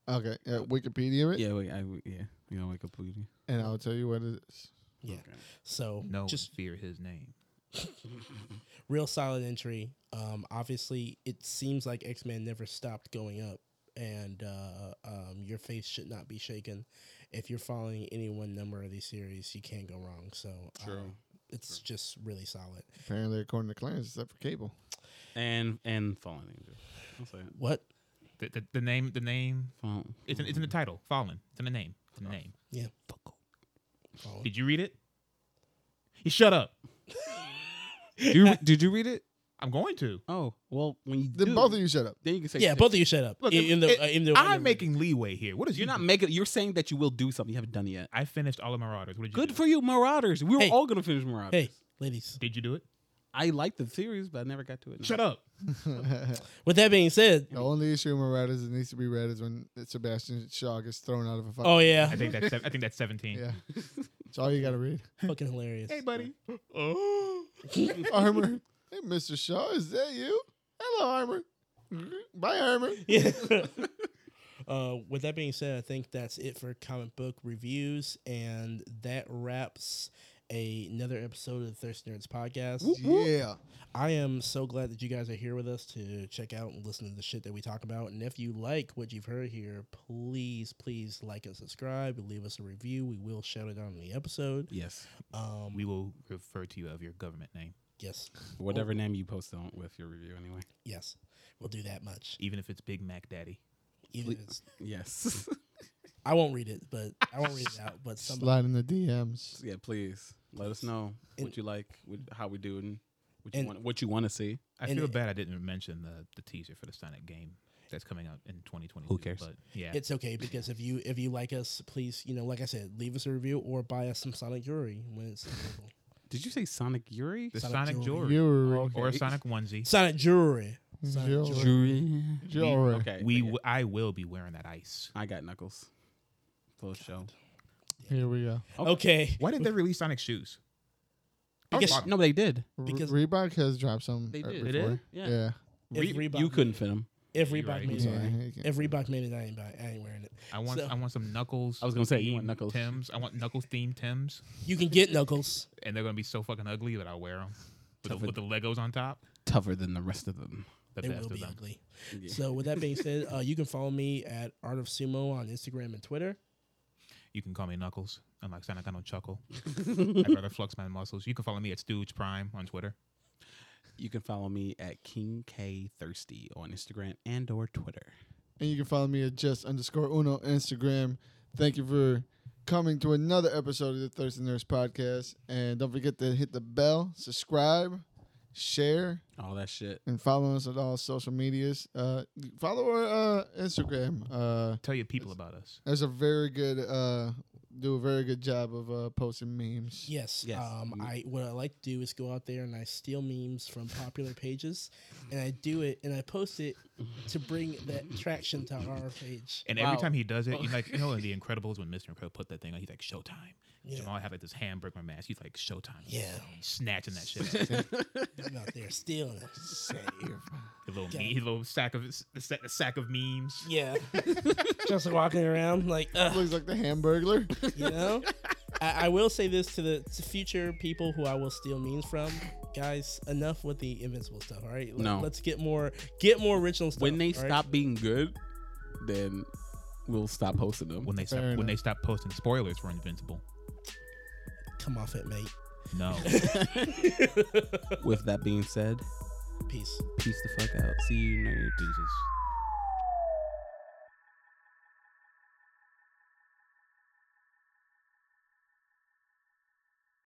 [SPEAKER 2] Okay, uh, Wikipedia it,
[SPEAKER 3] Yeah. Wait. I yeah. You know, like a bleeding.
[SPEAKER 2] and I'll tell you what it is.
[SPEAKER 1] Yeah. So
[SPEAKER 4] No,
[SPEAKER 1] just
[SPEAKER 4] just fear his name.
[SPEAKER 1] real solid entry. Um, obviously, it seems like X Men never stopped going up, and uh, um, your faith should not be shaken. If you're following any one number of these series, you can't go wrong. So um,
[SPEAKER 3] True.
[SPEAKER 1] it's just really solid.
[SPEAKER 2] Apparently, according to Clarence, except for Cable.
[SPEAKER 3] And and Fallen Angel. I'll say it.
[SPEAKER 1] What?
[SPEAKER 4] The, the, the name, the name.
[SPEAKER 3] Fallen.
[SPEAKER 4] It's in, it's
[SPEAKER 1] Mm-hmm.
[SPEAKER 4] in the title. Fallen. It's in the name. It's
[SPEAKER 1] Uh-huh.
[SPEAKER 4] in the name.
[SPEAKER 1] Yeah. Oh,
[SPEAKER 4] Did you read it? You shut up.
[SPEAKER 3] Did you, did you read it?
[SPEAKER 4] I'm going to.
[SPEAKER 3] Oh well, when you
[SPEAKER 2] Then
[SPEAKER 3] do,
[SPEAKER 2] both of you shut
[SPEAKER 4] <laughs>
[SPEAKER 2] up. <laughs>
[SPEAKER 3] then you can say
[SPEAKER 1] yeah,
[SPEAKER 3] shit.
[SPEAKER 1] both of you shut up.
[SPEAKER 4] Look,
[SPEAKER 1] in,
[SPEAKER 4] it-
[SPEAKER 1] in the,
[SPEAKER 4] it-
[SPEAKER 1] uh, in the
[SPEAKER 4] I'm
[SPEAKER 1] in the-
[SPEAKER 4] making leeway here. What is
[SPEAKER 3] You're
[SPEAKER 4] you
[SPEAKER 3] not
[SPEAKER 4] doing?
[SPEAKER 3] making. You're saying that you will do something. You haven't done it yet.
[SPEAKER 4] I finished all of Marauders. What did you
[SPEAKER 3] Good
[SPEAKER 4] do?
[SPEAKER 3] for you, Marauders. We were
[SPEAKER 1] Hey.
[SPEAKER 3] all gonna finish Marauders.
[SPEAKER 1] Hey, ladies.
[SPEAKER 4] Did you do it?
[SPEAKER 3] I liked the series, but I never got to it.
[SPEAKER 4] Shut up.
[SPEAKER 2] the
[SPEAKER 1] With that being said,
[SPEAKER 2] only issue of Marauders that needs to be read is when Sebastian Shaw gets thrown out of a fucking.
[SPEAKER 1] oh yeah,
[SPEAKER 4] I think that's sev- I think that's
[SPEAKER 2] <laughs>
[SPEAKER 4] 17.
[SPEAKER 2] yeah. It's all you gotta read.
[SPEAKER 1] fucking hilarious.
[SPEAKER 4] Hey, buddy. <laughs> Oh.
[SPEAKER 2] <laughs> Armor. Hey, Mr. Shaw, is that you? Hello, Armor. Bye, Armor.
[SPEAKER 1] yeah. <laughs> uh, with that being said, I think that's it for comic book reviews, and that wraps a- another episode of the Thirst Nerds podcast.
[SPEAKER 2] Yeah.
[SPEAKER 1] I am so glad that you guys are here with us to check out and listen to the shit that we talk about. And if you like what you've heard here, please, please like and subscribe. Leave us a review. We will shout it out in the episode.
[SPEAKER 3] Yes.
[SPEAKER 1] Um,
[SPEAKER 4] We will refer to you of your government name,
[SPEAKER 1] yes,
[SPEAKER 3] Whatever name you post on with your review, anyway.
[SPEAKER 1] yes, we'll do that much.
[SPEAKER 4] even if it's Big Mac Daddy.
[SPEAKER 1] Even if it's,
[SPEAKER 3] Yes.
[SPEAKER 1] I won't read it, but I won't read it out.
[SPEAKER 2] <laughs>
[SPEAKER 1] But somebody.
[SPEAKER 2] Slide in the DMs.
[SPEAKER 3] yeah, please let us know
[SPEAKER 1] And-
[SPEAKER 3] what you like, what, how we doing, what you
[SPEAKER 1] And-
[SPEAKER 3] want, what you want to see.
[SPEAKER 4] I
[SPEAKER 1] And
[SPEAKER 4] feel
[SPEAKER 1] it-
[SPEAKER 4] bad I didn't mention the, the teaser for the Sonic game that's coming out in 2022.
[SPEAKER 3] Who cares?
[SPEAKER 4] But yeah.
[SPEAKER 1] It's okay because if you if you like us, please you know like I said, leave us a review or buy us some Sonic Yuri when it's available.
[SPEAKER 3] Did you say Sonic Yuri?
[SPEAKER 4] the
[SPEAKER 1] Sonic
[SPEAKER 4] Sonic,
[SPEAKER 1] jewelry.
[SPEAKER 4] jewelry.
[SPEAKER 2] Jewelry.
[SPEAKER 4] Or a
[SPEAKER 3] Oh, Okay.
[SPEAKER 4] Sonic
[SPEAKER 1] <laughs>
[SPEAKER 4] onesie.
[SPEAKER 1] Sonic Jewelry. Sonic
[SPEAKER 2] Jewelry.
[SPEAKER 1] Jewelry.
[SPEAKER 3] Yuri.
[SPEAKER 2] Jewelry.
[SPEAKER 3] Okay.
[SPEAKER 4] We
[SPEAKER 3] okay.
[SPEAKER 4] w- I will be wearing that ice.
[SPEAKER 3] I got Knuckles. Full show.
[SPEAKER 2] Here we go.
[SPEAKER 1] Okay.
[SPEAKER 4] Why did they release Sonic shoes?
[SPEAKER 1] Because-
[SPEAKER 4] Bottom.
[SPEAKER 3] No, they did.
[SPEAKER 1] Because-
[SPEAKER 2] Because Reebok has dropped some.
[SPEAKER 3] They
[SPEAKER 2] uh,
[SPEAKER 3] did.
[SPEAKER 4] They
[SPEAKER 2] Before.
[SPEAKER 4] did?
[SPEAKER 3] Yeah.
[SPEAKER 1] If
[SPEAKER 3] Re-
[SPEAKER 1] Reebok
[SPEAKER 3] you couldn't
[SPEAKER 1] made
[SPEAKER 3] fit them.
[SPEAKER 1] If
[SPEAKER 4] You're
[SPEAKER 1] Reebok
[SPEAKER 4] right.
[SPEAKER 1] made
[SPEAKER 4] I'm
[SPEAKER 2] Yeah,
[SPEAKER 1] it,
[SPEAKER 2] you can't-
[SPEAKER 1] if Reebok made it, I ain't buy. I ain't wearing it.
[SPEAKER 4] I want
[SPEAKER 1] So-
[SPEAKER 4] I want some knuckles.
[SPEAKER 3] I was gonna say, you want
[SPEAKER 4] themed
[SPEAKER 3] Knuckles.
[SPEAKER 4] Tims. I want knuckles themed Tims,
[SPEAKER 1] You can get Knuckles.
[SPEAKER 4] and they're gonna be so fucking ugly that I'll wear them with,
[SPEAKER 3] Tough
[SPEAKER 4] the, with the Legos on top.
[SPEAKER 3] Tougher than the rest of them.
[SPEAKER 4] The
[SPEAKER 1] They
[SPEAKER 4] best
[SPEAKER 1] will
[SPEAKER 4] of
[SPEAKER 1] be
[SPEAKER 4] them.
[SPEAKER 1] ugly.
[SPEAKER 3] Yeah.
[SPEAKER 1] So with that being said, uh, you can follow me at Art of Sumo on Instagram and Twitter.
[SPEAKER 4] You can call me Knuckles. Unlike Sonic, I don't chuckle. I'd rather flux my muscles. You can follow me at Stooge Prime on Twitter.
[SPEAKER 3] You can follow me at King K Thirsty on Instagram and or Twitter.
[SPEAKER 2] And you can follow me at just underscore uno Instagram. Thank you for coming to another episode of the Thirsty Nurse Podcast. And don't forget to hit the bell, subscribe, share,
[SPEAKER 3] All that shit.
[SPEAKER 2] and follow us on all social medias. Uh, follow our uh, Instagram. Uh,
[SPEAKER 4] Tell your people about us.
[SPEAKER 2] there's a very good uh, do a very good job of uh, posting memes.
[SPEAKER 1] Yes.
[SPEAKER 3] Yes.
[SPEAKER 1] Um, I what I like to do is go out there and I steal memes from popular pages, and I do it and I post it to bring that traction to our page.
[SPEAKER 4] And every
[SPEAKER 3] Wow.
[SPEAKER 4] time he does it, you like you know in The Incredibles when Mr. Incredible put that thing on, he's like Showtime.
[SPEAKER 1] Yeah.
[SPEAKER 4] Jamal had like this hamburger mask. He's like Showtime.
[SPEAKER 1] Yeah.
[SPEAKER 4] snatching that shit. Up.
[SPEAKER 1] I'm out there stealing it.
[SPEAKER 4] a little
[SPEAKER 1] Yeah.
[SPEAKER 4] me, a little sack of a sa- a sack of memes.
[SPEAKER 1] Yeah. <laughs> Just walking around like, uh,
[SPEAKER 2] Looks like the Hamburglar.
[SPEAKER 1] you know? <laughs> I, I will say this to the to future people who I will steal memes from. Guys, enough with the invincible stuff, all right? Let-
[SPEAKER 3] No.
[SPEAKER 1] Let's get more get more original stuff.
[SPEAKER 3] When they
[SPEAKER 1] all right?
[SPEAKER 3] stop being good, then we'll stop posting them.
[SPEAKER 4] When they stop,
[SPEAKER 2] Fair
[SPEAKER 4] when they
[SPEAKER 2] enough.
[SPEAKER 4] stop posting spoilers for Invincible.
[SPEAKER 1] come off it, mate.
[SPEAKER 4] No,
[SPEAKER 3] With that being said,
[SPEAKER 1] Peace.
[SPEAKER 3] peace the fuck out. See you nerds.
[SPEAKER 4] deuces.